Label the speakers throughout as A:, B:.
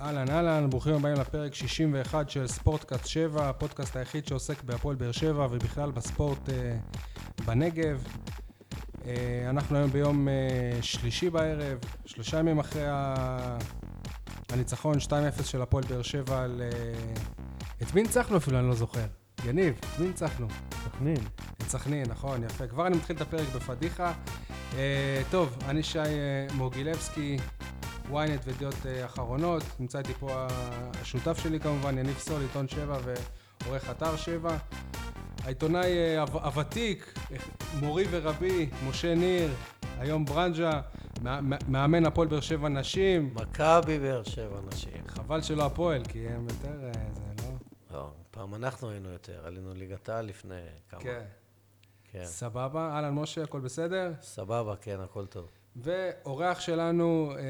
A: אהלן אהלן, ברוכים הבאים לפרק 61 של ספורטקאסט 7, הפודקאסט היחיד שעוסק בהפועל באר שבע ובכלל בספורט אה, בנגב. אה, אנחנו היום ביום אה, שלישי בערב, שלושה ימים אחרי ה- הניצחון 2-0 של הפועל באר שבע על... אה, את מי ניצחנו אפילו? אני לא זוכר. יניב, את מי ניצחנו?
B: סכנין.
A: את סכנין, נכון, יפה. כבר אני מתחיל את הפרק בפדיחה. אה, טוב, אני שי אה, מוגילבסקי, ynet וידיעות אה, אחרונות. נמצא איתי פה ה- השותף שלי כמובן, יניב סול, עיתון 7 ועורך אתר 7. העיתונאי אה, הו- הוותיק, אה, מורי ורבי, משה ניר, היום ברנז'ה, מא- מא- מאמן הפועל באר שבע נשים.
C: מכבי באר שבע נשים.
A: חבל שלא הפועל, כי הם יותר... אה, זה לא...
C: לא, פעם אנחנו היינו יותר, עלינו ליגת העל לפני כמה.
A: כן.
C: כן.
A: סבבה, אהלן משה, הכל בסדר?
C: סבבה, כן, הכל טוב.
A: ואורח שלנו, אה,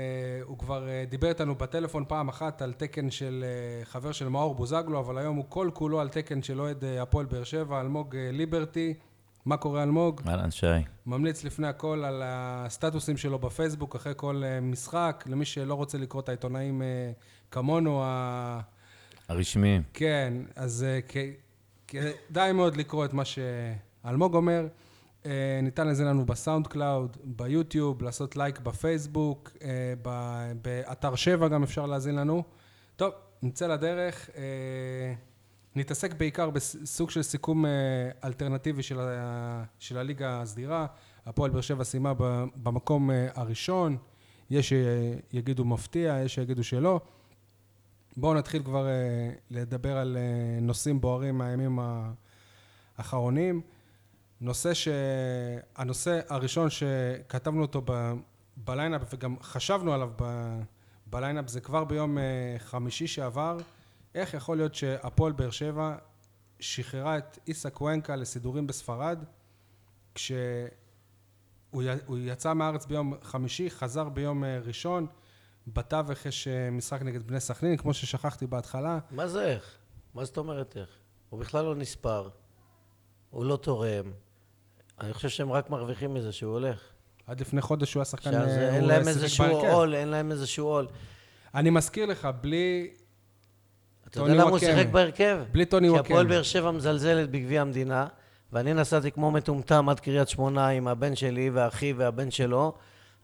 A: הוא כבר אה, דיבר איתנו בטלפון פעם אחת על תקן של אה, חבר של מאור בוזגלו, אבל היום הוא כל כולו על תקן של אוהד אה, הפועל באר שבע, אלמוג אה, ליברטי. מה קורה אלמוג?
D: אהלן שי.
A: ממליץ לפני הכל על הסטטוסים שלו בפייסבוק אחרי כל אה, משחק, למי שלא רוצה לקרוא את העיתונאים אה, כמונו, ה...
D: הרשמיים.
A: כן, אז אה, כ- כדאי מאוד לקרוא את מה שאלמוג אומר. אה, ניתן לזה לנו בסאונד קלאוד, ביוטיוב, לעשות לייק בפייסבוק, אה, ב- באתר 7 גם אפשר להאזין לנו. טוב, נצא לדרך. אה, נתעסק בעיקר בסוג של סיכום אה, אלטרנטיבי של, ה- של הליגה הסדירה. הפועל באר שבע סיימה ב- במקום אה, הראשון. יש שיגידו מפתיע, יש שיגידו שלא. בואו נתחיל כבר אה, לדבר על אה, נושאים בוערים מהימים האחרונים. נושא ש... הנושא הראשון שכתבנו אותו ב... בליינאפ וגם חשבנו עליו ב... בליינאפ זה כבר ביום אה, חמישי שעבר. איך יכול להיות שהפועל באר שבע שחררה את איסה קוונקה לסידורים בספרד כשהוא י... הוא יצא מהארץ ביום חמישי, חזר ביום אה, ראשון, בתווך יש אה, משחק נגד בני סכנין, כמו ששכחתי בהתחלה.
C: מה זה איך? מה זאת אומרת איך? הוא בכלל לא נספר, הוא לא תורם. אני חושב שהם רק מרוויחים מזה שהוא הולך.
A: עד לפני חודש הוא היה שחקן...
C: עכשיו,
A: אה,
C: זה-
A: הוא
C: אין להם
A: שיחק
C: איזשהו
A: בהרכב.
C: עול, אין להם איזשהו עול.
A: אני מזכיר לך, בלי...
C: אתה
A: טוני
C: יודע למה הוא
A: וואקמה.
C: שיחק בהרכב?
A: בלי טוני
C: כי הפועל
A: וואקמה.
C: באר שבע מזלזלת בגביע המדינה, ואני נסעתי כמו מטומטם עד קריית שמונה עם הבן שלי ואחי והבן שלו,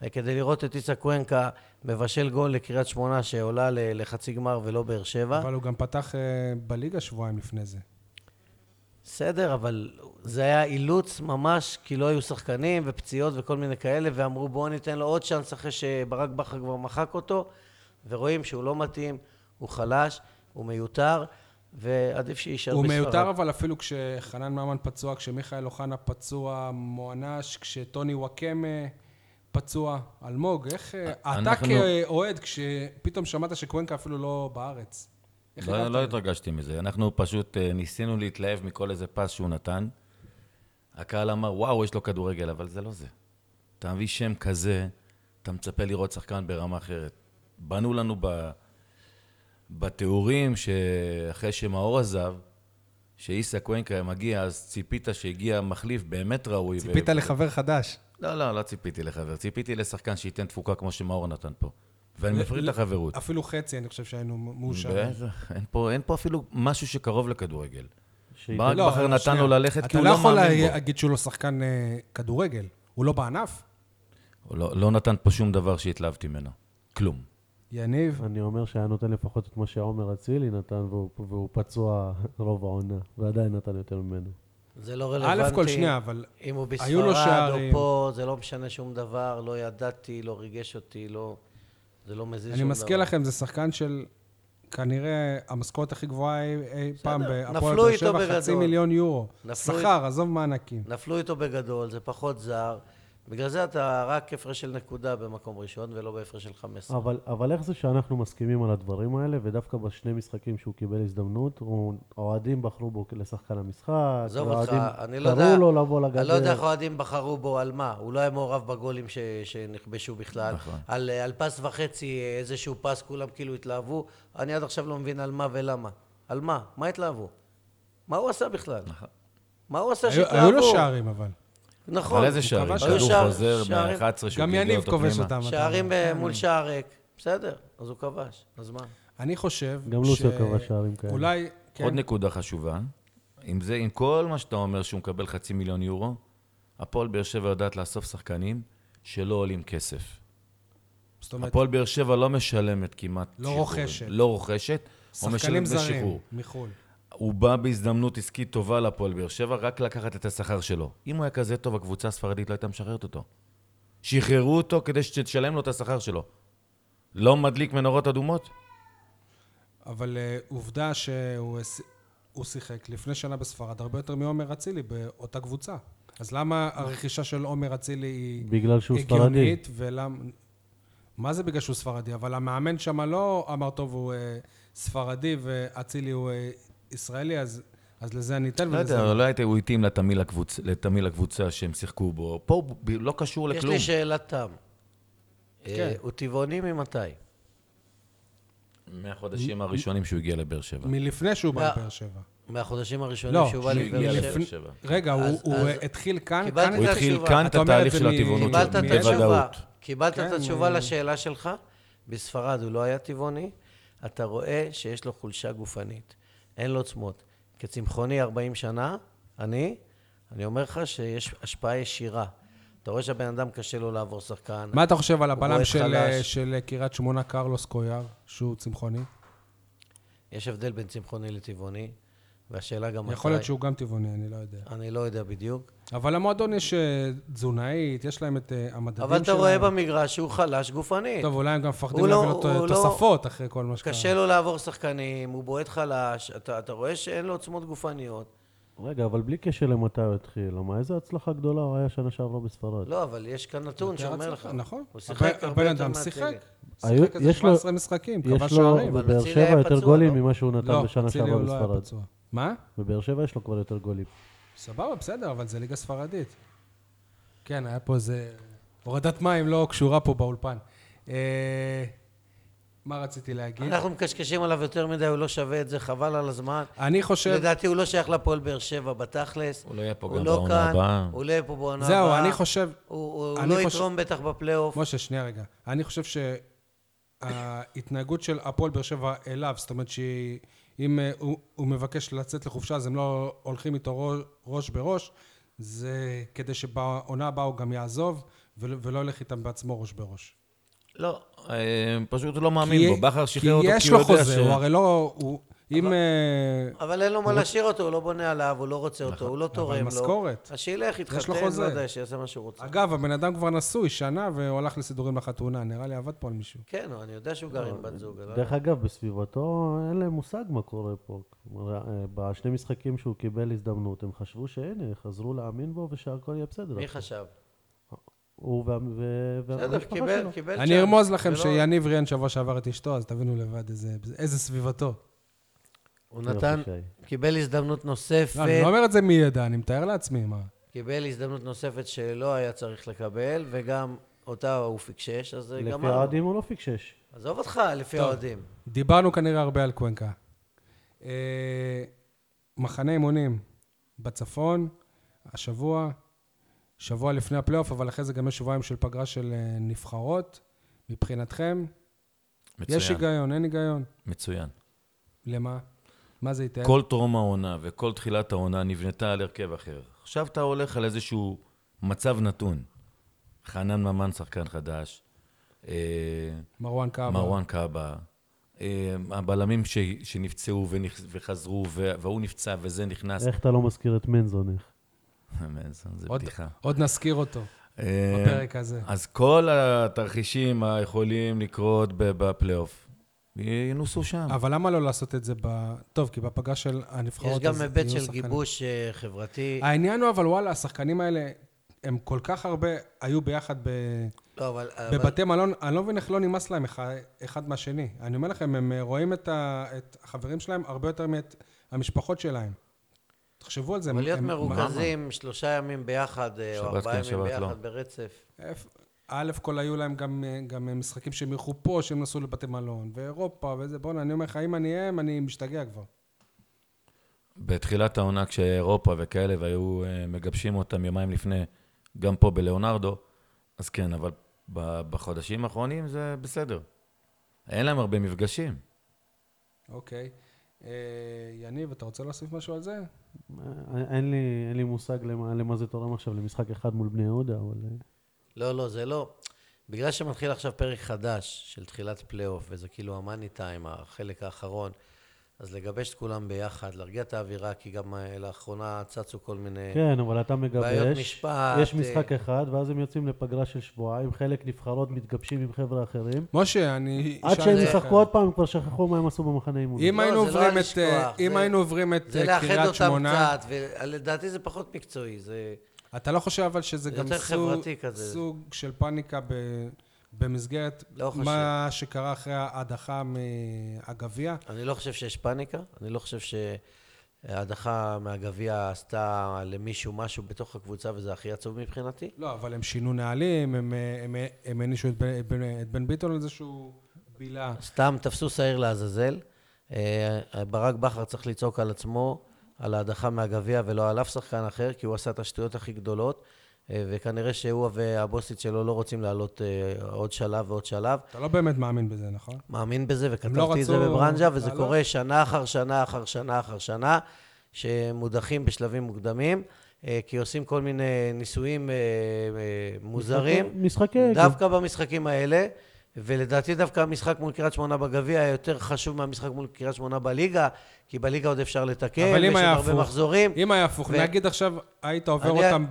C: אה, כדי לראות את איצה קוונקה מבשל גול לקריית שמונה שעולה ל- לחצי גמר ולא באר שבע.
A: אבל הוא גם פתח אה, בליגה שבועיים לפני זה.
C: בסדר, אבל זה היה אילוץ ממש, כי לא היו שחקנים ופציעות וכל מיני כאלה, ואמרו בואו ניתן לו עוד צ'אנס אחרי שברק בכר כבר מחק אותו, ורואים שהוא לא מתאים, הוא חלש, הוא מיותר, ועדיף שיישאר
A: הוא
C: בספרד.
A: מיותר אבל אפילו כשחנן ממן פצוע, כשמיכאל אוחנה פצוע, מוענש, כשטוני וואקמה פצוע. אלמוג, איך... אה, אתה
D: אנחנו-
A: כאוהד, כשפתאום שמעת שקוונקה אפילו לא בארץ. איך
D: לא,
A: הרגשת?
D: לא התרגשתי מזה, אנחנו פשוט אה, ניסינו להתלהב מכל איזה פס שהוא נתן. הקהל אמר, וואו, יש לו כדורגל, אבל זה לא זה. אתה מביא שם כזה, אתה מצפה לראות שחקן ברמה אחרת. בנו לנו ב... בתיאורים שאחרי שמאור עזב, שאיסה קוונקה מגיע, אז ציפית שהגיע מחליף באמת ראוי.
A: ציפית
D: ו-
A: לחבר חדש.
D: לא, לא, לא ציפיתי לחבר. ציפיתי לשחקן שייתן תפוקה כמו שמאור נתן פה. ואני מפריד את החברות.
A: אפילו חצי, אני חושב שהיינו מאושרים.
D: בטח, אין פה, אין פה אפילו משהו שקרוב לכדורגל.
B: שייתן-
D: ברק
A: לא,
D: בכר
A: אבל
D: נתן
A: שנייה.
D: לו ללכת כי הוא לא
A: אתה לא
D: מאמין
A: יכול
D: בו.
A: להגיד שהוא לא שחקן אה, כדורגל, הוא לא בענף.
D: הוא לא, לא נתן פה שום דבר שהתלהבתי ממנו. כלום.
A: יניב,
B: אני אומר שהיה נותן לפחות את מה שעומר אצילי נתן, והוא, והוא פצוע רוב העונה, ועדיין נתן יותר ממנו.
C: זה לא
A: א'
C: רלוונטי.
A: כל שנייה, אבל
C: אם הוא
A: היו לו
C: בספרד
A: שערים.
C: או פה, זה לא משנה שום דבר, לא ידעתי, לא ריגש אותי, לא... זה לא מזיז שום
A: אני
C: דבר.
A: מזכיר לכם, זה שחקן של כנראה המשכורת הכי גבוהה אי אי פעם בהפועל
C: נפלו
A: באר
C: איתו
A: שבע, חצי
C: בגדול.
A: מיליון יורו.
C: נפלו
A: שכר, עזוב מענקים.
C: נפלו איתו בגדול, זה פחות זר. בגלל זה אתה רק הפרש של נקודה במקום ראשון, ולא בהפרש של 15.
B: אבל, אבל איך זה שאנחנו מסכימים על הדברים האלה, ודווקא בשני משחקים שהוא קיבל הזדמנות, הוא- האוהדים בחרו בו לשחקן המשחק,
C: עזוב אותך,
B: האוהדים
C: אני לא
B: קראו
C: יודע...
B: לו לבוא לגדר.
C: אני לא יודע איך אוהדים בחרו בו, על מה? הוא לא היה מעורב בגולים ש... שנכבשו בכלל.
D: נכון.
C: על, אה, על פס וחצי, אה, איזשהו פס, כולם כאילו התלהבו. אני עד עכשיו לא מבין על מה ולמה. על מה? מה התלהבו? מה הוא עשה בכלל?
D: נכון.
C: מה הוא עשה
A: היו
C: שהתלהבו?
A: היו לו שערים אבל.
C: נכון.
D: אבל איזה שערים?
A: כבש
D: כדור
C: שער-
D: חוזר
C: שערים. אה,
D: מה-11 שהוא
A: גם
D: קיבל
A: יניב
D: אותו
A: כובש
D: פנימה.
A: אותם. אתה
C: שערים
A: אומר.
C: ב- מול שער ריק. בסדר, אז הוא כבש. אז מה?
A: אני חושב
B: גם לוסיו כבש שערים כאלה.
A: אולי...
D: כן. עוד נקודה חשובה, עם זה, עם כל מה שאתה אומר שהוא מקבל חצי מיליון יורו, הפועל באר שבע יודעת לאסוף שחקנים שלא עולים כסף.
A: זאת אומרת,
D: הפועל באר שבע לא משלמת כמעט
A: לא
D: שחרורים.
A: רוכשת.
D: לא רוכשת, או
A: שחקנים
D: משלמת
A: זרים
D: בשחרור.
A: מחו"ל.
D: הוא בא בהזדמנות עסקית טובה לפועל באר שבע, רק לקחת את השכר שלו. אם הוא היה כזה טוב, הקבוצה הספרדית לא הייתה משחררת אותו. שחררו אותו כדי שתשלם לו את השכר שלו. לא מדליק מנורות אדומות?
A: אבל אה, עובדה שהוא הס- הוא שיחק לפני שנה בספרד הרבה יותר מעומר אצילי באותה קבוצה. אז למה הרכישה של עומר אצילי היא
B: בגלל שהוא ספרדי.
A: הגיונית, ולמה... מה זה בגלל שהוא ספרדי? אבל המאמן שם לא אמר, טוב, הוא אה, ספרדי ואצילי הוא אה, ישראלי, אז, אז לזה אני אתן
D: לא
A: ולזה...
D: יודע,
A: אני-
D: לא הייתי, הוא התאים לתמיל הקבוצ- לתמיל הקבוצה שהם שיחקו בו. פה הוא ב- לא קשור
C: יש
D: לכלום.
C: לי שאלת תם.
A: כן.
C: אה, הוא טבעוני ממתי?
D: מהחודשים הראשונים שהוא הגיע לבאר שבע.
A: מלפני שהוא בא
C: לא.
A: לבאר שבע.
C: מהחודשים הראשונים
A: לא,
C: שהוא בא
D: שהוא הגיע
C: לבאר
A: מלפני-
C: שבע?
D: לבאר שבע.
A: רגע, הוא
C: אז-
A: הוא,
C: אז-
A: אה, התחיל כאן,
C: קיבלתי
A: כאן...
D: הוא
C: את
D: התחיל
C: התשובה.
D: כאן את
A: אתה אומר את
D: התהליך
A: זה
D: של
A: מ-
D: הטבעונות
C: קיבלת
D: שלו,
C: את
A: מאיפה?
D: בוודאות.
C: התשובה. קיבלת
A: כן,
C: את התשובה
A: אה.
C: לשאלה שלך. בספרד הוא לא היה טבעוני. אתה רואה שיש לו חולשה גופנית. אין לו עוצמות. כצמחוני 40 שנה, אני, אני אומר לך שיש השפעה ישירה. אתה רואה שהבן אדם קשה לו לעבור שחקן.
A: מה אתה חושב על
C: הוא
A: הבלם
C: אוהד
A: של, אה,
C: חלש.
A: של אה, קריית שמונה, קרלוס קויאר, שהוא צמחוני?
C: יש הבדל בין צמחוני לטבעוני, והשאלה גם מתי.
A: יכול להיות שהוא גם טבעוני, אני לא יודע.
C: אני לא יודע בדיוק.
A: אבל למועדון יש אה, תזונאית, יש להם את אה, המדדים שלהם.
C: אבל אתה רואה במגרש שהוא חלש גופנית.
A: טוב, אולי הם גם מפחדים
C: הוא לא-
A: להביא לו
C: הוא
A: ת-
C: לא-
A: תוספות אחרי כל מה שקרה.
C: קשה לו לעבור שחקנים, הוא בועט חלש, אתה, אתה רואה שאין לו עוצמות גופניות.
B: רגע, אבל בלי קשר למתי הוא התחיל, למה איזה הצלחה גדולה הוא היה שנה שעברה בספרד.
C: לא, אבל יש כאן נתון שאומר לך.
A: נכון.
C: הוא שיחק
A: הבן
C: הרבה יותר
A: אדם
C: מהצילי.
A: שיחק.
B: היו-
A: שיחק איזה
B: יש לו-
A: 17 משחקים, כבש
B: יש לו
A: שערים.
C: אבל
B: בבאר
C: אצילי
B: שבע
C: היה
B: יותר
C: פצוע,
B: גולים
C: לא?
B: ממה שהוא נתן
A: לא,
B: בשנה
A: אצילי
B: שעברה
A: הוא לא היה
B: בספרד.
A: פצוע. מה?
B: בבאר שבע יש לו כבר יותר גולים.
A: סבבה, בסדר, אבל זה ליגה ספרדית. כן, היה פה איזה... הורדת מים לא קשורה פה באולפן. אה, מה רציתי להגיד?
C: אנחנו מקשקשים עליו יותר מדי, הוא לא שווה את זה, חבל על הזמן.
A: אני חושב...
C: לדעתי הוא לא שייך לפועל באר שבע בתכלס.
D: הוא לא יהיה פה
C: הוא
D: גם
C: לא
D: בעונה
C: כאן,
D: הבאה.
C: הוא לא יהיה פה בעונה הבאה.
A: זהו, אני חושב...
C: הוא הוא
A: אני
C: לא
A: חושב-
C: יתרום בטח בפלייאוף.
A: משה, שנייה רגע. אני חושב שההתנהגות של הפועל באר שבע אליו, זאת אומרת שאם הוא, הוא מבקש לצאת לחופשה, אז הם לא הולכים איתו רו- ראש בראש, זה כדי שבעונה הבאה הוא גם יעזוב, ולא ולא ילך איתם בעצמו ראש בראש.
D: לא, אה, פשוט הוא לא מאמין בו. בכר שחרר אותו
A: כי
D: כי
A: יש
D: הוא
A: לו
D: יודע ש...
A: חוזה, הוא הרי לא... הוא, אם... אה,
C: אבל אין לו מה להשאיר אותו, הוא לא בונה עליו, הוא לא רוצה אותו,
D: נכון.
C: הוא לא תורם לו.
A: משכורת.
C: אז שילך, יתחתן,
A: חוזה.
C: לא יודע, שיעשה מה שהוא רוצה.
A: אגב, הבן אדם כבר נשוי שנה והוא הלך לסידורים לחתונה, נראה לי עבד פה על מישהו.
C: כן, אני יודע שהוא גר עם בת
D: לא,
C: זוג. אבל-
B: דרך אגב, בסביבתו אין להם מושג מה קורה פה. כלומר, אה, בשני משחקים שהוא קיבל הזדמנות, הם חשבו שהנה, חזרו להאמין בו ושהכול יהיה בסדר.
C: מי חשב?
B: הוא וה- ו-
A: לא,
C: בסדר,
B: והמשפחה
C: קיבל,
B: שלו.
C: קיבל צ'אנס. לא-
A: אני ארמוז לכם
C: ולא-
A: שיניב ריאן שבוע שעבר את אשתו, אז תבינו לבד איזה- איזה סביבתו.
C: הוא
B: יופי,
D: לא,
C: נתן,
B: שי.
C: קיבל הזדמנות
A: לא, אני לא
C: נוספת,
A: אומר את זה מידע, אני מתאר לעצמי, מה.
C: קיבל הזדמנות נוספת שלא היה צריך לקבל, וגם אותה הוא פיקשש, אז זה
B: לפי
C: גמר.
B: האוהדים הוא לא פיקשש.
C: עזוב אותך, לפי האוהדים.
A: דיברנו כנראה הרבה על קוונקה. אה, מחנה אימונים בצפון, השבוע, שבוע לפני הפלייאוף, אבל אחרי זה גם יש שבועיים של פגרה של אה, נבחרות. מבחינתכם, יש
D: מצוין,
A: היגיון, אין היגיון?
D: מצוין.
A: למה? מה זה ייתן?
D: כל טרום העונה וכל תחילת העונה נבנתה על הרכב אחר. עכשיו אתה הולך על איזשהו מצב נתון. חנן ממן, שחקן חדש, אה,
A: מרואן קאבה.
D: מרואן קאבה, אה, הבלמים ש- שנפצעו ונכ- וחזרו, ו- והוא נפצע וזה נכנס.
B: איך אתה לא מזכיר את מנזון, איך?
D: אמן, זו- זו
A: עוד-
D: בדיחה.
A: עוד נזכיר אותו
D: אה,
A: בפרק הזה.
D: אז כל התרחישים היכולים לקרות ב- בפלייאוף, ינוסו שם.
A: אבל למה לא לעשות את זה ב... טוב, כי בפגרה של הנבחרות...
C: יש גם
A: אז
C: היבט
A: יהיו
C: של
A: לא שחקנים.
C: גיבוש אה, חברתי.
A: העניין הוא אבל וואלה, השחקנים האלה, הם כל כך הרבה היו ביחד ב...
C: לא, אבל... אבל-
A: בבתי מלון, אני לא מבין איך לא נמאס להם אחד, אחד מהשני. אני אומר לכם, הם אה, רואים את, ה, את החברים שלהם הרבה יותר מאת המשפחות שלהם. תחשבו על זה.
C: אבל
A: הם-
C: להיות
A: הם-
C: מרוכזים שלושה ימים ביחד, אה, או
D: שבת
C: ארבעה
D: כן,
C: ימים
D: שבת לא.
C: ביחד ברצף.
A: איפ- א' כל היו להם גם, אה, גם אה, משחקים שהם אירחו פה, שהם נסעו לבתי מלון, ואירופה וזה, בוא'נה, אני אומר לך, אם אני הם, אני משתגע כבר.
D: בתחילת העונה, כשאירופה וכאלה, והיו אה, מגבשים אותם יומיים לפני, גם פה בליאונרדו, אז כן, אבל ב- בחודשים האחרונים זה בסדר. אין להם הרבה מפגשים.
A: אוקיי. אה, יניב, אתה רוצה להוסיף משהו על זה?
B: אה, אין לי, אין לי מושג למה, למה זה תורם עכשיו למשחק אחד מול בני יהודה, אבל... אה,
C: לא, לא, זה לא. בגלל שמתחיל עכשיו פרק חדש של תחילת פלייאוף, וזה כאילו המאני טיים, החלק האחרון, אז לגבש את כולם ביחד, להרגיע את האווירה, כי גם אה, לאחרונה צצו כל מיני...
B: כן, אבל אתה מגבש,
C: בעיות משפט,
B: יש
C: אה.
B: משחק אחד, ואז הם יוצאים לפגרה של שבועיים, חלק נבחרות מתגבשים עם חבר'ה אחרים.
A: משה, אני...
B: עד
A: אשאל
B: שהם
A: אותך.
B: ישחקו עוד פעם, הם כבר שכחו מה הם עשו במחנה אימון.
A: אם
C: לא,
A: היינו
C: זה לא
A: עוברים את,
C: לשכוח,
A: אה, אם
C: זה-
A: היינו עוברים את
C: זה
A: אה,
C: לאחד
A: קריית
C: אותם
A: שמונה,
C: קצת, ולדעתי זה פחות מקצועי, זה...
A: אתה לא חושב אבל שזה
C: זה
A: גם
C: יותר
A: סוג-
C: חברתי כזה.
A: סוג של פאניקה ב... במסגרת
C: לא חושב.
A: מה שקרה אחרי ההדחה מהגביע?
C: אני לא חושב שיש פאניקה, אני לא חושב שההדחה מהגביע עשתה למישהו משהו בתוך הקבוצה, וזה הכי עצוב מבחינתי.
A: לא, אבל הם שינו נהלים, הם, אה, הם, אה, הם הענישו את, בן- את בן- את בן ביטון על זה שהוא בילה.
C: סתם תפסו שעיר לעזאזל. אה, ברק בכר צריך לצעוק על עצמו, על ההדחה מהגביע ולא על אף שחקן אחר, כי הוא עשה את השטויות הכי גדולות, אה, וכנראה שהוא והבוסית שלו לא רוצים לעלות אה, עוד שלב ועוד שלב.
A: אתה לא באמת מאמין בזה, נכון?
C: מאמין בזה, וכתבתי
A: לא
C: לא את זה
A: רצו
C: בברנז'ה, וזה
A: לעלות?
C: קורה שנה אחר שנה אחר שנה אחר שנה, שמודחים בשלבים מוקדמים, אה, כי עושים כל מיני ניסויים אה, אה, מוזרים.
B: משחקי...
A: כן,
C: דווקא במשחקים האלה, ולדעתי דווקא המשחק מול קריית שמונה בגביע היה יותר חשוב מהמשחק מול קריית שמונה בליגה, כי בליגה עוד אפשר לתקן,
A: אבל אם
C: יש עוד
A: היה
C: הרבה
A: הפוך-
C: מחזורים.
A: אם היה הפוך,
C: ו-
A: נגיד עכשיו היית עובר
C: אני-
A: אותם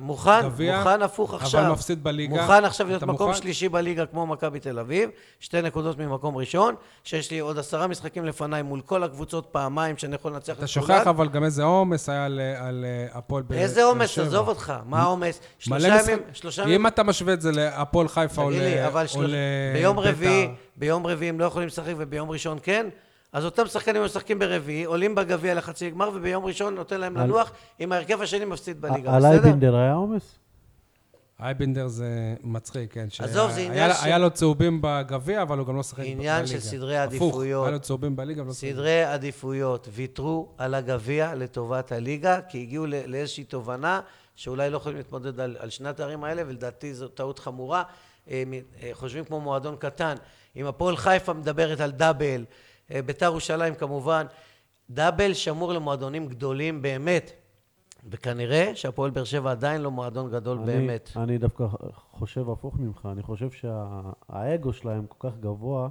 C: מוכן,
A: בגביע,
C: מוכן הפוך עכשיו.
A: אבל מפסיד בליגה.
C: מוכן עכשיו להיות
A: אתה
C: מקום
A: מוכן?
C: שלישי בליגה כמו מכבי תל אביב, שתי נקודות ממקום ראשון, שיש לי עוד עשרה משחקים לפניי מול כל הקבוצות פעמיים שאני יכול לנצח
A: אתה
C: את כולן.
A: שוכח אבל גם איזה עומס היה על- על אה, הפועל באר שבע.
C: איזה עומס, עזוב אותך, מה העומס?
A: מלא
C: שלושה
A: משחק-
C: ימים, שלושה ימים
A: אם אתה משווה את זה להפועל חיפה או ל...
C: תגיד לי, אבל
A: או
C: של...
A: לביתר-
C: ביום רביעי, ביום רביעי הם לא יכולים לשחק וביום ראשון כן? אז אותם שחקנים משחקים ברביעי, עולים בגביע לחצי גמר, וביום ראשון נותן להם
B: על-
C: לנוח, עם ההרכב השני מפסיד בליגה,
B: על
C: בסדר?
B: אייבינדר היה עומס?
A: אייבינדר זה מצחיק, כן. ש-
C: עזוב, זה
A: היה-
C: עניין
A: היה-
C: של-
A: היה לו צהובים בגביע, אבל הוא גם לא שחק בליגה.
C: עניין של סדרי
A: הפוך,
C: עדיפויות.
A: היה לו צהובים בליגה ולא שחק.
C: סדרי עדיפויות, ויתרו על הגביע לטובת הליגה, כי הגיעו ל- לאיזושהי תובנה שאולי לא יכולים להתמודד על, על שני התארים האלה, ולדעתי זו טעות חמורה. אה, מ- אה, חושבים כמו מועדון קטן. אם הפועל חיפה מדברת על דאבל, אה, ביתר ירושלים כמובן, דאבל שמור למועדונים גדולים באמת, וכנראה שהפועל באר שבע עדיין לא מועדון גדול
B: אני-
C: באמת.
B: אני דווקא חושב הפוך ממך, אני חושב שהאגו שלהם כל כך גבוה,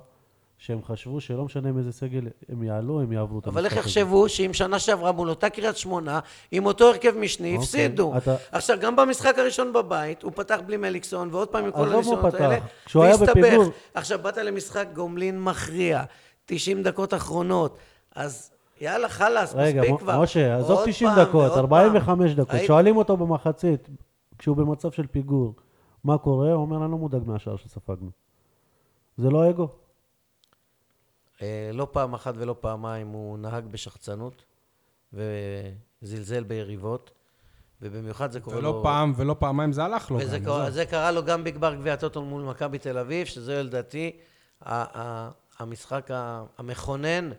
B: שהם חשבו שלא משנה מאיזה סגל הם יעלו, הם יעברו את המשחק
C: אבל
B: הזה.
C: איך יחשבו שאם שנה שעברה מול אותה קריית שמונה, עם אותו הרכב משני,
B: אוקיי,
C: הפסידו.
B: אתה-
C: עכשיו, גם במשחק הראשון בבית, הוא פתח בלי מליקסון, ועוד פעם עם כל
B: עזוב, הוא
C: הניסיונות
B: פתח.
C: האלה,
B: כשהוא היה
C: והסתבך.
B: בפיגור-
C: עכשיו, באת למשחק גומלין מכריע, 90 דקות אחרונות, אז יאללה, חלאס,
B: רגע,
C: מספיק
B: מ-
C: כבר.
B: משה, עזוב
C: עוד
B: 90
C: פעם
B: דקות,
C: ועוד
B: 45
C: פעם.
B: דקות,
C: האם-
B: שואלים אותו במחצית, כשהוא במצב של פיגור, מה קורה? הוא אומר, אני לא מודאג מהשער שספגנו. זה לא אגו.
C: אה, לא פעם אחת ולא פעמיים הוא נהג בשחצנות, וזלזל ביריבות, ובמיוחד זה קורה לו...
A: ולא פעם ולא פעמיים זה הלך לו.
C: וזה
A: גם,
C: קרה,
A: עזוב.
C: זה קרה לו גם בגמר גביע הטוטו מול מכבי תל אביב, שזה לדעתי ה- ה- המשחק ה- המכונן,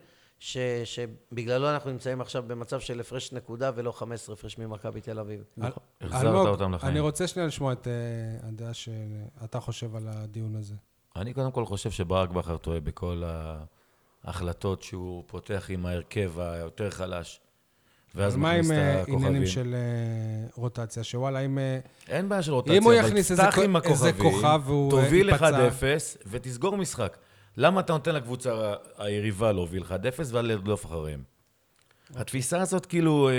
C: ש, שבגללו אנחנו נמצאים עכשיו במצב של הפרש נקודה ולא 15 הפרש ממכבי תל אביב.
A: אל-
D: החזרת
A: אלמוג,
D: אותם לחיים.
A: אני רוצה שנייה לשמוע את אה, הדעה שאתה חושב על הדיון הזה.
D: אני קודם כל חושב שברק בכר טועה בכל ההחלטות שהוא פותח עם ההרכב היותר חלש, ואז
A: אבל מה עם
D: מכניס
A: אה,
D: את
A: עניינים
D: הכוכבים.
A: של אה, רוטציה? שוואלה, אם... אה,
D: אין בעיה של
A: אם הוא
D: רוטציה, אבל
A: יכניס איזה
D: תפתח
A: כ-
D: עם
A: איזה
D: הכוכבים,
A: כוכב והוא, אה,
D: תוביל 1-0
A: ייפצע.
D: ותסגור משחק. למה אתה נותן לקבוצה ה- היריבה להוביל 1-0 ולרדוף אחריהם? התפיסה הזאת כאילו... אה,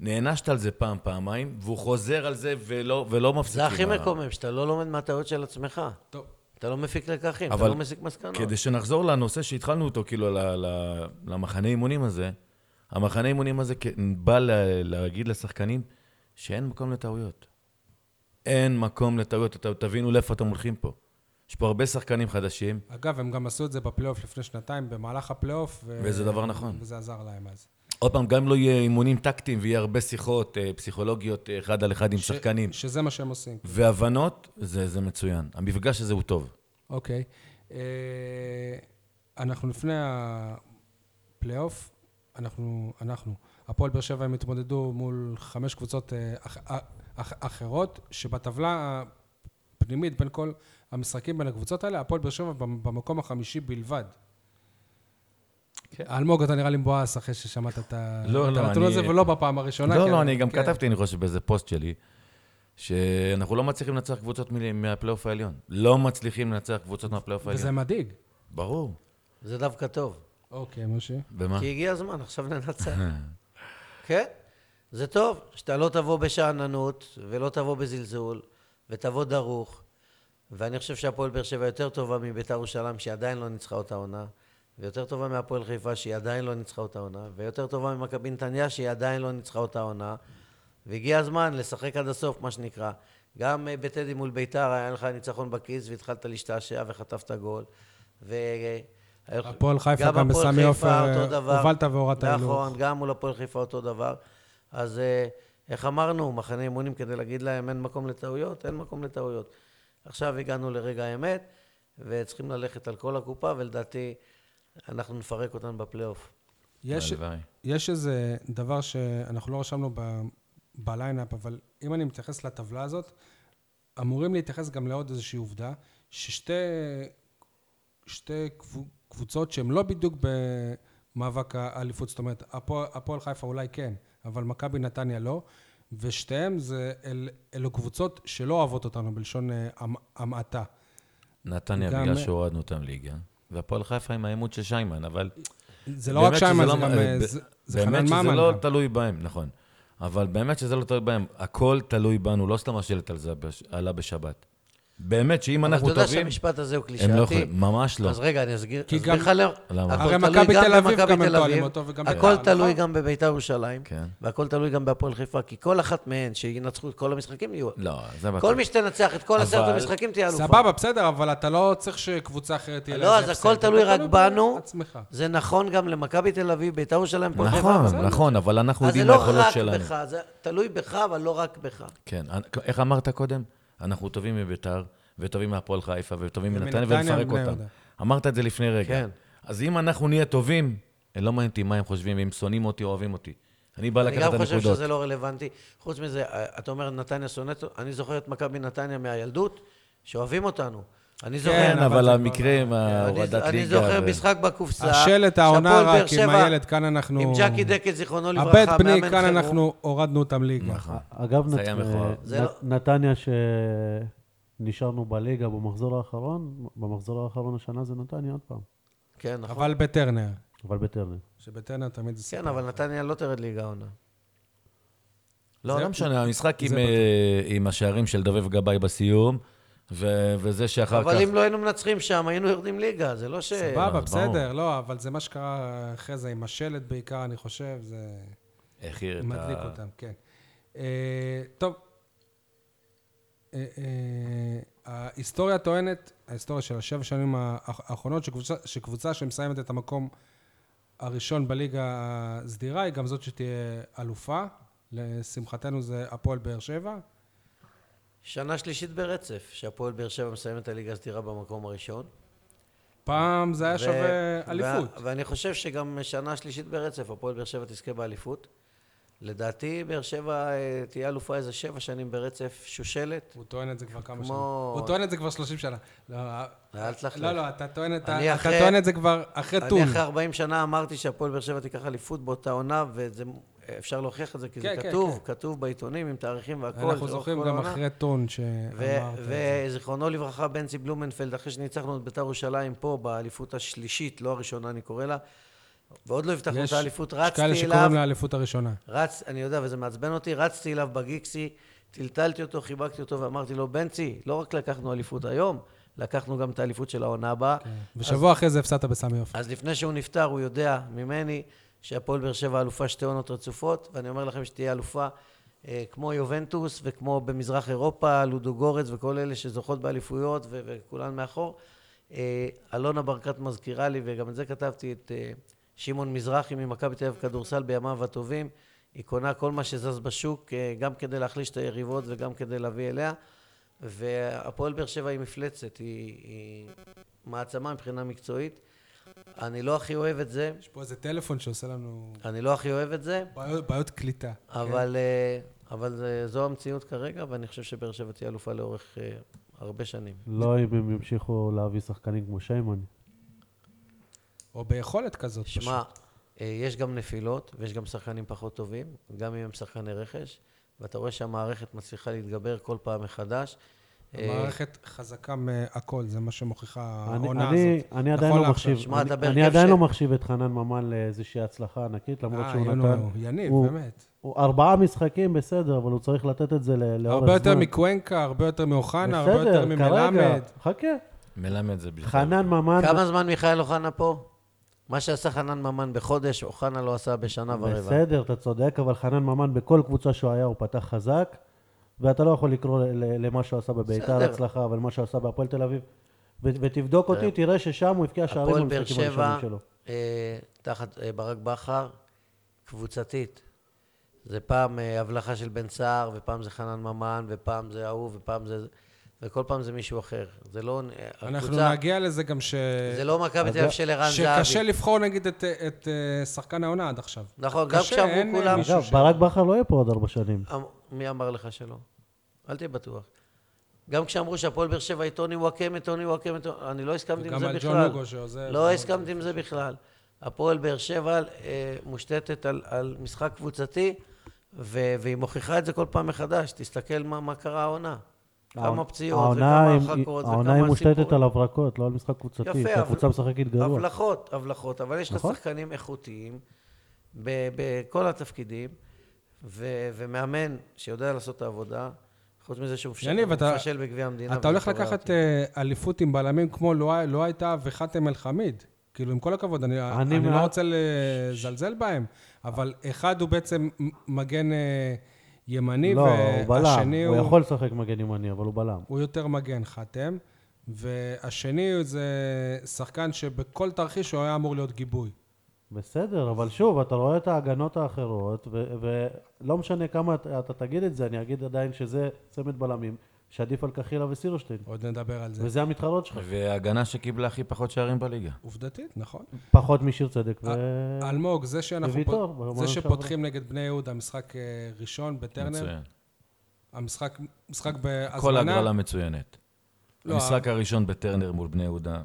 D: נענשת על זה פעם, פעמיים, והוא חוזר על זה ולא, ולא מפסיק.
C: זה הכי
D: עם ה-
C: מקומם, שאתה לא לומד מהטעויות של עצמך.
A: טוב,
C: אתה לא מפיק לקחים, אתה
D: אבל
C: לא מסיק מסקנות.
D: כדי שנחזור לנושא שהתחלנו אותו, כאילו, ל- ל- למחנה אימונים הזה, המחנה אימונים הזה כ- בא ל- להגיד לשחקנים שאין מקום לטעויות. אין מקום לטעויות, ת- תבינו לאיפה אתם הולכים פה. יש פה הרבה שחקנים חדשים,
A: אגב, הם גם עשו את זה בפלייאוף לפני שנתיים, במהלך הפלייאוף. ו-
D: וזה דבר נכון.
A: וזה עזר להם אז.
D: עוד פעם, גם אם לא יהיה אימונים טקטיים ויהיה הרבה שיחות אה, פסיכולוגיות אה, אחד על אחד עם שחקנים,
A: שזה מה שהם עושים.
D: והבנות, זה זה מצוין. המפגש הזה הוא טוב.
A: אוקיי. אה, אנחנו לפני הפלייאוף, אנחנו, אנחנו, הפועל באר שבע, הם התמודדו מול חמש קבוצות אה, אח, אח, אחרות, שבטבלה הפנימית בין כל המשחקים בין הקבוצות האלה, הפועל באר שבע במ- במקום החמישי בלבד. אלמוג, אתה נראה לי מבואס אחרי ששמעת את ה-
D: לא,
A: את
D: לא,
A: הנתון
D: אני-
A: הזה, ולא בפעם הראשונה.
D: לא,
A: כי-
D: לא, אני גם
A: כן.
D: כתבתי, אני חושב, באיזה פוסט שלי, שאנחנו לא מצליחים לנצח קבוצות מ- מהפלייאוף העליון. לא מצליחים לנצח קבוצות מהפלייאוף
A: וזה
D: העליון.
A: מדאיג.
D: ברור.
C: זה דווקא טוב.
A: אוקיי, משה.
D: ומה?
C: כי הגיע הזמן, עכשיו ננצח. כן, זה טוב, שאתה לא תבוא בשאננות, ולא תבוא בזלזול, ותבוא דרוך. ואני חושב שהפועל באר שבע יותר טובה מביתר ירושלים, שהיא עדיין לא ניצחה אותה עונה, ויותר טובה מהפועל חיפה, שהיא עדיין לא ניצחה אותה עונה, ויותר טובה ממכבי נתניה, שהיא עדיין לא ניצחה אותה עונה. והגיע הזמן לשחק עד הסוף, מה שנקרא. גם אה, בטדי מול ביתר היה לך ניצחון בכיס, והתחלת להשתעשע וחטפת גול. ו... אה,
A: הפועל חיפה גם
C: הפועל
A: בסמי
C: חיפה
A: עופר, אה,
C: אותו דבר.
A: הובלת והורדת הילוך.
C: נכון, גם מול הפועל חיפה אותו דבר. אז אה, איך אמרנו, מחנה אימונים כדי להגיד להם אין מקום לטעויות, אין מקום לטעויות. עכשיו הגענו לרגע האמת, וצריכים ללכת על כל הקופה, ולדעתי אנחנו נפרק אותם בפלייאוף.
A: יש,
D: הלוואי.
A: יש איזה דבר שאנחנו לא רשמנו ב, בליינאפ, אבל אם אני מתייחס לטבלה הזאת, אמורים להתייחס גם לעוד איזושהי עובדה, ששתי שתי קבו- קבוצות שהן לא בדיוק במאבק האליפות, זאת אומרת, הפועל, הפועל חיפה אולי כן, אבל מכבי נתניה לא, ושתיהן זה, אל, אלו קבוצות שלא אוהבות אותנו בלשון אה, המ- המעטה.
D: נתניה,
A: גם-
D: בגלל שהורדנו אותם ליגה, והפועל חיפה עם העימות של שיימן, אבל...
A: זה לא
D: באמת
A: רק
D: שזה
A: שיימן,
D: לא
A: זה גם...
D: מ-
A: אה,
D: ב-
A: זה- זה חנן
D: באמת שזה
A: ממן.
D: לא
A: גם.
D: תלוי בהם, נכון. אבל באמת שזה לא תלוי בהם. הכל תלוי בנו, לא סתם השלט על זה בש- עלה בשבת. באמת, שאם
C: אבל
D: אנחנו
C: אתה יודע
D: טובים,
C: שהמשפט הזה הוא
D: הם לא
C: קלישאתי.
D: יכולים, ממש לא.
C: אז רגע, אני אסגיר-
A: כי
C: אסביר
A: גם-
C: לך למה.
D: למה?
C: הכל
A: הרי
C: תלוי
A: מכבי
C: גם
A: תל אביב
C: במכבי
A: גם הם
C: תל
A: טוענים
C: אביב,
A: אותו, וגם
C: הכל
A: בית"ר,
C: תלוי
A: נכון?
C: גם בביתר ירושלים,
D: כן.
C: והכל תלוי גם בהפועל חיפה, כי כל אחת מהן, שינצחו את כל המשחקים, יהיו...
D: לא, זה בטוח.
C: כל מי שתנצח את כל עשרת
D: אבל-
C: המשחקים תהיה אלופה.
A: סבבה, בסדר, אבל אתה לא צריך שקבוצה אחרת תהיה
C: לא, אז
A: הפסד.
C: הכל תלוי
A: אתה
C: רק בנו.
A: בעצמך.
C: זה נכון גם למכבי תל אביב, ביתר ירושלים, הפועל חיפה.
D: נכון, נכון, אבל אנחנו
C: אז זה
D: יודעים
C: לא
D: מה היכולות
C: רק
D: שלנו.
C: בך, זה תלוי בך, אבל לא רק בך.
D: כן, איך אמרת קודם? אנחנו טובים מביתר, וטובים מהפועל חיפה, וטובים מנתניה,
A: ומנתניה
D: ונפרק
A: ובני
D: אותם.
A: יהודה.
D: אמרת את זה לפני רגע.
C: כן.
D: אז אם אנחנו נהיה טובים, לא מעניין אותי מה הם חושבים, אם שונאים אותי או אוהבים אותי. אני בא
C: אני
D: לקחת את
C: גם חושב
D: הנקודות.
C: שזה לא רלוונטי. חוץ מזה, אה, אתה אומר נתניה שונאת, אני זוכר את מכבי נתניה מהילדות, שאוהבים אותנו. אני זוכר...
D: כן, אבל
A: זה
D: המקרה עם
C: אני-
D: ההורדת ליגה...
C: אני זוכר
D: ו-
C: משחק בקופסה.
A: השלט, העונה
C: שהפועל באר
A: רק עם
C: שבע-
A: הילד, כאן אנחנו...
C: עם ג'קי דקל, זיכרונו
A: הבית
C: לברכה,
A: בני,
C: מאמן
A: כאן
C: חירום.
A: אנחנו הורדנו אותם ליגה.
D: נכון.
B: אגב,
D: זה
B: נת- אה,
D: היה מכוער.
B: נת-
C: זה לא-
B: נתניה שנשארנו בליגה במחזור האחרון, במחזור האחרון השנה זה נתניה עוד פעם,
C: כן, נכון.
A: אבל בטרנר,
B: אבל בטרנר.
A: שבטרנר תמיד זה
C: כן, אבל נתניה לא תרד ליגה העונה.
D: לא,
A: זה-
D: לא משנה, המשחק עם,
A: בטוח.
D: אה, עם השערים של דובב גבאי בסיום, ו- וזה שאחר כך...
C: אבל אם לא היינו מנצחים שם, היינו יורדים ליגה, זה לא ש...
A: סבבה,
D: אז ברור.
A: בסדר, לא, אבל זה מה שקרה אחרי זה עם השלט בעיקר, אני חושב, זה
D: הכיר את
A: מדליק
D: ה...
A: אותם, כן. אה, טוב, אה, אה, ההיסטוריה טוענת, ההיסטוריה של השבע שנים האחרונות, שקבוצה, שקבוצה שמסיימת את המקום הראשון בליגה הסדירה, היא גם זאת שתהיה אלופה. לשמחתנו זה הפועל באר שבע.
C: שנה שלישית ברצף, שהפועל באר שבע מסיים את הליגה הסדירה במקום הראשון.
A: פעם זה היה
C: ו-
A: שווה
C: ו-
A: אליפות.
C: ואני חושב שגם שנה שלישית ברצף, הפועל באר שבע תזכה באליפות. לדעתי, באר שבע אה, תהיה אלופה איזה שבע שנים ברצף, שושלת.
A: הוא טוען את זה כבר כמה
C: כמו-
A: שנים. הוא טוען את זה כבר 30 שנה. לא,
C: אל תלכלך.
A: לא, לא, אתה טוען את
C: אני
A: ה- אתה
C: אחרי-
A: טוען את זה כבר אחרי טול.
C: אני אחרי 40 שנה אמרתי שהפועל באר שבע תיקח אליפות באותה עונה, ואפשר להוכיח את זה, כי זה
A: כן, כן,
C: כתוב,
A: כן.
C: כתוב בעיתונים עם תאריכים והכול.
A: אנחנו זוכרים גם אחרי טון שאמרת. את זה.
C: וזיכרונו לברכה, בנצי בלומנפלד, אחרי שניצחנו את בית"ר ירושלים פה, באליפות השלישית, לא הראשונה, אני קורא לה, ועוד לא הבטחנו את
A: יש-
C: האליפות,
A: יש כאלה
C: רצתי אליו,
A: שקוראים לאליפות הראשונה.
C: רץ, אני יודע, וזה מעצבן אותי, רצתי אליו בגיקסי, טלטלתי אותו, חיבקתי אותו ואמרתי לו, בנצי, לא רק לקחנו אליפות היום, לקחנו גם את האליפות של העונה הבאה.
A: כן. ושבוע אחרי זה הפסדת בסמי עופר.
C: אז לפני שהוא נפטר, הוא יודע ממני שהפועל באר שבע אלופה שתי עונות רצופות, ואני אומר לכם שתהיה אלופה אה, כמו יובנטוס וכמו במזרח אירופה, לודו גורץ וכל אלה שזוכות באליפויות ו- וכולן מאחור. אה, אלונה ברקת מזכירה לי, וגם את זה כתבתי, את אה, שמעון מזרחי ממכבי תל אביב כדורסל בימיו הטובים. היא קונה כל מה שזז בשוק, אה, גם כדי להחליש את היריבות וגם כדי להביא אליה. והפועל באר שבע היא מפלצת, היא, היא מעצמה מבחינה מקצועית. אני לא הכי אוהב את זה,
A: יש פה איזה טלפון שעושה לנו
C: אני לא הכי אוהב את זה,
A: בעיות- בעיות קליטה. כן?
C: אבל, אה, אבל זה- זו המציאות כרגע, ואני חושב שבאר שבע תהיה אלופה לאורך אה, הרבה שנים.
B: לא אם הם ימשיכו להביא שחקנים כמו שיימן.
A: או ביכולת כזאת פשוט.
C: שמע, אה, יש גם נפילות ויש גם שחקנים פחות טובים, גם אם הם שחקני רכש, ואתה רואה שהמערכת מצליחה להתגבר כל פעם מחדש. אה,
A: המערכת חזקה מהכל, זה מה שמוכיחה
B: אני-
A: העונה
B: אני-
A: הזאת.
B: אני
A: נכון
B: עדיין לא
A: לעכשיו.
B: מחשיב,
C: שמע,
B: אני-
C: אתה בהרכב
B: אני עדיין
C: ש-
B: לא מחשיב את חנן ממן לאיזושהי הצלחה ענקית, למרות
A: אה,
B: שהוא
A: יונו,
B: נתן...
A: יניב,
B: הוא-
A: באמת.
B: הוא ארבעה משחקים, בסדר, אבל הוא צריך לתת את זה ל- לאורך זמן.
A: הרבה יותר מקוונקה, הרבה יותר מאוחנה, הרבה יותר
B: בסדר, כרגע,
A: ממלמד.
B: חכה.
D: מלמד זה בכלל.
B: חנן ממן...
C: כמה זמן מיכאל אוחנה פה? מה שעשה חנן ממן בחודש, אוחנה לא עשה בשנה ורבע.
B: בסדר, אתה צודק, אבל חנן ממן בכל קבוצה שהוא היה הוא פתח חזק, ואתה לא יכול לקרוא ל- ל- למה שהוא עשה בביתר
C: בסדר. אה.
B: הצלחה, אבל מה שהוא עשה בהפועל תל אביב. ו- ותבדוק אותי, תראה ששם הוא הבקיע שערים
C: הפועל באר
B: במשחקים
C: שבע,
B: הראשונים שלו.
C: אה, תחת אה, ברק בכר, קבוצתית. זה פעם אה, הבלחה של בן סער, ופעם זה חנן ממן, ופעם זה ההוא, ופעם זה... וכל פעם זה מישהו אחר. זה לא... אה,
A: אנחנו
C: הקבוצה-
A: נגיע לזה גם ש...
C: זה לא מכבי תל אביב של ערן זהבי.
A: שקשה לבחור נגיד את- את אה, שחקן העונה עד עכשיו.
C: נכון, גם
A: קשה,
C: כשאמרו
A: אין
C: כולם-
A: מישהו
B: אגב,
A: ש-
B: ברק בכר לא יהיה פה עוד ארבע שנים.
C: אמ- מי אמר לך שלא? אל תהיה בטוח. גם כשאמרו שהפועל באר שבע היא טוני וואקמה, טוני וואקמה, טוני- אני לא הסכמתי עם
A: וגם
C: זה
A: על ג'ון
C: בכלל.
A: לוגו שעוזב. נכון.
C: לא הסכמתי עם זה בכלל. הפועל באר שבע אה, מושתתת על, על משחק קבוצתי, ו- והיא מוכיחה את זה כל פעם מחדש. תסתכל מה, מה קרה העונה. כמה פציעות
B: העונה
C: וכמה
B: היא-
C: הרחקות
B: העונה היא
C: וכמה
B: מושתתת על
C: סיפורים.
B: הברקות, לא על משחק קבוצתי,
C: יפה,
B: כי הקבוצה
C: אבל-
B: משחקת גרוע.
C: הבלחות, הבלחות, אבל יש לך
B: נכון.
C: שחקנים איכותיים ב- בכל התפקידים, ו- ומאמן שיודע לעשות את העבודה, חוץ מזה שהוא מפשל-
A: יניב,
C: הוא
A: אתה-
C: מפשל בגביע המדינה.
A: אתה
C: וזה
A: הולך
C: קורע
A: לקחת
C: אותי.
A: אה, אליפות עם בלמים כמו לא לואי- לואייטה וחאתם אל-חמיד. כאילו, עם כל הכבוד, אני,
B: אני
A: אני, אני
B: מעט-
A: לא רוצה לזלזל בהם, אבל אחד הוא בעצם מ- מגן אה, ימני,
B: לא, הוא בלם,
A: והשני
B: הוא יכול לשחק מגן ימני, אבל הוא בלם.
A: הוא יותר מגן חתם, והשני זה שחקן שבכל תרחיש הוא היה אמור להיות גיבוי.
B: בסדר, אבל שוב, אתה רואה את ההגנות האחרות, ו- ולא משנה כמה אתה, אתה תגיד את זה, אני אגיד עדיין שזה צמד בלמים, שעדיף על קחילה וסירושטיין.
A: עוד נדבר על זה.
B: וזה המתחרות שלך.
D: וההגנה שקיבלה הכי פחות שערים בליגה.
A: עובדתית, נכון.
B: פחות משיר צדק. ו...
A: אלמוג, זה שאנחנו...
B: אה, וויטור,
A: פות-
B: ברמה
A: זה
B: שעברה.
A: שפותחים נגד בני יהודה, משחק אה, ראשון בטרנר,
D: מצוין.
A: המשחק משחק
D: כל
A: בהזמנה,
D: הגרלה מצוינת.
A: לא,
D: המשחק הראשון בטרנר מול בני יהודה,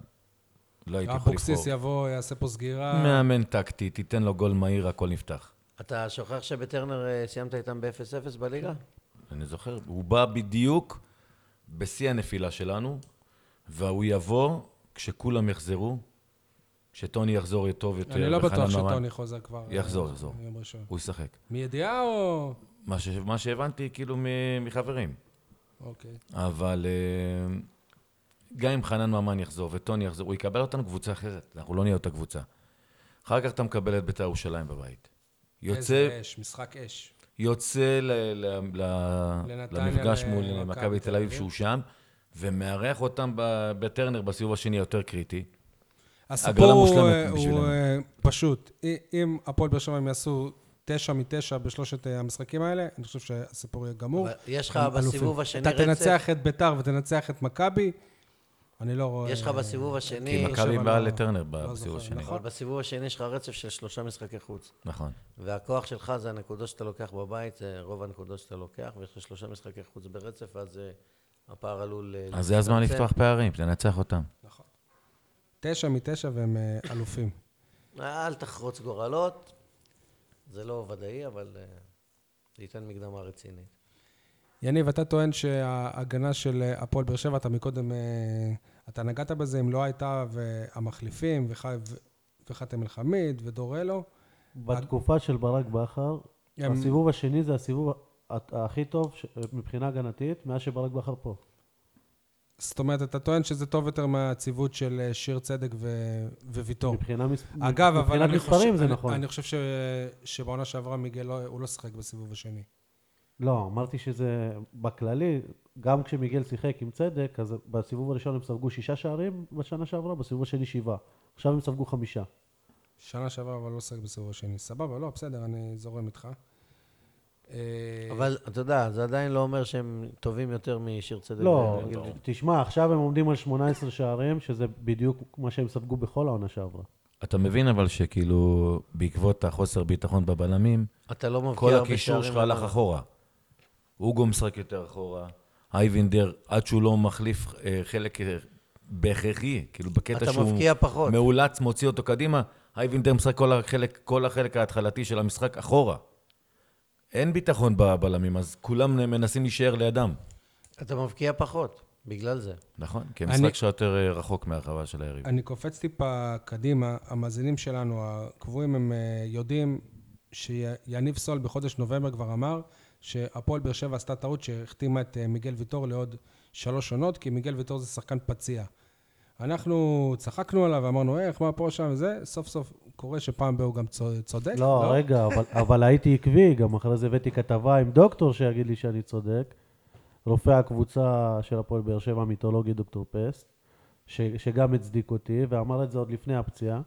D: לא הייתי יכול לבחור.
A: אבוקסיס יבוא, יעשה פה סגירה.
D: מאמן טקטי, תיתן לו גול מהיר, הכל נפתח.
C: אתה שוכח שבטרנר אה, סיימת איתם ב-0-0 בליגה?
D: אני זוכר, הוא בא בדיוק בשיא הנפילה שלנו, והוא יבוא כשכולם יחזרו, כשטוני יחזור טוב יותר,
A: אני לא בטוח
D: וחנן ממן-
A: שטוני חוזר כבר. אה,
D: יחזור, יחזור.
A: יום ראשון.
D: הוא ישחק.
A: מידיעה או...
D: מה, ש... מה שהבנתי כאילו מ- מחברים.
A: אוקיי.
D: אבל אה, גם אם חנן ממן יחזור וטוני יחזור, הוא יקבל אותנו קבוצה אחרת, אנחנו לא נהיה אותה קבוצה. אחר כך אתה מקבל את בית"ר ירושלים בבית. יוצא,
A: איזה אש, משחק אש.
D: יוצא ל, ל, ל,
A: לנתניה,
D: למפגש מול
A: למכבי
D: מכבי
A: תל
D: תל אביב
A: אביב.
D: שהוא שם, ומארח אותם ב- בטרנר בסיבוב השני היותר קריטי.
A: הסיפור
D: הגרלה
A: הוא,
D: מושלמת
A: אה,
D: בשבילנו.
A: הוא אה, פשוט. אי- אם הפועל באר שבע הם יעשו תשע מתשע בשלושת אה, המשחקים האלה, אני חושב שהסיפור יהיה גמור.
C: אבל יש לך
A: הם אלופים.
C: בסיבוב השני
A: אתה
C: רצף,
A: תנצח את ביתר ותנצח את מכבי, אני לא רואה...
C: יש לך בסיבוב השני,
D: כי
A: באר שבע
D: מכבי באה
A: לא-
D: לטרנר
A: לא
D: בסיבוב
A: זוכר,
D: השני.
C: אבל בסיבוב השני יש לך רצף של שלושה משחקי חוץ.
D: נכון.
C: והכוח שלך זה הנקודות שאתה לוקח בבית, זה רוב הנקודות שאתה לוקח, ויש לך שלושה משחקי חוץ ברצף, אז אה, הפער עלול... אה,
D: אז זה הזמן
C: להצטמצם.
D: לפתוח פערים, לנצח אותם.
A: נכון. תשע מתשע והם אה, אלופים.
C: אל תחרוץ גורלות, זה לא ודאי, אבל אה, זה ייתן מקדמה רצינית.
A: יניב, אתה טוען שההגנה של אה, הפועל באר שבע, אתה מקודם, אה, אתה נגעת בזה, אם לא הייתה, והמחליפים, וח- וחתם אל-חמיד, ודורלו,
B: בתקופה של ברק בכר,
A: הם-
B: הסיבוב השני זה הסיבוב ה- הכי טוב ש... מבחינה הגנתית, מאז שברק בכר פה.
A: זאת אומרת, אתה טוען שזה טוב יותר מהציוות של אה, שיר צדק ו- וויטור.
B: מבחינה, מס...
A: לא. אגב, אבל
B: מבחינת
A: אני
B: מספרים
A: חושב,
B: זה
A: אני,
B: נכון.
A: אני חושב ש, שבעונה שעברה מיגל לא, הוא לא שיחק בסיבוב השני.
B: לא, אמרתי שזה בכללי, גם כשמיגל שיחק עם צדק, אז בסיבוב הראשון הם ספגו שישה שערים בשנה שעברה, בסיבוב השני שבעה. עכשיו הם ספגו חמישה.
A: שנה שעברה, אבל לא שיחק בסיבוב השני. סבבה, לא, בסדר, אני זורם איתך. אה,
C: אבל אתה יודע, זה עדיין לא אומר שהם טובים יותר משיר צדק. אה,
B: לא,
C: וגיל ג'ון.
B: תשמע, עכשיו הם עומדים על 18 שערים, שזה בדיוק מה שהם ספגו בכל העונה שעברה.
D: אתה מבין אבל שכאילו, בעקבות החוסר ביטחון בבלמים,
C: אתה לא מבקיע הרבה
D: כל
C: שערים.
D: הקישור שלך
C: אבל-
D: הלך אחורה. אוגו משחק יותר אחורה, אייבינדר, עד שהוא לא מחליף אה, חלק, אה, בהכרחי, כאילו בקטע
C: אתה
D: שהוא...
C: מבקיע פחות.
D: מאולץ, מוציא אותו קדימה. אייבינדר משחק כל החלק, כל החלק ההתחלתי של המשחק אחורה. אין ביטחון בבלמים, אז כולם מנסים להישאר לידם.
C: אתה מבקיע פחות, בגלל זה.
D: נכון, כי
A: אני-
D: המשחק אני... שלך יותר אה, רחוק מהרחבה של היריב.
A: אני קופץ טיפה קדימה, המאזינים שלנו הקבועים הם אה, יודעים שיניב סול בחודש נובמבר כבר אמר שהפועל באר שבע עשתה טעות שהחתימה את אה, מיגל ויטור לעוד שלוש עונות, כי מיגל ויטור זה שחקן פציע. אנחנו צחקנו עליו ואמרנו, "אה, איך, מה פה, שם וזה, סוף סוף קורה שפעם ב- הוא גם צו- צודק.
B: לא, רגע, אבל- אבל הייתי עקבי, גם אחרי זה הבאתי כתבה עם דוקטור שיגיד לי שאני צודק, רופא הקבוצה של הפועל באר שבע, המיתולוגי דוקטור פסט, ש- שגם הצדיק אותי, ואמר את זה עוד לפני הפציעה,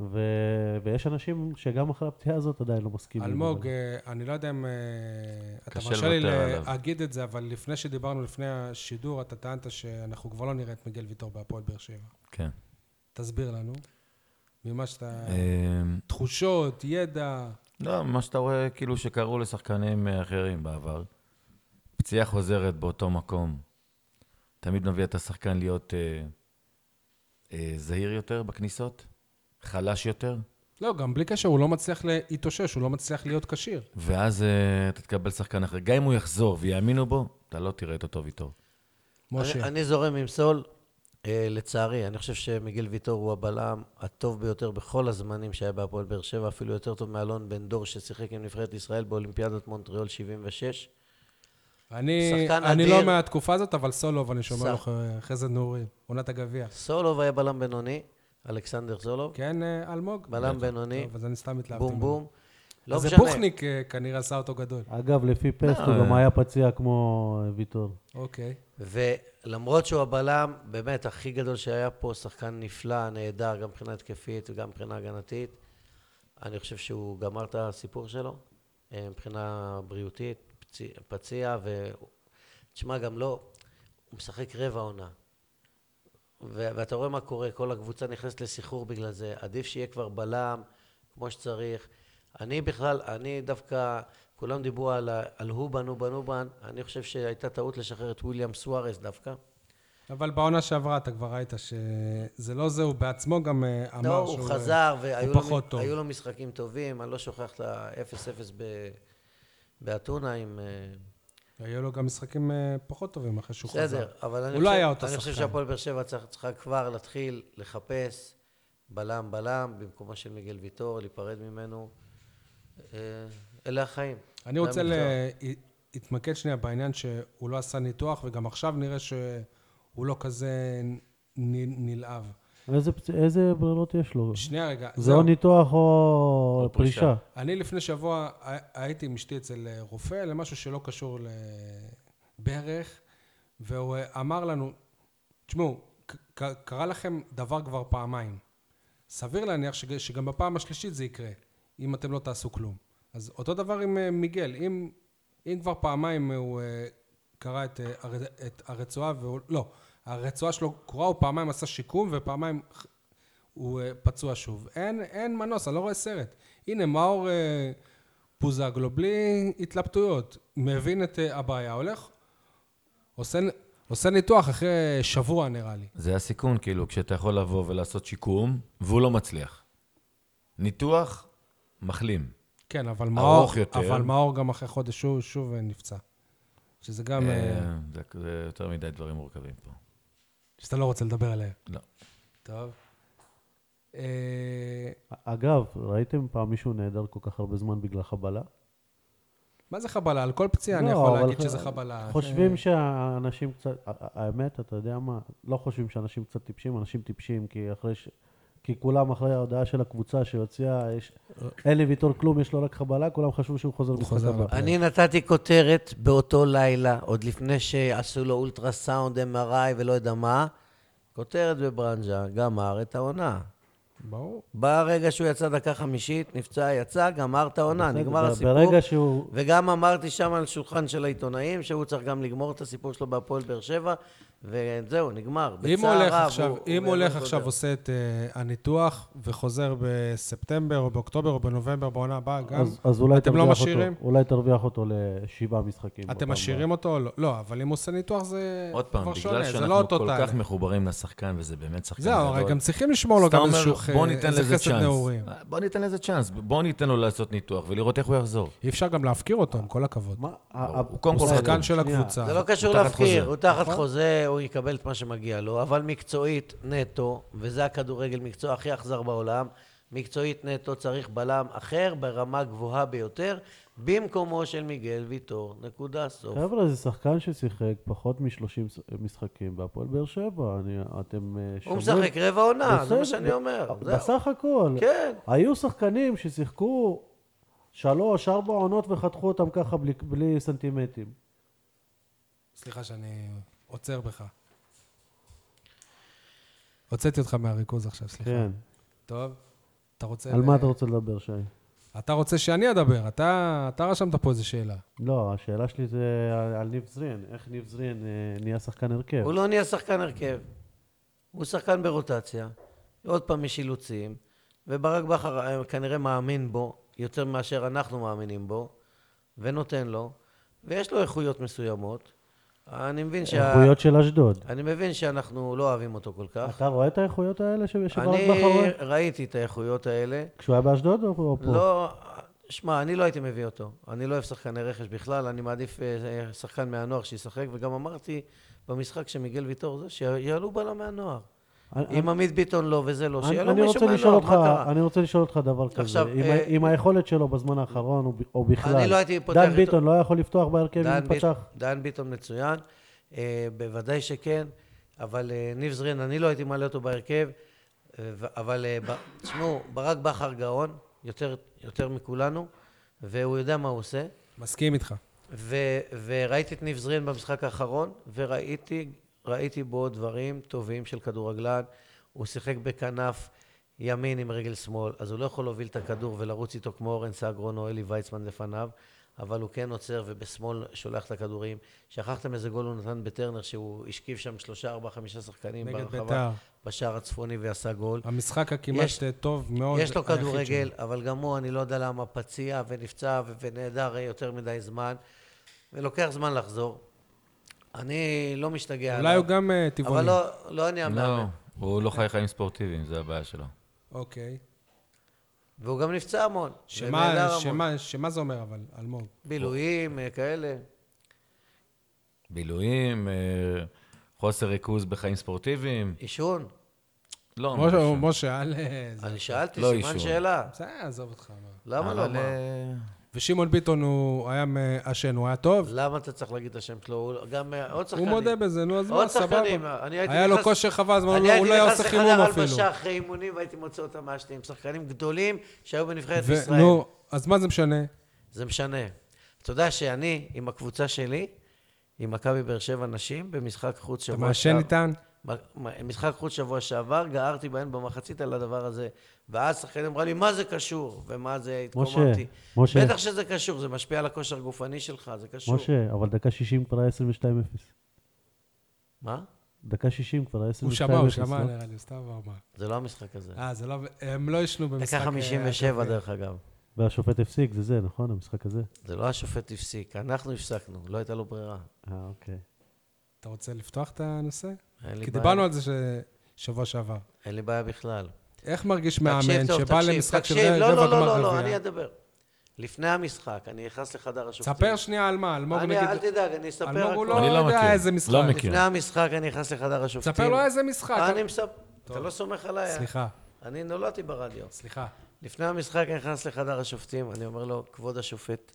B: ו- ויש אנשים שגם אחרי הפציעה הזאת עדיין לא מסכימים.
A: אלמוג,
B: אבל-
A: אה, אני לא יודע אם אה, אתה
D: קשה
A: מרשה לי
D: לוותר עליו.
A: להגיד את זה, אבל לפני שדיברנו, לפני השידור, אתה טענת שאנחנו כבר לא נראה את מיגל ויטור בהפועל באר שבע.
D: כן.
A: תסביר לנו, ממה שאתה...
D: אה,
A: תחושות, ידע.
D: לא, מה שאתה רואה, כאילו שקראו לשחקנים אה, אחרים בעבר. פציעה חוזרת באותו מקום. תמיד מביא את השחקן להיות אה, אה, זהיר יותר בכניסות, חלש יותר.
A: לא, גם בלי קשר, הוא לא מצליח להתאושש, הוא לא מצליח להיות כשיר.
D: ואז אה, אתה תקבל שחקן אחר. גם אם הוא יחזור ויאמינו בו, אתה לא תראה את אותו ויטור.
A: משה,
C: אני, אני זורם עם סול, אה, לצערי. אני חושב שמיגל ויטור הוא הבלם הטוב ביותר בכל הזמנים שהיה בהפועל באר שבע, אפילו יותר טוב מאלון בן דור, ששיחק עם נבחרת ישראל באולימפיאדת מונטריאול 76.
A: אני,
C: שחקן
A: אני
C: אדיר.
A: לא מהתקופה הזאת, אבל סולוב, אני שומע
C: ס-
A: לך אה, חסד נעורים, עונת הגביע.
C: סולוב היה בלם בינוני, אלכסנדר סולוב,
A: כן, אה, אלמוג?
C: בלם בינוני,
A: טוב, אז אני סתם התלהבתי.
C: בום
A: ממנו.
C: בום. לא
A: אז זה
C: משנה.
A: בוכניק אה, כנראה עשה אותו גדול.
B: אגב, לפי פסט הוא גם היה פציע כמו אה, ויטור.
A: אוקיי.
C: ולמרות שהוא הבלם באמת הכי גדול שהיה פה, שחקן נפלא, נהדר, גם מבחינה התקפית וגם מבחינה הגנתית, אני חושב שהוא גמר את הסיפור שלו, אה, מבחינה בריאותית, פצי- פציע, ו... תשמע, גם לא, הוא משחק רבע עונה. ו- ואתה רואה מה קורה, כל הקבוצה נכנסת לסחרור בגלל זה, עדיף שיהיה כבר בלם כמו שצריך. אני בכלל, אני דווקא, כולם דיברו על, ה- על הובן, הובן, הובן, אני חושב שהייתה טעות לשחרר את וויליאם סוארס דווקא.
A: אבל בעונה שעברה אתה כבר ראית שזה לא זה, הוא בעצמו גם אה, אמר
C: לא,
A: שהוא...
C: הוא
A: אה,
C: חזר, והיו
A: הוא
C: לו,
A: פחות טוב.
C: היו לו משחקים טובים, אני לא שוכח את ה-0-0 ב- באתונה עם... אה,
A: היו לו גם משחקים אה, פחות טובים אחרי שהוא חזר.
C: בסדר, אבל אני
A: הוא לא
C: חושב-
A: היה אותו
C: אני חושב
A: שחקן.
C: שהפועל באר שבע צריך- צריכה כבר להתחיל לחפש בלם בלם, במקומו של מיגל ויטור, להיפרד ממנו. אה, אלה החיים.
A: אני
C: זה
A: רוצה
C: המקצוע.
A: להתמקד שנייה בעניין שהוא לא עשה ניתוח, וגם עכשיו נראה שהוא לא כזה נ- נלהב.
B: איזה פצ- איזה ברירות יש לו?
A: שנייה רגע,
B: זה לא
A: זהו.
B: או ניתוח או
D: פרישה.
B: פרישה.
A: אני לפני שבוע הי- הייתי עם אשתי אצל אה, רופא למשהו שלא קשור לברך, והוא אה, אמר לנו, תשמעו, ק- ק- קרה לכם דבר כבר פעמיים. סביר להניח שג- שגם בפעם השלישית זה יקרה, אם אתם לא תעשו כלום. אז אותו דבר עם אה, מיגל, אם, אם כבר פעמיים הוא אה, קרע את, אה, הר- את הרצועה, והוא, לא, הרצועה שלו קרועה, הוא פעמיים עשה שיקום ופעמיים ח- הוא אה, פצוע שוב. אין, אין מנוס, אני לא רואה סרט. הנה, מאור אה, בוזגלו, בלי התלבטויות, מבין את אה, הבעיה, הולך, עושה, עושה ניתוח אחרי שבוע נראה לי.
D: זה הסיכון, כאילו, כשאתה יכול לבוא ולעשות שיקום, והוא לא מצליח. ניתוח, מחלים.
A: כן, אבל
D: ארוך
A: מאור,
D: יותר.
A: אבל מאור גם אחרי חודש הוא שוב אה, נפצע. שזה גם, אה,
D: אה, זה זה יותר מדי דברים מורכבים פה.
A: שאתה לא רוצה לדבר עליהם.
D: לא.
A: טוב. אה,
B: אגב, ראיתם פעם מישהו נעדר כל כך הרבה זמן בגלל חבלה?
A: מה זה חבלה? על כל פציעה אני
B: לא,
A: יכול
B: אבל
A: להגיד
B: ח-
A: שזה חבלה. כן.
B: חושבים שהאנשים קצת, האמת, אתה יודע מה, לא חושבים שאנשים קצת טיפשים, אנשים טיפשים, כי אחרי ש... כי כולם אחרי ההודעה של הקבוצה שהוציאה, יש... אין לי ויטור כלום, יש לו רק חבלה, כולם חשבו שהוא חוזר במשחק
A: אה. חוזר אה,
B: הבא.
A: לפ-
C: אני נתתי כותרת באותו לילה, עוד לפני שעשו לו אולטרסאונד, MRI ולא יודע מה, כותרת בברנז'ה, גמר את העונה.
A: ברור.
C: בא הרגע שהוא יצא דקה חמישית, נפצע, יצא, גמר את העונה,
B: בסדר,
C: נגמר
B: ב-
C: הסיפור.
B: ברגע שהוא...
C: וגם אמרתי שם על שולחן של העיתונאים שהוא צריך גם לגמור את הסיפור שלו בהפועל באר שבע, וזהו, נגמר.
A: אם הוא
C: בצער
A: הולך
C: רב,
A: עכשיו,
C: הוא- הוא
A: אם הוא
C: באמת
A: הולך
C: לא
A: עכשיו
C: יודע.
A: עושה את אה, הניתוח וחוזר בספטמבר או באוקטובר או בנובמבר בעונה הבאה גם,
B: אז, אז אולי,
A: אתם
B: תרוויח
A: לא
B: אותו,
A: משאירים?
B: אולי תרוויח אותו לשבעה משחקים. בפעם
A: אתם
B: הבאה.
A: משאירים אותו או לא? לא, אבל אם הוא עושה ניתוח זה
D: עוד פעם,
A: כבר
D: בגלל
A: שונה, זה לא
D: שאנחנו
A: אותו
D: כל
A: תהליך.
D: כך מחוברים לשחקן, וזה באמת שחקן
A: זהו, הרי
D: גדול.
A: גם צריכים לשמור לו
D: אז אתה
A: גם
D: אומר,
A: איזשהו
D: בוא
A: ח-
D: ניתן
A: איזה
D: לזה
A: חסד
D: צ'אנס. אה.
A: נעורים.
D: בוא ניתן לזה צ'אנס, בוא ניתן לו לעשות ניתוח ולראות איך הוא יחזור.
A: אי אפשר גם להפקיר אותו, עם כל הכבוד.
B: מה, ה-
D: הוא קודם
A: הוא
D: כל
A: שחקן
D: חתום.
A: של
B: שנייה.
A: הקבוצה.
C: זה לא קשור
D: תחת
C: להפקיר,
D: חוזה.
C: הוא תחת
A: נכון.
C: חוזה, הוא יקבל את מה שמגיע לו, אבל מקצועית נטו, וזה הכדורגל, מקצוע הכי אכזר בעולם, מקצועית נטו צריך בלם אחר ברמה גבוהה ביותר, במקומו של מיגל ויטור, נקודה סוף.
B: חבר'ה, זה שחקן ששיחק פחות מ-30 משחקים בהפועל באר שבע. אני, אתם אה,
C: הוא
B: שומעים?
C: משחק רבע עונה, זה
B: בסדר,
C: מה שאני אומר. זהו.
B: בסך הכל,
C: כן.
B: היו שחקנים ששיחקו שלוש, ארבע עונות וחתכו אותם ככה בלי, בלי סנטימטרים.
A: סליחה שאני עוצר בך. הוצאתי אותך מהריכוז עכשיו, סליחה.
B: כן.
A: טוב, אתה רוצה...
B: על מה אתה רוצה לדבר, שי?
A: אתה רוצה שאני אדבר, אתה אתה רשמת פה איזו שאלה.
B: לא, השאלה שלי זה על- על ניב זרין. איך ניב זרין אה, נהיה שחקן הרכב?
C: הוא לא נהיה שחקן הרכב. הוא שחקן ברוטציה, עוד פעם יש אילוצים, וברק בכר אה, כנראה מאמין בו יותר מאשר אנחנו מאמינים בו, ונותן לו, ויש לו איכויות מסוימות. אני מבין, שה...
B: איכויות של אשדוד.
C: אני מבין שאנחנו לא אוהבים אותו כל כך.
B: אתה רואה את האיכויות האלה ש- שברק
C: אני
B: בכר רואה?
C: ראיתי את האיכויות האלה.
B: כשהוא היה באשדוד או או פה?
C: לא, שמע, אני לא הייתי מביא אותו. אני לא אוהב שחקני רכש בכלל, אני מעדיף אה, שחקן מהנוער שישחק, וגם אמרתי במשחק שמיגל ויטור זה, שיעלו בלם מהנוער.
B: אני-
C: אם עמית ביטון לא וזה לא,
B: אני-
C: שיהיה לו
B: אני
C: מישהו
B: רוצה לשאול
C: מהנוער,
B: אותך,
C: מה קרה?
B: אני רוצה לשאול אותך דבר כזה,
C: עכשיו,
B: עם
C: אה,
B: ה- עם היכולת שלו בזמן האחרון או ב- או בכלל,
C: לא הייתי פותח
B: דן
C: איתו-
B: ביטון לא היה יכול לפתוח בהרכב אם
C: דן
B: הוא פתח?
C: ביט- דן ביטון מצוין, אה, בוודאי שכן, אבל אה, ניב זרין, אני לא הייתי מעלה אותו בהרכב, אה, ו- אבל אה, ב- תשמעו, ברק בכר גאון, יותר- יותר מכולנו, והוא יודע מה הוא עושה.
A: מסכים איתך.
C: ו- וראיתי את ניב זרין במשחק האחרון, וראיתי ראיתי בו דברים טובים של כדורגלן. הוא שיחק בכנף ימין עם רגל שמאל, אז הוא לא יכול להוביל את הכדור ולרוץ איתו כמו אורן סגרון או אלי ויצמן לפניו, אבל הוא כן עוצר ובשמאל שולח את הכדורים. שכחתם איזה גול הוא נתן בטרנר, שהוא השכיב שם שלושה, ארבעה, חמישה שחקנים
A: נגד
C: ברחבה,
A: בית"ר.
C: בשער הצפוני ועשה גול.
A: המשחק הכמעט
C: יש-
A: אה, טוב מאוד.
C: יש לו
A: היחיד
C: כדורגל,
A: שלו.
C: אבל גם הוא, אני לא יודע למה, פציע ונפצע ו- ונעדר יותר מדי זמן, ולוקח זמן לחזור. אני לא משתגע
A: אולי
C: עליו,
A: הוא גם אה,
C: אבל
A: טבעוני.
C: לא, לא אני
D: לא,
C: המאמן.
D: הוא לא חי חיים ספורטיביים, זה הבעיה שלו.
A: אוקיי.
C: והוא גם נפצע המון.
A: שמה-
C: ונעדר המון.
A: שמה- שמה זה אומר אבל, אלמוג?
C: בילויים, אה, כאלה.
D: בילויים, אה, חוסר ריכוז בחיים ספורטיביים.
C: עישון?
D: לא,
A: משה,
D: משהו.
A: משה, אל... אה, זה-
C: אני שאלתי,
D: לא
C: סימן
D: עישון.
C: שאלה.
A: בסדר, עזוב אותך. מה.
C: למה לא?
D: אבל,
C: מה?
D: אה,
A: ושמעון ביטון הוא היה מעשן, הוא היה טוב?
C: למה אתה צריך להגיד את השם שלו? הוא גם אה, עוד לא שחקנים.
A: הוא מודה בזה, נו, אז מה,
C: עוד
A: סבבה.
C: שחקנים, אני הייתי
A: היה לו
C: נכנס-
A: כושר חבל, אז הוא
C: אני
A: לא- הוא
C: הייתי
A: לא היה
C: נכנס
A: עושה חימום
C: לחדר
A: אפילו.
C: הלבשה אחרי אימונים והייתי מוצא אותם מעשנים. שחקנים גדולים שהיו בנבחרת
A: ו-
C: ישראל.
A: נו, אז מה זה משנה?
C: זה משנה. אתה יודע שאני, עם הקבוצה שלי, עם מכבי באר שבע נשים, במשחק חוץ
A: אתה
C: שבוע
A: מעשן איתן?
C: מ- משחק חוץ שבוע שעבר, גערתי בהן במחצית על הדבר הזה. ואז שחקן אמרה לי, מה זה קשור? ומה זה, התקוממתי.
B: משה.
C: בטח שזה קשור, זה משפיע על הכושר הגופני שלך, זה קשור.
B: משה, אבל דקה 60 כבר היה 22-0.
C: מה?
B: דקה 60 כבר היה 22-0.
A: הוא שמע, הוא שמע
B: לא?
A: נראה לי, סתם הוא אמר.
C: זה לא המשחק הזה.
A: אה, זה לא... הם לא ישנו במשחק...
C: דקה
A: אה,
C: 57,
A: הקפה.
C: דרך אגב.
B: והשופט הפסיק, זה זה, נכון? המשחק הזה?
C: זה לא השופט הפסיק, אנחנו הפסקנו, לא הייתה לו ברירה.
B: אה, אוקיי.
A: אתה רוצה לפתוח את הנושא?
C: אין לי
A: כי
C: בעיה.
A: דיברנו על זה שבוע שעבר.
C: אין לי בעיה בכלל.
A: איך מרגיש מאמן
C: תקשיב טוב,
A: שבא
C: תקשיב,
A: למשחק של
C: תקשיב, לא,
A: רבע
C: לא, לא,
A: גמר
C: לא, לא, אני
A: גביע?
C: אדבר. לפני המשחק, אני נכנס לחדר השופטים.
A: ספר שנייה על מה, אלמוג
C: אני,
A: נגיד...
C: אל תדאג, אני אספר
A: אלמוג הוא
C: הכל.
A: לא
D: אני לא
A: יודע
D: מכיר.
A: איזה משחק.
D: לא מכיר.
C: לפני המשחק אני נכנס לחדר השופטים.
A: ספר לו איזה משחק.
C: אני מספר... אתה לא סומך עליי. אה?
A: סליחה,
C: אני נולדתי ברדיו.
A: סליחה.
C: לפני המשחק אני נכנס לחדר השופטים, אני אומר לו, כבוד השופט,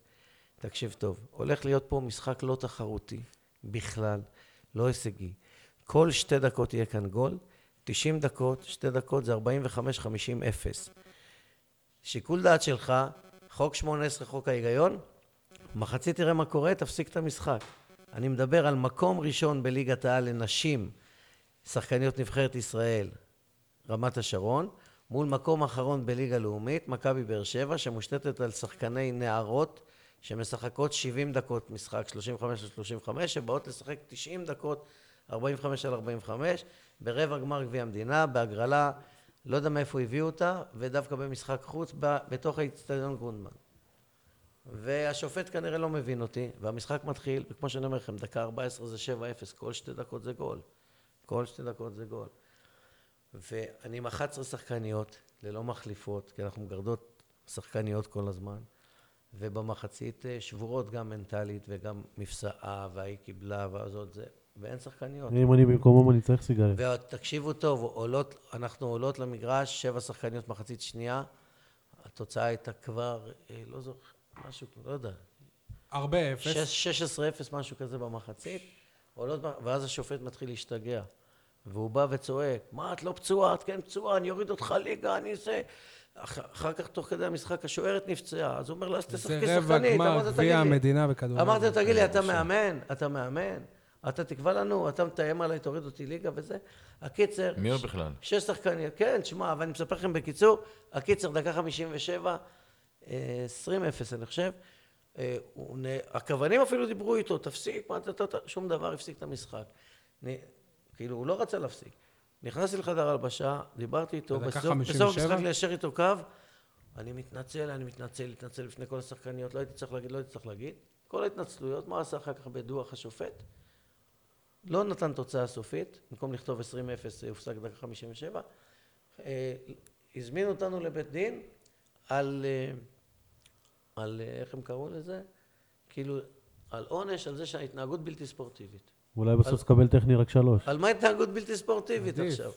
C: תקשיב טוב, הולך להיות פה משחק לא תחרותי בכלל, לא הישגי. כל שתי דקות יהיה כאן גול, 90 דקות, שתי דקות זה 45-50-0. שיקול דעת שלך, חוק 18, חוק ההיגיון, מחצית תראה מה קורה, תפסיק את המשחק. אני מדבר על מקום ראשון בליגת העל לנשים, שחקניות נבחרת ישראל, רמת השרון, מול מקום אחרון בליגה לאומית, מכבי באר שבע, שמושתתת על שחקני נערות שמשחקות 70 דקות משחק, 35 ל-35, שבאות לשחק 90 דקות 45 על 45, ברבע גמר גביע המדינה, בהגרלה, לא יודע מאיפה הביאו אותה, ודווקא במשחק חוץ, ב- בתוך האיצטדיון גרונדמן. והשופט כנראה לא מבין אותי, והמשחק מתחיל, וכמו שאני אומר לכם, דקה 14 זה 7-0, כל שתי דקות זה גול. כל שתי דקות זה גול. ואני עם 11 שחקניות, ללא מחליפות, כי אנחנו מגרדות שחקניות כל הזמן, ובמחצית אה, שבורות גם מנטלית וגם מפסעה, וההיא קיבלה, והזאת זה, ואין שחקניות.
B: אם אני במקומם אני צריך סיגריה.
C: ותקשיבו טוב, עולות, אנחנו עולות למגרש, שבע שחקניות מחצית שנייה, התוצאה הייתה כבר, אה, לא זוכר, משהו, לא יודע,
A: הרבה אפס.
C: 16-0, משהו כזה במחצית, עולות, ב- ואז השופט מתחיל להשתגע. והוא בא וצועק, מה, את לא פצועה, את כן פצועה, אני אוריד אותך ליגה, אני זה... אח, אחר כך, תוך כדי המשחק, השוערת נפצעה, אז הוא אומר לה, אז
A: זה
C: תשחקי
A: רבע
C: שחקנית. אמרת,
A: גמר
C: "תגיד לי."
A: גביע המדינה בכדורגל.
C: אמרתי לו, תגיד לי, אתה מאמן? אתה מאמן? אתה תקבע לנו, אתה מתאם עליי, תוריד אותי ליגה וזה. הקיצר...
D: מי הוא
C: ש-
D: בכלל?
C: שש שחקניות, כן, שמע, אבל אני מספר לכם בקיצור, הקיצר, דקה 57, אה, 20-0, אני חושב. אה, הוא נ- הכוונים אפילו דיברו איתו, תפסיק, מה, אתה, אתה, שום דבר, הפסיק את המשחק. אני, כאילו, הוא לא רצה להפסיק. נכנסתי לחדר הלבשה, דיברתי איתו,
A: בדקה
C: בסוף,
A: 57?
C: בסוף המשחק ליישר איתו קו, אני מתנצל, אני מתנצל, התנצל לפני כל השחקניות, לא הייתי צריך להגיד, לא הייתי צריך להגיד. כל ההתנצלויות, מה עשה אחר כך בדוח השופט? לא נתן תוצאה סופית, במקום לכתוב 20-0 זה הופסק דקה 57. אה, הזמין אותנו לבית דין על, אה, על אה, איך הם קראו לזה? כאילו, על עונש, על זה שההתנהגות בלתי ספורטיבית.
B: אולי בסוף תקבל טכני רק שלוש.
C: על מה התנהגות בלתי ספורטיבית
A: עדיף.
C: עכשיו?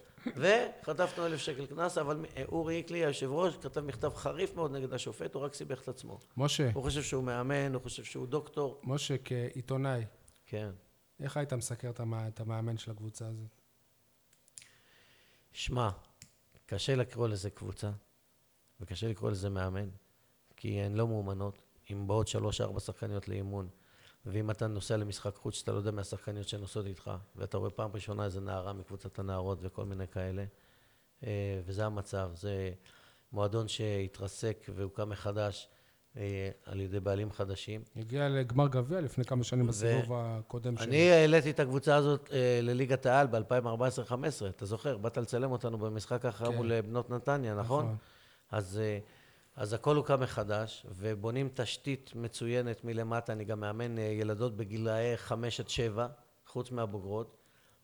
C: וחטפנו אלף שקל קנס, אבל מ- אה, אורי איקלי, היושב ראש, כתב מכתב חריף מאוד נגד השופט, הוא רק סיבך את עצמו.
A: משה,
C: הוא חושב שהוא מאמן, הוא חושב שהוא דוקטור.
A: משה כעיתונאי,
C: כן.
A: איך היית מסקר את המא- את המאמן של הקבוצה הזאת?
C: שמע, קשה לקרוא לזה קבוצה, וקשה לקרוא לזה מאמן, כי הן לא מאומנות, עם באות שלוש-ארבע שחקניות לאימון, ואם אתה נוסע למשחק חוץ, שאתה לא יודע מהשחקניות שנוסעות איתך, ואתה רואה פעם ראשונה איזה נערה מקבוצת הנערות וכל מיני כאלה, אה, וזה המצב, זה מועדון שהתרסק והוקם מחדש אה, על ידי בעלים חדשים.
A: הגיע לגמר גביע לפני כמה שנים בסיבוב הקודם שלו.
C: אני העליתי את הקבוצה הזאת אה, לליגת העל ב-2014-2015, אתה זוכר? באת לצלם אותנו במשחק האחרון
A: כן.
C: מול אה, בנות נתניה, נכון?
A: נכון.
C: אז, אה, אז הכל הוקם מחדש, ובונים תשתית מצוינת מלמטה. אני גם מאמן אה, ילדות בגילאי 5 עד 7, חוץ מהבוגרות,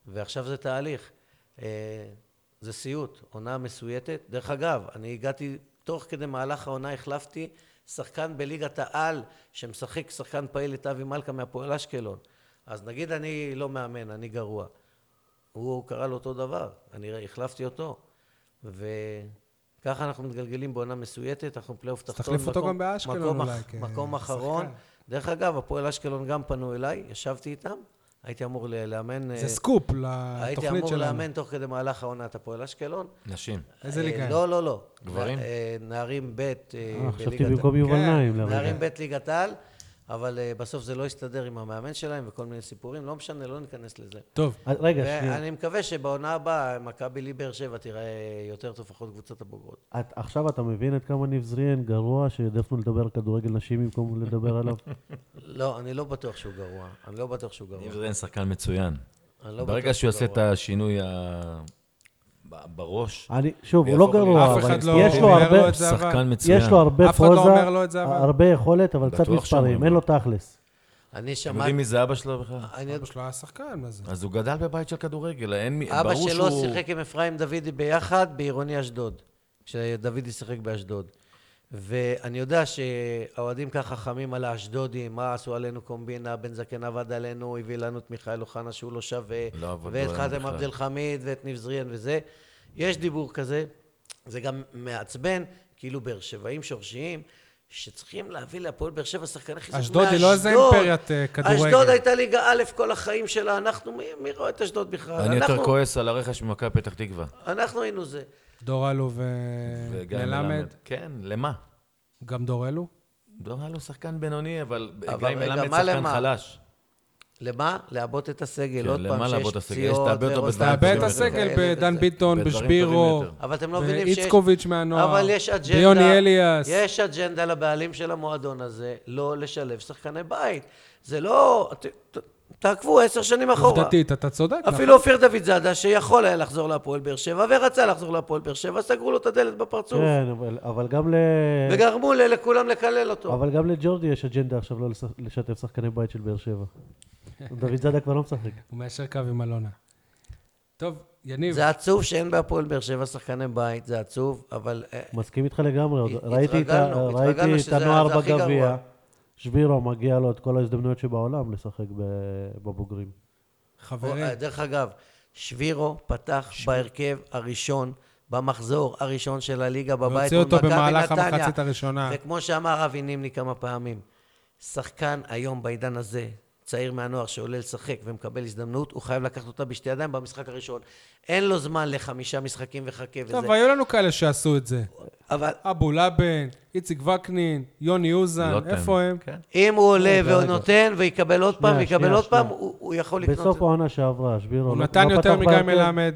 C: ועכשיו זה תהליך. אה, זה סיוט, עונה מסויטת. דרך אגב, אני הגעתי, תוך כדי מהלך העונה החלפתי שחקן בליגת העל שמשחק שחקן פעיל את אבי מלכה מהפועל אשקלון. אז נגיד אני לא מאמן, אני גרוע. הוא קרא לו אותו דבר, אני החלפתי אותו. וככה אנחנו מתגלגלים בעונה מסויטת, אנחנו פלייאוף
A: אז
C: תחתון.
A: תחליף אותו
C: מקום-
A: גם באשקלון
C: מקום
A: אולי,
C: אח-
A: כ-
C: מקום אחרון.
A: שחקן.
C: דרך אגב, הפועל אשקלון גם פנו אליי, ישבתי איתם, הייתי אמור ל- לאמן...
A: זה
C: אה,
A: סקופ
C: הייתי
A: לתוכנית
C: אמור
A: שלנו.
C: לאמן תוך כדי מהלך העונה את הפועל אשקלון.
D: נשים.
A: איזה
C: אה,
A: ליגה הם?
C: לא, לא, לא.
D: גברים?
C: אה, נערים ב' אה,
B: אה, חשבתי
C: בליגת-
B: במקום יובל
A: כן,
B: נעים. למה?
C: נערים ב' ליגת העל, אבל אה, בסוף זה לא הסתדר עם המאמן שלהם וכל מיני סיפורים, לא משנה, לא ניכנס לזה.
A: טוב,
B: אה, רגע, שנייה.
C: ואני מקווה שבעונה הבאה, מכבי לי באר שבע תיראה יותר טוב, לפחות קבוצת הבוגרות.
B: את, עכשיו אתה מבין עד כמה ניב זריאן גרוע שהעדפנו לדבר על כדורגל נשים במקום לדבר עליו?
C: לא, אני לא בטוח שהוא גרוע. אני לא בטוח שהוא גרוע.
D: ניב זרדן שחקן מצוין.
C: אני לא
D: ברגע
C: בטוח
D: שהוא יעשה
C: גרוע.
D: את השינוי ה- ב- בראש,
B: אני, שוב, הוא לא
D: ויהפוך
B: גרוע,
A: אף
B: אבל
A: אחד לא
B: יש לו
A: אומר
B: הרבה,
A: לו את זה, אבל-
D: שחקן מצוין.
B: יש לו הרבה
A: אף אחד לא
B: פרוזה,
A: אומר לו את זה, אבל-
B: הרבה יכולת, אבל קצת
D: בטוח
B: מספרים,
D: שאומרים
B: אין
D: לו.
B: לו תכלס.
C: אני
D: אתם יודעים
C: שמעתי...
D: מי זה אבא שלו בכלל?
C: אני-
A: אבא שלו היה שחקן, מה זה?
B: אה.
D: אז הוא גדל בבית של כדורגל, אין מי...
C: אבא
D: ברור
C: שלו
D: שהוא-
C: שיחק עם אפרים דוידי ביחד בעירוני אשדוד, כשדוידי שיחק באשדוד. ואני יודע שהאוהדים ככה חמים על האשדודים, מה עשו עלינו קומבינה, בן זקן עבד עלינו, הביא לנו את מיכאל אוחנה שהוא לא שווה,
D: לא עבדו
C: ואת
D: עלינו
C: חאתם
D: בכלל.
C: עבד אל חמיד, ואת ניב זריאן וזה. יש דיבור כזה, זה גם מעצבן, כאילו באר שבעים שורשיים. שצריכים להביא להפועל באר שבע שחקני חיזוק
A: אשדוד היא לא איזה
C: מאשדוד.
A: אימפריית, אה, כדורגל.
C: אשדוד הייתה ליגה א' כל החיים שלה, אנחנו, מי, מי רואה את אשדוד בכלל?
D: אני יותר
C: אנחנו-
D: כועס על הרכש ממכבי פתח תקווה.
A: כן,
C: אנחנו היינו זה.
A: דור אלו
D: וגיא
A: ומלמד,
D: כן, למה?
A: גם דור אלו?
D: דור היה לו שחקן בינוני, אבל
C: אבל
D: גיא
C: רגע,
D: מלמד
C: מה
D: שחקן
C: למה?
D: חלש.
C: למה? לעבות את הסגל,
D: כן,
C: עוד
D: למה
C: פעם
D: לעבות
C: שיש אוקיי.
D: את הסגל? יש
C: פציעות.
D: תאבד אותו
C: ורוס-
D: בדברים
A: תאבד את
D: טובים
A: הסגל
C: וכאלה
A: בדן
C: וזה.
A: ביטון,
D: בדברים טובים
A: בשבירו,
D: יותר.
C: אבל אתם לא מבינים שיש...
A: באיצקוביץ' מהנוער,
C: אבל יש אג'נדה...
A: ביוני אליאס.
C: יש אג'נדה לבעלים של המועדון הזה לא לשלב שחקני בית. זה לא... ת- ת- תעקבו עשר שנים אחורה.
A: עובדתית, אתה צודק.
C: אפילו אופיר דוד זאדה, שיכול היה לחזור להפועל באר שבע, ורצה לחזור להפועל באר שבע, סגרו לו את הדלת בפרצוף,
B: כן, אבל- אבל גם ל...
C: וגרמו ל- לכולם לקלל אותו.
B: אבל גם לג'ורדי יש אג'נדה עכשיו לא לש- לשתף שחקני בית של באר שבע. דוד זאדה כבר לא משחק.
A: הוא מיישר קו עם אלונה. טוב, יניב,
C: זה עצוב שאין בהפועל באר שבע שחקני בית, זה עצוב, אבל אה,
B: מסכים איתך לגמרי, עוד
C: הת-
B: ראיתי את ה-
C: התרגלנו,
B: ראיתי
C: התרגלנו
B: את
C: שזה
B: הנוער
C: ה- זה הכי
B: בגביע,
C: גרוע.
B: שבירו מגיע לו את כל ההזדמנויות שבעולם לשחק ב- בבוגרים.
A: חברים,
C: אה, דרך אגב, שבירו פתח בהרכב הראשון, במחזור הראשון של הליגה בבית,
A: והוציאו
C: מול
A: אותו
C: מכבי
A: במהלך
C: נתניה.
A: המחצית הראשונה.
C: וכמו שאמר אבי נימני כמה פעמים, שחקן היום בעידן הזה, צעיר מהנוער שעולה לשחק ומקבל הזדמנות, הוא חייב לקחת אותה בשתי ידיים במשחק הראשון. אין לו זמן לחמישה משחקים וחכה וזה.
A: טוב, היו לנו כאלה שעשו את זה.
C: אבל
A: אבו לבן, איציק וקנין, יוני
B: לא
A: אוזן,
D: לוטם.
A: איפה הם? לא,
D: כן.
C: אם הוא עולה
B: רגע,
C: והוא
B: רגע.
C: נותן, ויקבל עוד פעם,
B: שנייה,
C: ויקבל
B: שנייה,
C: עוד פעם,
B: שנייה.
C: הוא הוא יכול לקנות את
B: בסוף
C: זה.
B: העונה שעברה, שבירו...
A: הוא
B: לא-
A: נתן
B: לא
A: יותר
B: פתח
A: מגיא
B: בהרכב.
A: מלמד.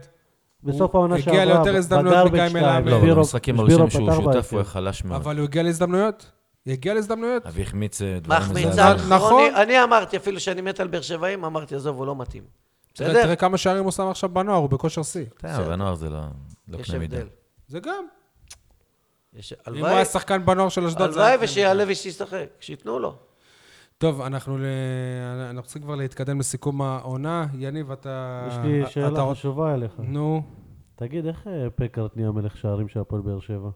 B: בסוף
A: הוא
B: העונה
A: הגיע
B: שעברה,
A: ליותר הזדמנויות
B: בגרבג'
A: מגיא
B: שתיים.
A: מלמד.
D: לא, אבל
B: שבירו-
D: במשחקים
B: שבירו
D: הראשונים שהוא שותף
B: פתח בהרכב.
D: הוא היה חלש מאוד.
A: כן. אבל הוא הגיע להזדמנויות. הגיע להזדמנויות.
D: אבי החמיץ אה, דברים
C: מחמיצה
D: מזעזעים.
A: נכון.
C: כרוני, אני אמרתי, אפילו שאני מת על באר שבעים, אמרתי, עזוב, הוא לא מתאים.
A: תראה
C: בסדר?
A: תראה כמה שערים הוא שם עכשיו בנוער, הוא בכושר שיא.
D: כן, אבל הנוער זה לא לא
C: יש
D: קנה מידה.
C: הבדל.
A: זה גם.
C: יש-
A: אם הוא היה
C: הלוואי,
A: שחקן בנוער של אשדוד, זה
C: הלוואי
A: היה- כאילו-
C: ושיעלה ושישחק, שייתנו לו.
A: טוב, אנחנו ל- אנחנו צריכים כבר להתקדם לסיכום העונה. יניב, אתה...
B: יש לי
A: אה, אתה
B: שאלה
A: רוצ-
B: חשובה אליך.
A: נו,
B: תגיד, איך אה, פקארט נהיה מלך שערים של הפועל באר שבע?
A: אה,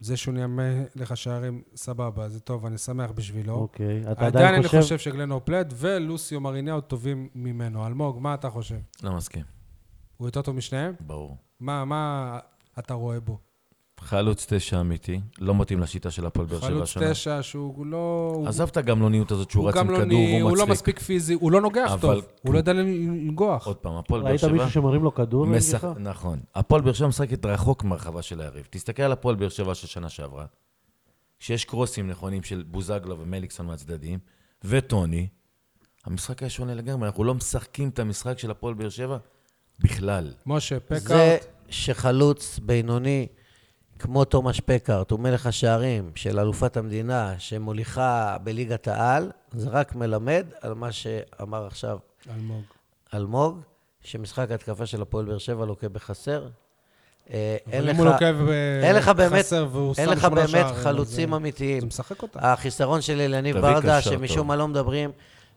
A: זה שהוא נהיה מלך השערים, סבבה, זה טוב, אני שמח בשבילו.
B: אוקיי. אתה
A: עדיין
B: עדיין
A: אה, אני
B: חושב...
A: חושב שגלן אופלט ולוסיו מריניהו טובים ממנו. אלמוג, מה אתה חושב?
D: לא מסכים,
A: הוא יותר טוב משניהם?
D: ברור.
A: מה, מה אתה רואה בו?
D: חלוץ תשע אמיתי, לא מתאים לשיטה של הפועל באר שבע
A: חלוץ
D: השנה.
A: תשע שהוא לא... הוא-
D: עזב את הגמלוניות הזאת שהוא
A: הוא
D: רץ עם
A: גם לא
D: כדור,
A: ני-
D: הוא
A: הוא לא
D: מצליק.
A: מספיק פיזי, הוא לא נוגח
D: אבל-
A: טוב, הוא לא יודע לנגוח.
D: עוד פעם, הפועל באר
B: ראית
D: שבע...
B: מישהו שמרים לו כדור? נגיד
D: משח...
B: לך?
D: נכון. הפועל באר שבע משחקת רחוק מהרחבה של היריב. תסתכל על הפועל באר שבע של שנה שעברה, שיש קרוסים נכונים של בוזגלו ומליקסון מהצדדים, וטוני. המשחק היה שונה לגמרי, אנחנו לא משחקים את המשחק של הפועל באר שבע בכלל.
A: משה,
C: זה
A: פקארט,
C: שחלוץ בינוני, כמו תומש פקארט, הוא מלך השערים של אלופת המדינה שמוליכה בליגת העל, זה רק מלמד על מה שאמר עכשיו
A: אלמוג.
C: אלמוג, שמשחק ההתקפה של הפועל באר שבע לוקה בחסר. אה, אין
A: אבל אם
C: לך-
A: הוא לוקב
C: אין לך באמת-
A: חסר והוא שם
C: אין לך
A: שמונה
C: באמת
A: שערים, אז אה,
C: חלוצים
A: זה-
C: אמיתיים.
A: זה משחק אותה.
C: החיסרון של אלניב
D: תביא
C: ברדה,
D: קשר
C: שמשום
D: טוב.
C: מה לא מדברים,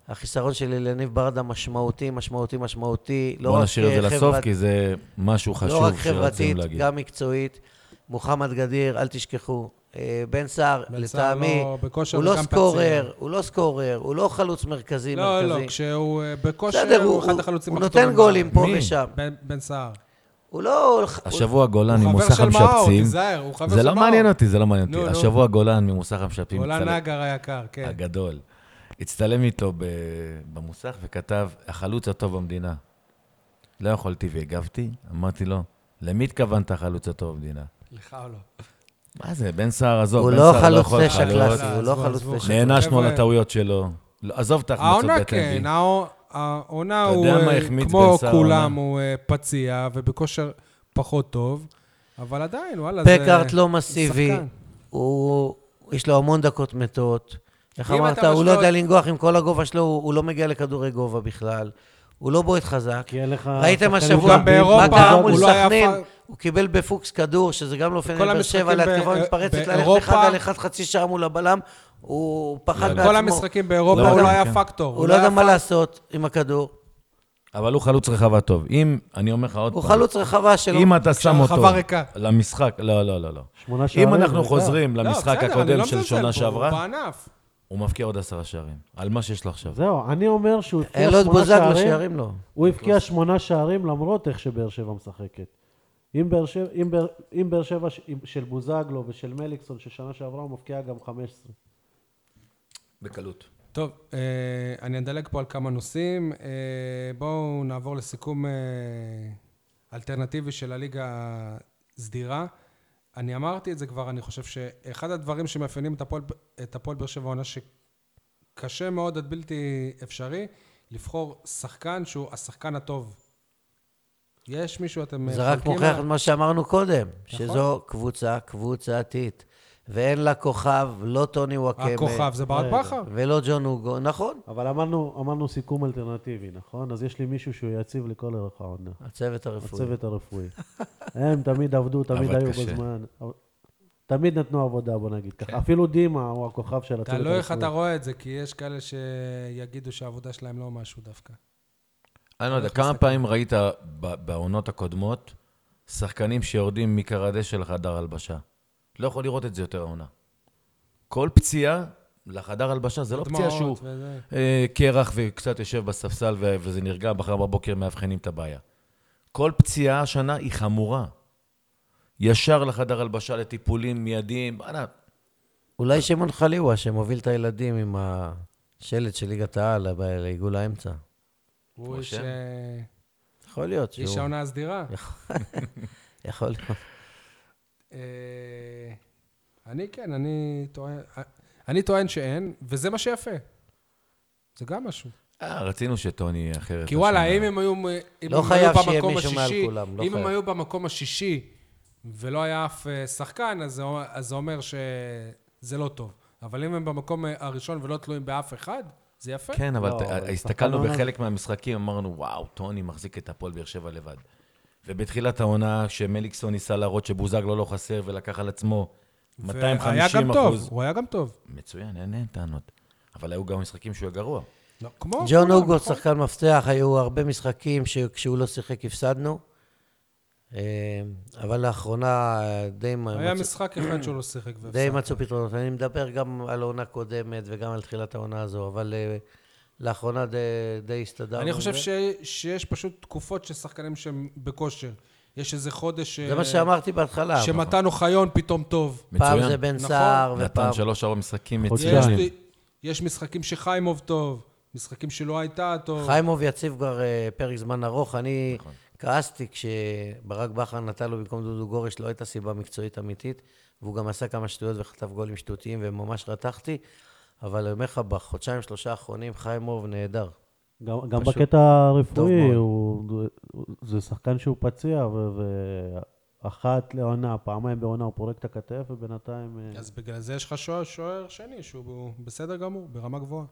C: החיסרון של אלניב ברדה משמעותי, משמעותי, משמעותי. לא
D: בואו
C: רק,
D: נשאיר את זה
C: אה,
D: לסוף,
C: חברת-
D: כי זה משהו חשוב
C: לא רק
D: שרצינו
C: חברתית,
D: להגיד.
C: גם מקצועית. מוחמד גדיר, אל תשכחו. אה, בן סער,
A: בן סער
C: לטעמי,
A: לא בכושר
C: הוא לא
A: וגם
C: סקורר, הוא לא סקורר, הוא לא חלוץ מרכזי,
A: לא,
C: מרכזי.
A: לא, כשהוא אה, בכושר,
C: בסדר,
A: הוא
C: הוא-
A: אחד החלוצים
C: הוא
A: הכי
C: נותן
A: טובים
C: גולים
A: בארץ.
C: פה
D: מי?
C: ושם.
A: בן- בן סער.
C: הוא לא... הוא-
D: השבוע גולן
A: הוא
D: ממוסך
A: חבר של מאור,
D: המשפצים.
A: תיזהר, הוא חבר
D: זה
A: של
D: לא
A: מאור.
D: מעניין אותי, זה לא מעניין
A: נו,
D: אותי.
A: נו.
D: השבוע גולן ממוסך המשפצים.
A: גולן
D: הצטלם-
A: נגר היקר, כן.
D: הגדול. הצטלם איתו ב... במוסך וכתב, החלוץ הטוב במדינה. לא יכולתי והגבתי, אמרתי לו, למי התכוונת החלוץ הטוב במדינה?
A: לך או לא?
D: מה זה, בן סער, עזוב,
C: הוא
D: בן
C: לא
D: סער
C: חלוץ
D: יכול
C: נשק
A: חלוץ.
C: קלאסי,
A: לא,
C: הוא לא
A: עזבו,
C: חלוץ
A: עזבו.
C: נשק.
D: נענשנו
A: חבר'ה.
D: על הטעויות שלו. לא, עזוב את ההחמצות
A: העונה
D: בטנדי.
A: כן, העו- העונה
D: אתה
A: הוא,
D: יודע מה
A: אה,
D: החמיץ
A: כמו
D: בן סער
A: כולם,
D: העונה?
A: הוא אה, פציע ובכושר פחות טוב, אבל עדיין, וואלה, זה...
C: פקארט לא מסיבי,
A: שחקן.
C: הוא... יש לו המון דקות מתות. איך
A: אם אתה
C: אמרת, הוא לא
A: באשדוד-
C: יודע לנגוח עם כל הגובה שלו, הוא הוא לא מגיע לכדורי גובה בכלל. הוא לא בועט חזק.
B: כי אין לך...
C: ראיתם
B: שחקנים
C: השבוע,
A: גם באירופה,
C: מה קרה מול
A: הוא לא היה
C: סכנין?
A: פאר-
C: הוא קיבל בפוקס כדור, שזה גם לא פנל
A: כל
C: באר
A: המשחקים
C: שבע, להתקפה
A: בא-
C: מתפרצת, ללכת
A: באירופה-
C: אחד על אחד חצי שעה מול הבלם, הוא פחד בעצמו.
A: כל המשחקים באירופה
D: לא,
A: הוא
D: גם-
A: לא היה
D: כן.
A: פקטור.
C: הוא לא
A: היה
C: יודע מה
A: פק-
C: לעשות עם הכדור.
D: אבל הוא חלוץ רחבה טוב. אם, אני אומר לך עוד
C: הוא
D: פעם,
C: חלוץ רחבה שלו.
D: אם אתה שם
A: כשהרחבה
D: אותו
A: ריקה.
D: למשחק, לא, לא, לא, לא.
B: שמונה שערים,
D: אם אנחנו
B: רגע.
D: חוזרים
A: לא,
D: למשחק
A: בסדר, אני
D: הקודם
A: לא
D: של
A: מזלזל
D: שנה
A: בו, הוא
D: שעברה,
A: בענף.
D: הוא מבקיע עוד עשרה שערים. על מה שיש לו עכשיו.
B: זהו, אני אומר שהוא הבקיע
C: אין לו את
B: שמונה
C: בוזגלו
B: שערים,
C: שירים לו.
B: הוא הבקיע שמונה שערים למרות איך שבאר שבע משחקת. אם באר שבע, אם באר, אם באר שבע ש, אם- של בוזגלו ושל מליקסון ששנה שעברה הוא מבקיע גם 15.
D: בקלות.
A: טוב, אה, אני אדלג פה על כמה נושאים. אה, בואו נעבור לסיכום אה, אלטרנטיבי של הליגה הסדירה. אני אמרתי את זה כבר, אני חושב שאחד הדברים שמאפיינים את הפועל- את הפועל באר שבע העונה, שקשה מאוד עד בלתי אפשרי, לבחור שחקן שהוא השחקן הטוב. יש מישהו, אתם
C: זה רק
A: חולקים
C: מוכיח
A: עליו? נכון.
C: את מה שאמרנו קודם, שזו קבוצה קבוצתית. ואין לה כוכב, לא טוני וואקמה.
A: הכוכב אה, זה ברק
C: אה,
B: רגע.
A: בכר.
C: ולא ג'ון אוגו, נכון.
B: אבל אמרנו, אמרנו סיכום אלטרנטיבי, נכון? אז יש לי מישהו שהוא יציב לכל אורך העונה.
C: הצוות הרפואי.
B: הצוות הרפואי. הם תמיד עבדו, תמיד
D: עבד
B: היו
D: קשה.
B: בזמן. תמיד נתנו עבודה, בוא נגיד ככה. אפילו דימה הוא הכוכב של
C: לא,
B: הצוות
A: תלוי איך
B: הרפואי.
A: אתה רואה את זה, כי יש כאלה שיגידו שהעבודה שלהם לא משהו דווקא.
D: אני לא יודע, כמה פעמים ראית ב- בעונות הקודמות שחקנים שיורדים מקרדש של חדר הלבשה? לא יכול לראות את זה יותר העונה. כל פציעה לחדר הלבשה, זה לא פציעה שהוא
A: דמעות וזה.
D: אה, קרח וקצת יושב בספסל ו- וזה נרגע, מחר בבוקר מאבחנים את הבעיה. כל פציעה השנה היא חמורה. ישר לחדר הלבשה לטיפולים מיידיים. אנא,
C: אולי שמעון חליוה, שמוביל את הילדים עם השלט של ליגת העל ב- לעיגול האמצע.
A: הוא איש,
D: רושם.
A: אה,
C: יכול להיות שהוא...
A: איש העונה הסדירה.
C: יכול להיות.
A: נכון. אה, אני כן, אני טוען, אה, אני טוען שאין, וזה מה שיפה. זה גם משהו.
D: אה, רצינו שטוני יהיה אחרת.
A: כי וואלה,
D: השנה.
A: אם הם היו, אם
C: לא
A: הם
C: חייב
A: היו
C: שיהיה
A: במקום
C: מישהו מעל
A: השישי,
C: כולם, לא
A: אם הם
C: חייב.
A: היו במקום השישי ולא היה אף אה, שחקן, אז זה אומר- אז זה אומר שזה לא טוב. אבל אם הם במקום אה, הראשון ולא תלויים באף אחד, זה יפה.
D: כן, אבל
B: לא,
D: ת-
B: אבל
D: הסתכלנו
B: שחקן
D: בחלק מהמשחקים, אמרנו, וואו, טוני מחזיק את הפועל באר שבע לבד. ובתחילת העונה, כשמליקסון ניסה להראות שבוזגלו לא חסר ולקח על עצמו 250
A: והיה גם טוב,
D: אחוז.
A: הוא היה גם טוב.
D: מצוין, אין אין טענות. אבל היו גם משחקים שהוא היה גרוע.
A: לא, כמו...
C: ג'ון
A: כולם,
C: אוגו,
A: נכון.
C: שחקן מפתח, היו הרבה משחקים שכשהוא לא שיחק הפסדנו. אה, אבל לאחרונה אה, די
A: היה
C: מצאו-
A: משחק אחד שהוא לא שיחק והפסד.
C: די מצאו פתרונות. אני מדבר גם על עונה קודמת וגם על תחילת העונה הזו, אבל אה, לאחרונה די, די הסתדרנו.
A: אני
C: עם
A: חושב
C: זה.
A: ש... שיש פשוט תקופות ששחקנים שהם בכושר. יש איזה חודש...
C: זה
A: אה,
C: מה שאמרתי בהתחלה.
A: שמתן אוחיון פתאום טוב.
C: פעם
D: מצוין.
C: זה בן
A: נכון.
C: סער,
D: נתן
C: ופעם...
D: שלוש-ארבע משחקים
B: חוץ
A: יש,
D: מצוינים.
A: לי- יש משחקים שחיימוב טוב, משחקים שלא הייתה טוב.
C: חיימוב יציב כבר אה, פרק זמן ארוך. אני כעסתי כשברק בכר נתן לו במקום דודו גורש, לא הייתה סיבה מקצועית אמיתית, והוא גם עשה כמה שטויות וחטף גולים שטותיים, וממש רתחתי. אבל אני אומר לך, בחודשיים, שלושה האחרונים, חיימוב נהדר.
B: גם, גם
C: פשוט
B: בקטע
C: מאוד.
B: הרפואי, הוא, הוא, זה שחקן שהוא פציע, ו, ואחת לעונה, פעמיים בעונה הוא פורק את הכתף, ובינתיים... אה,
A: אז בגלל זה יש לך שוער, שוער שני, שהוא בסדר גמור, ברמה גבוהה.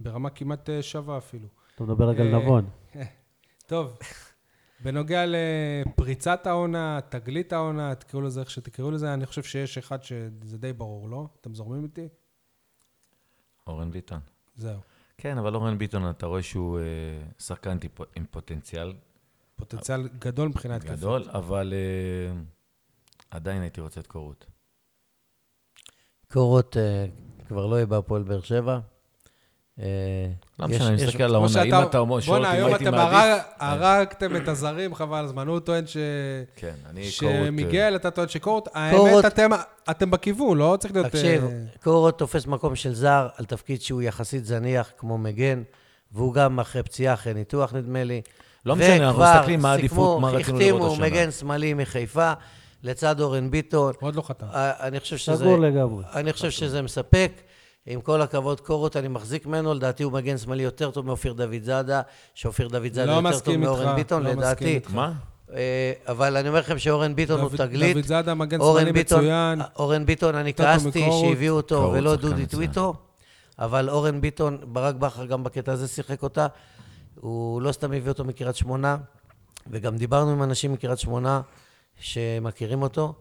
A: ברמה כמעט אה, שווה אפילו.
B: אתה מדבר רק על
A: אה,
B: נבון.
A: טוב, בנוגע לפריצת העונה, תגלית העונה, תקראו לזה איך שתקראו לזה, אני חושב שיש אחד שזה די ברור, לא? אתם זורמים איתי?
D: אורן ביטון.
A: זהו.
D: כן, אבל אורן ביטון, אתה רואה שהוא אה, שחקן טיפ- עם פוטנציאל
A: פוטנציאל גדול מבחינה התקפית.
D: גדול, אבל אה, עדיין הייתי רוצה את קורות.
C: קורות אה, כבר לא יהיה בהפועל באר שבע. אה,
D: לא
C: יש-
D: משנה, אני
C: יש-
D: מסתכל על
A: כמו
D: העונה.
A: שאתה-
D: אם אתה אומר, שואל
A: בואנה,
D: אותי אם
A: היום
D: הייתי
A: אתם
D: מעדיף...
A: הרג- הרגתם את הזרים, חבל על הזמן. הוא טוען ש...
D: כן, אני אה, קורות...
A: שמיגל, אתה טוען שקורות.
C: קורות-
A: האמת, אתם- אתם בכיוון, לא צריך להיות...
C: תקשיב,
A: אה,
C: קורות תופס מקום של זר על תפקיד שהוא יחסית זניח, כמו מגן, והוא גם אחרי פציעה, אחרי ניתוח, נדמה לי.
D: לא משנה, אנחנו
C: וכבר
D: מסתכלים מה העדיפות,
C: סיכמו,
D: מה רצינו לראות
C: החתימו
D: השנה.
C: מגן שמאלי מחיפה, לצד אורן ביטון.
A: עוד לא חתם.
C: אה, אני חושב שזה...
B: סגור לגמרי.
C: אני חושב שזה מספק. עם כל הכבוד, קורות, אני מחזיק ממנו, לדעתי הוא מגן שמאלי יותר טוב מאופיר דוד זאדה, שאופיר דוד זאדה
A: לא
C: יותר טוב
A: מסכים
C: מאורן
A: איתך,
C: ביטון,
A: לא
C: לדעתי.
A: מסכים איתך.
D: מה?
C: אה, אבל אני אומר לכם שאורן ביטון הוא
A: דוד-
C: תגלית.
A: דוד זאדה מגן
C: אורן
A: שמאלי
C: ביטון-
A: מצוין.
C: אורן ביטון, אני
A: טוטו
C: כעסתי
A: מקורות.
C: שהביאו אותו
D: קורות
C: ולא
D: שחקן
C: דודי
D: מצוין.
C: טוויטו, אבל אורן ביטון, ברק בכר גם בקטע הזה שיחק אותה. הוא לא סתם הביא אותו מקריית שמונה, וגם דיברנו עם אנשים מקריית שמונה שמכירים אותו,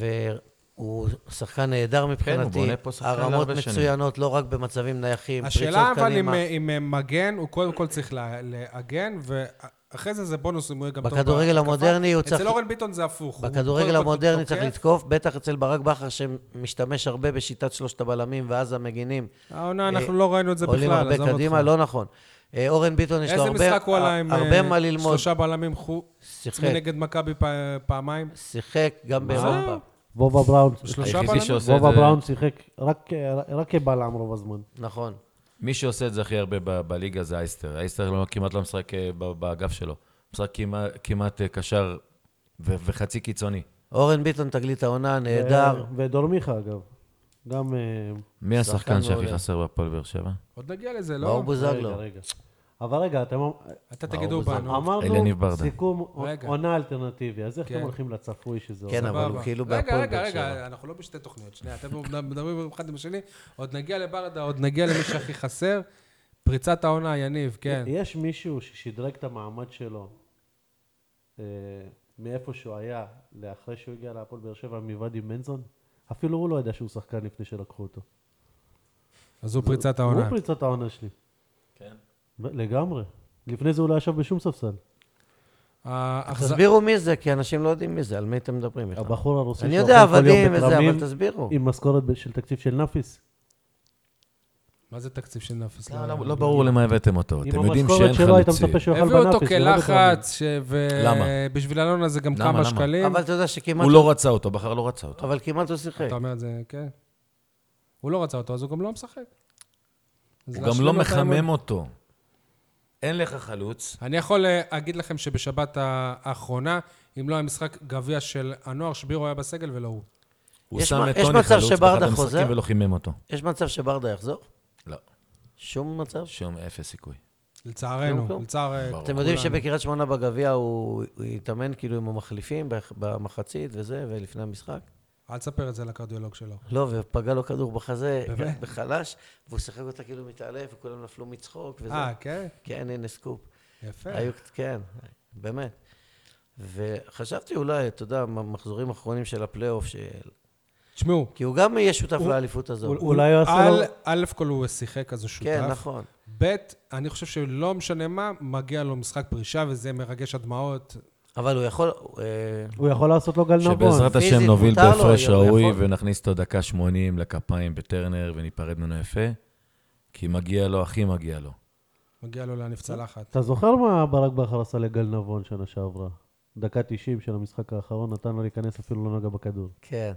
C: והוא שחקן נהדר מבחינתי.
D: כן, בונה פה שחקן
C: הרמות
D: להרבה שנים.
C: מצוינות, לא רק במצבים נייחים, פריצות קדימה.
A: השאלה אבל אם, אה, אם אה, מגן, הוא קודם כל צריך לה- לעגן, ואחרי זה זה בונוס אם הוא יהיה גם טוב.
C: בכדורגל
A: בהתקפה.
C: המודרני הוא צריך-
A: אצל אורן ביטון זה הפוך. הוא
C: בכדורגל
A: קודם כל אוקיי.
C: המודרני צריך
A: תוקף.
C: לתקוף, בטח אצל ברק בכר שמשתמש הרבה בשיטת שלושת הבלמים ואז המגינים.
A: העונה, אנחנו
C: אה,
A: לא ראינו את זה בכלל,
C: עולים
A: עזוב
C: הרבה קדימה,
A: אותך.
C: לא נכון. אה, אורן ביטון יש לו
A: איזה
C: הרבה-
A: משחק הוא עלה עם
C: הרבה
A: אה,
C: מה ללמוד.
A: שלושה בלמים חו...
C: שיחק.
A: נגד מכבי פ- פעמיים?
C: שיחק גם באירופה.
B: וובה בראון,
A: שלושה
D: היחידי
A: בלמים?
D: שעושה את
B: וובה
D: זה...
B: בראון שיחק רק, כ- רק כבלם רוב הזמן.
C: נכון.
D: מי שעושה את זה הכי הרבה ב- בליגה זה אייסטר. אייסטר לא- כמעט לא משחק אה, ב- באגף שלו. משחק כמעט- כמעט אה, קשר ו- וחצי קיצוני.
C: אורן ביטון תגלית העונה, נהדר.
B: ו- אה, ודורמיכה, אגב. גם... אה,
D: מי השחקן שהכי
C: מעולה.
D: חסר בהפועל באר שבע?
A: עוד נגיע לזה,
C: מאור
A: לא?
C: בוזגלו.
B: רגע, רגע. אבל רגע, אתם... אמ-,
A: אתה
D: מה,
A: תגידו
D: אורבז אמר?
A: בנו.
D: אלניב
B: אמרנו
D: ברדה.
B: סיכום
A: רגע.
B: עונה אלטרנטיבי, אז איך
A: כן.
B: אתם הולכים לצפוי שזה
C: כן,
B: עונה?
C: אבל הוא
A: סבבה.
C: כאילו
A: רגע,
C: בהפועל
A: רגע,
C: באר
A: רגע,
C: שבע.
A: אנחנו לא בשתי תוכניות, שנייה, אתם מדברים אחד עם השני, עוד נגיע לברדה, עוד נגיע למי שהכי חסר. פריצת העונה, יניב, כן.
D: אה,
B: יש מישהו ששדרג את המעמד שלו אה, מאיפה שהוא היה לאחרי שהוא הגיע להפועל באר שבע מוואדי מנזון? אפילו הוא לא ידע שהוא שחקן לפני שלקחו אותו.
A: אז הוא פריצת
D: לא
B: הוא
A: העונה.
B: פריצת העונה שלי.
D: כן.
B: ו- לגמרי. לפני זה הוא לא ישב בשום ספסל.
A: האכז-
C: תסבירו מי זה, כי אנשים לא יודעים מי זה, על מי אתם מדברים בכלל.
B: הבחור הרוסי
C: אני
B: שאוכל
C: יודע,
B: כל יום
C: עבדים וזה,
B: בכרמים
C: אבל תסבירו.
B: עם משכורת ב- של תקציב של נאפיס.
A: מה זה תקציב של נפס?
D: לא ברור למה הבאתם אותו,
B: עם
D: אתם יודעים
B: המשכורת
D: שאין
B: שלו היית
D: חלוצים.
B: מצפה שהוא יאכל
A: הביאו אותו
B: בנאפיס. לא ולא בכרמים.
A: כלחץ,
D: למה?
A: ובשביל אלונה זה גם
D: למה,
A: כמה
D: למה?
A: שקלים.
C: אבל אתה יודע שכמעט...
D: הוא לא רצה אותו, בכר לא רצה אותו.
C: אבל כמעט הוא שיחק.
A: אתה אומר את זה, כן. הוא לא רצה אותו, אז הוא גם לא משחק. אז
D: הוא
A: להשלים
D: גם לא
A: אותה עם-
D: מחמם אותו. אין לך חלוץ,
A: אני יכול אה, להגיד לכם שבשבת האחרונה, אם לא היה משחק גביע של הנוער, שבירו היה בסגל ולא הוא.
D: הוא
C: יש
D: שם
C: מה-
D: את
C: יש
D: טוני
C: מצב
D: חלוץ באחד
C: שברדה
D: המשחקים
C: חוזר?
D: ולא חימם אותו.
C: יש מצב שברדה יחזור?
D: לא,
C: שום מצב?
D: שום אפס סיכוי.
A: לצערנו,
C: כלום.
A: לצער... אה,
D: ברור.
C: לא, אתם יודעים
A: כולנו.
C: שבקריית שמונה בגביע הוא הוא התאמן כאילו עם המחליפים בח- במחצית וזה, ולפני המשחק?
A: אל תספר את זה לקרדיולוג שלו.
C: לא, ופגע לו כדור בחזה,
A: באמת?
C: בחלש, והוא שיחק אותה כאילו מתעלף, וכולם נפלו מצחוק וזה.
A: אה, כן?
C: כן, הנה סקופ.
A: יפה.
C: היו, כן, באמת. וחשבתי אולי, אתה יודע, מחזורים אחרונים של הפלייאוף, של...
A: תשמעו,
C: כי הוא גם יהיה שותף לאליפות הזאת.
B: הוא- אולי הוא עשה
A: על-
B: לו-
A: א' כל הוא שיחק, אז הוא שותף.
C: כן, נכון.
A: ב', אני חושב שלא משנה מה, מגיע לו משחק פרישה, וזה מרגש הדמעות.
C: אבל הוא יכול... אה,
B: הוא יכול לעשות לו גל נבון.
D: שבעזרת השם
C: נכון, פיזית
D: נוביל
C: מותר לו,
D: בהפרש
C: הוא
D: ראוי
C: יכול.
D: ונכניס אותו דקה 80 לכפיים בטרנר וניפרד ממנו יפה, כי מגיע לו, הכי מגיע לו.
A: מגיע לו להניף צלחת.
B: אתה זוכר מה ברק בכר עשה לגל נבון שנה שעברה? דקה 90 של המשחק האחרון, נתן לו להיכנס, אפילו לא נגע בכדור.
C: כן.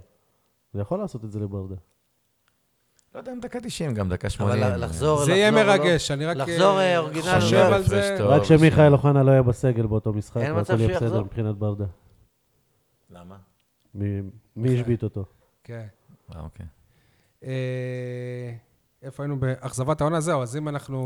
B: הוא יכול לעשות את זה לברדה.
D: לא יודע אם דקה 90, גם דקה 80.
C: אבל לחזור...
A: זה יהיה
C: לחזור, לא?
A: מרגש, אני רק...
C: לחזור
A: אה,
C: אה, אורגינל.
A: חושב
C: לא?
A: על זה.
D: הפרש טוב,
B: רק
D: בסדר.
B: שמיכאל אוחנה לא היה בסגל באותו משחק,
C: אין מצב
B: והכל יהיה
C: שהוא
B: בסדר
C: יחזור.
B: מבחינת ברדה.
D: למה?
B: מי-
C: אוקיי.
B: מי השבית אותו?
A: כן.
D: אה, אוקיי.
A: אה, איפה היינו? באכזבת העונה, זהו, אז אם אנחנו...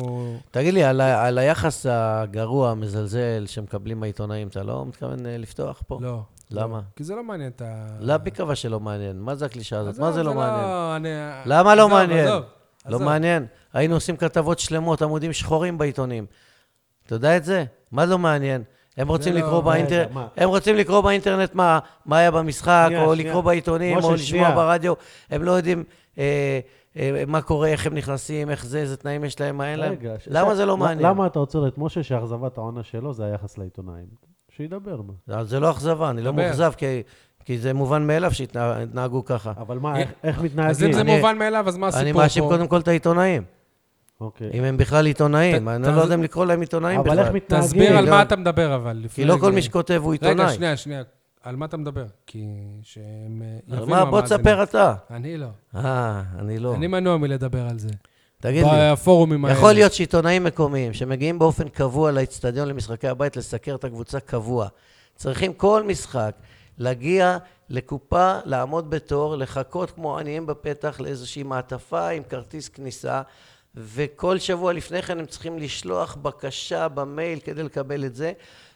C: תגיד לי, על ה- על היחס הגרוע, המזלזל, שמקבלים העיתונאים, אתה לא מתכוון אה, לפתוח פה?
A: לא.
C: למה?
A: כי זה לא מעניין את ה...
C: לא, בקווה שלא מעניין. מה זה הקלישאה הזאת? מה
A: עזוב,
C: זה לא מעניין?
A: אני-
C: למה לא
A: עזוב,
C: מעניין?
A: עזוב,
C: לא
A: עזוב.
C: מעניין. היינו עושים כתבות שלמות, עמודים שחורים בעיתונים. אתה יודע את זה? מה לא מעניין? הם רוצים
A: לא-
C: לקרוא
A: רגע,
C: באינטרנט,
B: מה?
C: הם רוצים לקרוא באינטרנט מה, מה היה במשחק,
B: שנייה,
C: או
B: שנייה.
C: לקרוא בעיתונים,
B: משה,
C: או
B: שנייה.
C: לשמוע ברדיו, הם לא יודעים אה, אה, מה קורה, איך הם נכנסים, איך זה, איזה תנאים יש להם, מה אין להם.
B: רגע, ש-
C: למה זה לא
B: למה-
C: מעניין?
B: למה אתה עוצר את משה שאכזבת העונה שלו זה היחס לעיתונאים? שידבר, מה.
C: לא, זה לא אכזבה, אני לא
A: דבר.
C: מאוכזב, כי, כי זה מובן מאליו שהתנהגו ככה.
B: אבל מה, איך- איך
A: אז אם
B: מתנהגים?
A: זה
C: אני-
A: מובן מאליו, אז מה הסיפור פה?
C: אני מאשים קודם כל את העיתונאים,
B: אוקיי.
C: אם הם בכלל עיתונאים,
A: ת-
C: אני
A: ת-
C: לא יודע אם לקרוא להם עיתונאים
B: אבל איך
C: בכלל.
B: מתנהגים?
A: תסביר על
C: לא-
A: מה אתה מדבר, אבל. לפני-
C: כי לא כל מי שכותב הוא
A: רגע,
C: עיתונאי.
A: שנייה, שנייה. על מה אתה מדבר? כי שהם אה,
C: על
A: יבינו
C: מה? בוא
A: המאזינים.
C: תספר אתה.
A: אני לא.
C: אה, אני לא.
A: אני מנוע מלדבר על זה.
C: תגיד לי,
A: בפורומים האלה.
C: יכול להיות שעיתונאים מקומיים שמגיעים באופן קבוע לאצטדיון למשחקי הבית לסקר את הקבוצה קבוע, צריכים כל משחק להגיע לקופה, לעמוד בתור, לחכות כמו עניים בפתח לאיזושהי מעטפה עם כרטיס כניסה, וכל שבוע לפני כן הם צריכים לשלוח בקשה במייל כדי לקבל את זה,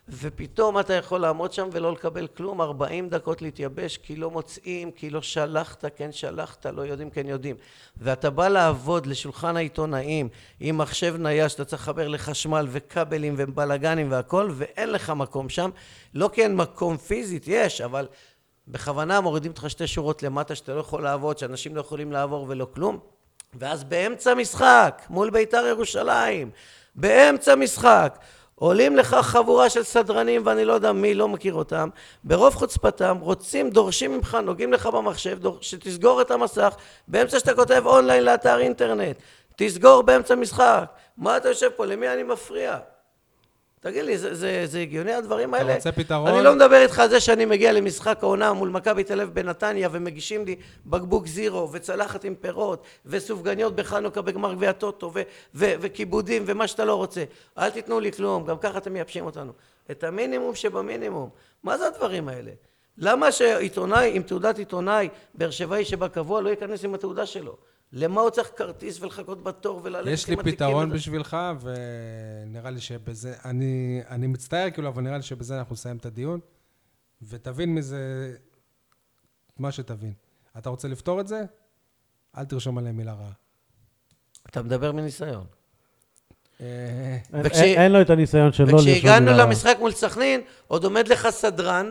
C: ופתאום אתה יכול לעמוד שם ולא לקבל כלום, 40 דקות להתייבש, כי לא מוצאים, כי לא שלחת, כן שלחת, לא יודעים, כן יודעים. ואתה בא לעבוד לשולחן העיתונאים עם מחשב נייד שאתה צריך לחבר לחשמל וכבלים ובלאגנים והכל, ואין לך מקום שם. לא כי אין מקום פיזית, יש, אבל בכוונה מורידים אותך שתי שורות למטה שאתה לא יכול לעבוד, שאנשים לא יכולים לעבור ולא כלום. ואז באמצע משחק, מול ביתר ירושלים, באמצע משחק, עולים לך חבורה של סדרנים, ואני לא יודע מי, לא מכיר אותם, ברוב חוצפתם, רוצים, דורשים ממך, נוגעים לך במחשב, דור- שתסגור את המסך, באמצע שאתה כותב אונליין לאתר אינטרנט, תסגור באמצע משחק. מה אתה יושב פה? למי אני מפריע? תגיד לי, זה, זה, זה הגיוני הדברים האלה?
A: רוצה פתרון?
C: אני לא מדבר איתך על זה שאני מגיע למשחק העונה מול מכבי תל אביב בנתניה ומגישים לי בקבוק זירו וצלחת עם פירות וסופגניות בחנוכה בגמר גביע טוטו ו- ו- וכיבודים ומה שאתה לא רוצה. אל תיתנו לי כלום, גם ככה אתם מייבשים אותנו. את המינימום שבמינימום. מה זה הדברים האלה? למה שעיתונאי עם תעודת עיתונאי באר שבעי שבא קבוע לא ייכנס עם התעודה שלו? למה הוא צריך כרטיס ולחכות בתור וללכת
A: יש לי
C: עם התיקים
A: פתרון
C: הזה?
A: בשבילך, ונראה לי שבזה, אני, אני מצטער כאילו, אבל נראה לי שבזה אנחנו נסיים את הדיון, ותבין מזה מה שתבין. אתה רוצה לפתור את זה? אל תרשום עליהם מילה רעה.
C: אתה מדבר מניסיון.
A: אה,
B: אין-
C: וכש-
B: אין אין לו את הניסיון של לא לרשום
C: וכשהגענו
B: מילה.
C: למשחק מול סכנין, עוד עומד לך סדרן,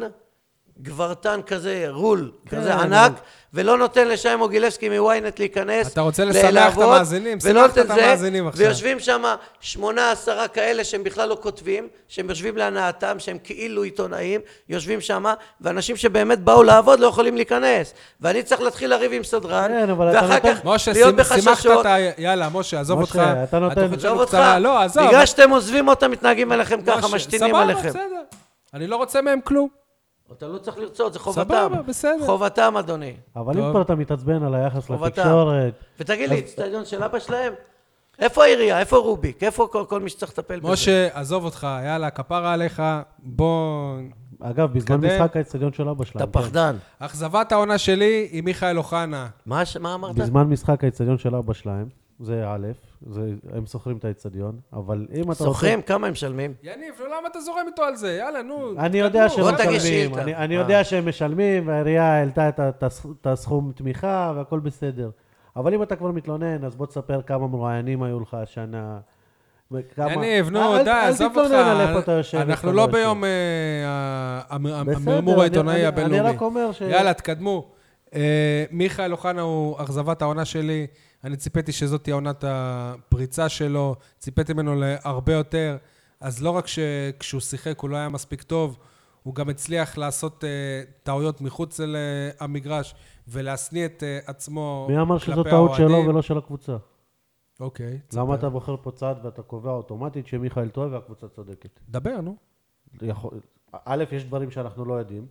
C: גברתן כזה, רול, כזה
B: כן,
C: ענק, ולא נותן לשי מוגילבסקי מוויינט להיכנס.
A: אתה רוצה לשמח את
C: לעבוד,
A: המאזינים?
C: ולא
A: שימחת
C: נותן
A: את
C: זה,
A: המאזינים עכשיו.
C: ויושבים שם שמונה, עשרה כאלה שהם בכלל לא כותבים, שהם יושבים להנאתם, שהם כאילו עיתונאים, יושבים שם, ואנשים שבאמת באו לעבוד לא יכולים להיכנס. ואני צריך להתחיל לריב עם סדרן,
B: כן, אבל אתה
C: ואחר
B: נותן-
C: כך
A: משה,
C: להיות
A: שימ- שימחת
C: בחששות.
A: את ה... יאללה, משה, עזוב אותך.
B: משה, אתה נותן-
A: התוכנית
C: עזוב
A: שלנו
C: אותך,
A: קצרה. לא, עזוב.
C: בגלל שאתם עוזבים אותם, מתנהגים אליכם ככה,
A: משה,
C: משתינים
A: סבבה,
C: עליכם.
A: בסדר. אני לא רוצה מהם כלום.
C: אתה לא צריך לרצות, זה חובתם.
A: סבבה, בסדר.
C: חובתם, אדוני.
B: אבל
A: טוב.
B: אם כבר אתה מתעצבן על היחס
C: חובתם.
B: לתקשורת,
C: ותגיד לי, אצטדיון של אבא שלהם? איפה העירייה? איפה רוביק? איפה כל, כל מי שצריך לטפל בזה?
A: משה, עזוב אותך, יאללה, כפרה עליך, בוא...
B: אגב, בזמן
A: תתקדם.
B: משחק האצטדיון של אבא שלהם,
C: אתה
B: כן.
C: פחדן.
A: אכזבת העונה שלי היא מיכאל אוחנה.
C: מה, ש- מה אמרת?
B: בזמן משחק האצטדיון של אבא שלהם, זה א', זה, הם שוכרים את האצטדיון, אבל אם אתה רוצה...
C: שוכרים? כמה הם משלמים?
A: יניב, נו, למה אתה זורם איתו על זה? יאללה, נו.
B: אני יודע
A: תתקדמו.
B: שהם
C: בוא תגיש
B: משלמים,
C: שאילתה.
B: אני, אני
C: אה.
B: יודע שהם משלמים, והעירייה העלתה את ה- את הס- את הסכום תמיכה והכל בסדר. אבל אם אתה כבר מתלונן, אז בוא תספר כמה מראיינים היו לך השנה. וכמה...
A: יניב,
B: לא, אל-
A: נו, די, עזוב אותך.
B: אל תתלונן על איפה אתה יושב.
A: אנחנו
B: איפה
A: לא
B: יושב.
A: ביום אה, ה- המ- המ-
B: בסדר,
A: המרמור
B: אני-
A: העיתונאי
B: אני-
A: הבינלאומי.
B: אני רק אומר ש-
A: יאללה, תקדמו. אה, מיכאל אוחנה הוא אכזבת העונה שלי. אני ציפיתי שזאת תהיה עונת הפריצה שלו. ציפיתי ממנו להרבה יותר. אז לא רק שכשהוא שיחק הוא לא היה מספיק טוב, הוא גם הצליח לעשות אה, טעויות מחוץ למגרש ולהשניא את אה, עצמו כלפי
B: מי
A: האוהדים.
B: אמר שזו טעות שלו ולא של הקבוצה?
A: אוקיי,
B: למה אתה בוחר פה צד ואתה קובע אוטומטית שמיכאל טועה והקבוצה צודקת?
A: דבר, נו.
B: יכול, א', יש דברים שאנחנו לא יודעים,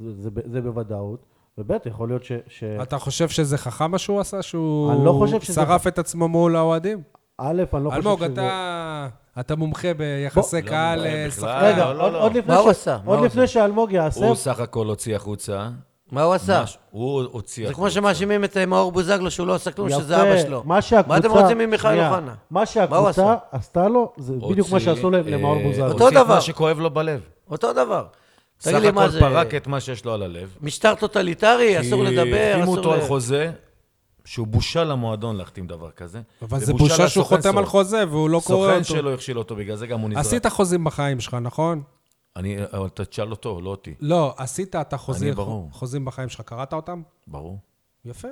B: זה, זה, ב- זה בוודאות, וב', יכול להיות ש... ש
A: אתה חושב שזה חכם מה שהוא עשה? שהוא
B: אה. אני לא חושב שזה-
A: שרף את עצמו מול האוהדים?
B: א', אני לא
A: אלמוג,
B: חושב שזה...
A: אתה אתה מומחה ביחסי
D: לא
A: קהל,
D: מומחה
A: אה,
D: בכלל.
A: שחקן.
D: לא,
B: רגע, עוד,
D: לא, לא.
B: עוד לפני,
C: מה הוא
B: ש...
C: עשה? מה
B: עוד
C: הוא
B: לפני שאלמוג
D: הוא
B: יעשה,
D: סך הכל הוציא החוצה.
C: מה הוא עשה?
D: מש- הוא הוציא
C: זה
D: החוצה.
C: כמו שמאשימים את אה, מאור בוזגלו שהוא לא עשה כלום, שזה אבא
B: יפה,
C: שלו.
B: מה שהקבוצה...
C: מה אתם רוצים ממיכאל
B: שנייה,
C: אוחנה?
B: מה
C: מה הוא עשה?
B: שהקבוצה עשתה לו, זה בדיוק מה
D: הוציא,
B: שעשו ל-
D: אה,
B: למאור בוזגלו.
D: הוציא את
C: אותו דבר.
D: מה שכואב לו בלב.
C: אותו דבר.
D: סך
C: תגיד לי, מה
D: הכל
C: זה?
D: פרק את מה שיש לו על הלב.
C: משטר טוטליטרי, אסור
D: כי
C: לדבר,
D: החתימו
C: אסור...
D: אותו על
C: ל-
D: חוזה, שהוא בושה למועדון להחתים דבר כזה.
A: אבל זה בושה שהוא
D: לסוכן
A: חותם
D: שלו.
A: על חוזה והוא לא קורא
D: סוכן
A: אותו.
D: שלו הכשיל אותו, בגלל זה גם הוא נזרק.
A: עשית חוזים בחיים שלך, נכון?
D: אני, אבל אתה תשאל אותו, לא אותי.
A: לא, עשית אתה חוזים-
D: ברור.
A: חוזים בחיים שלך, קראת אותם?
D: ברור.
A: יפה.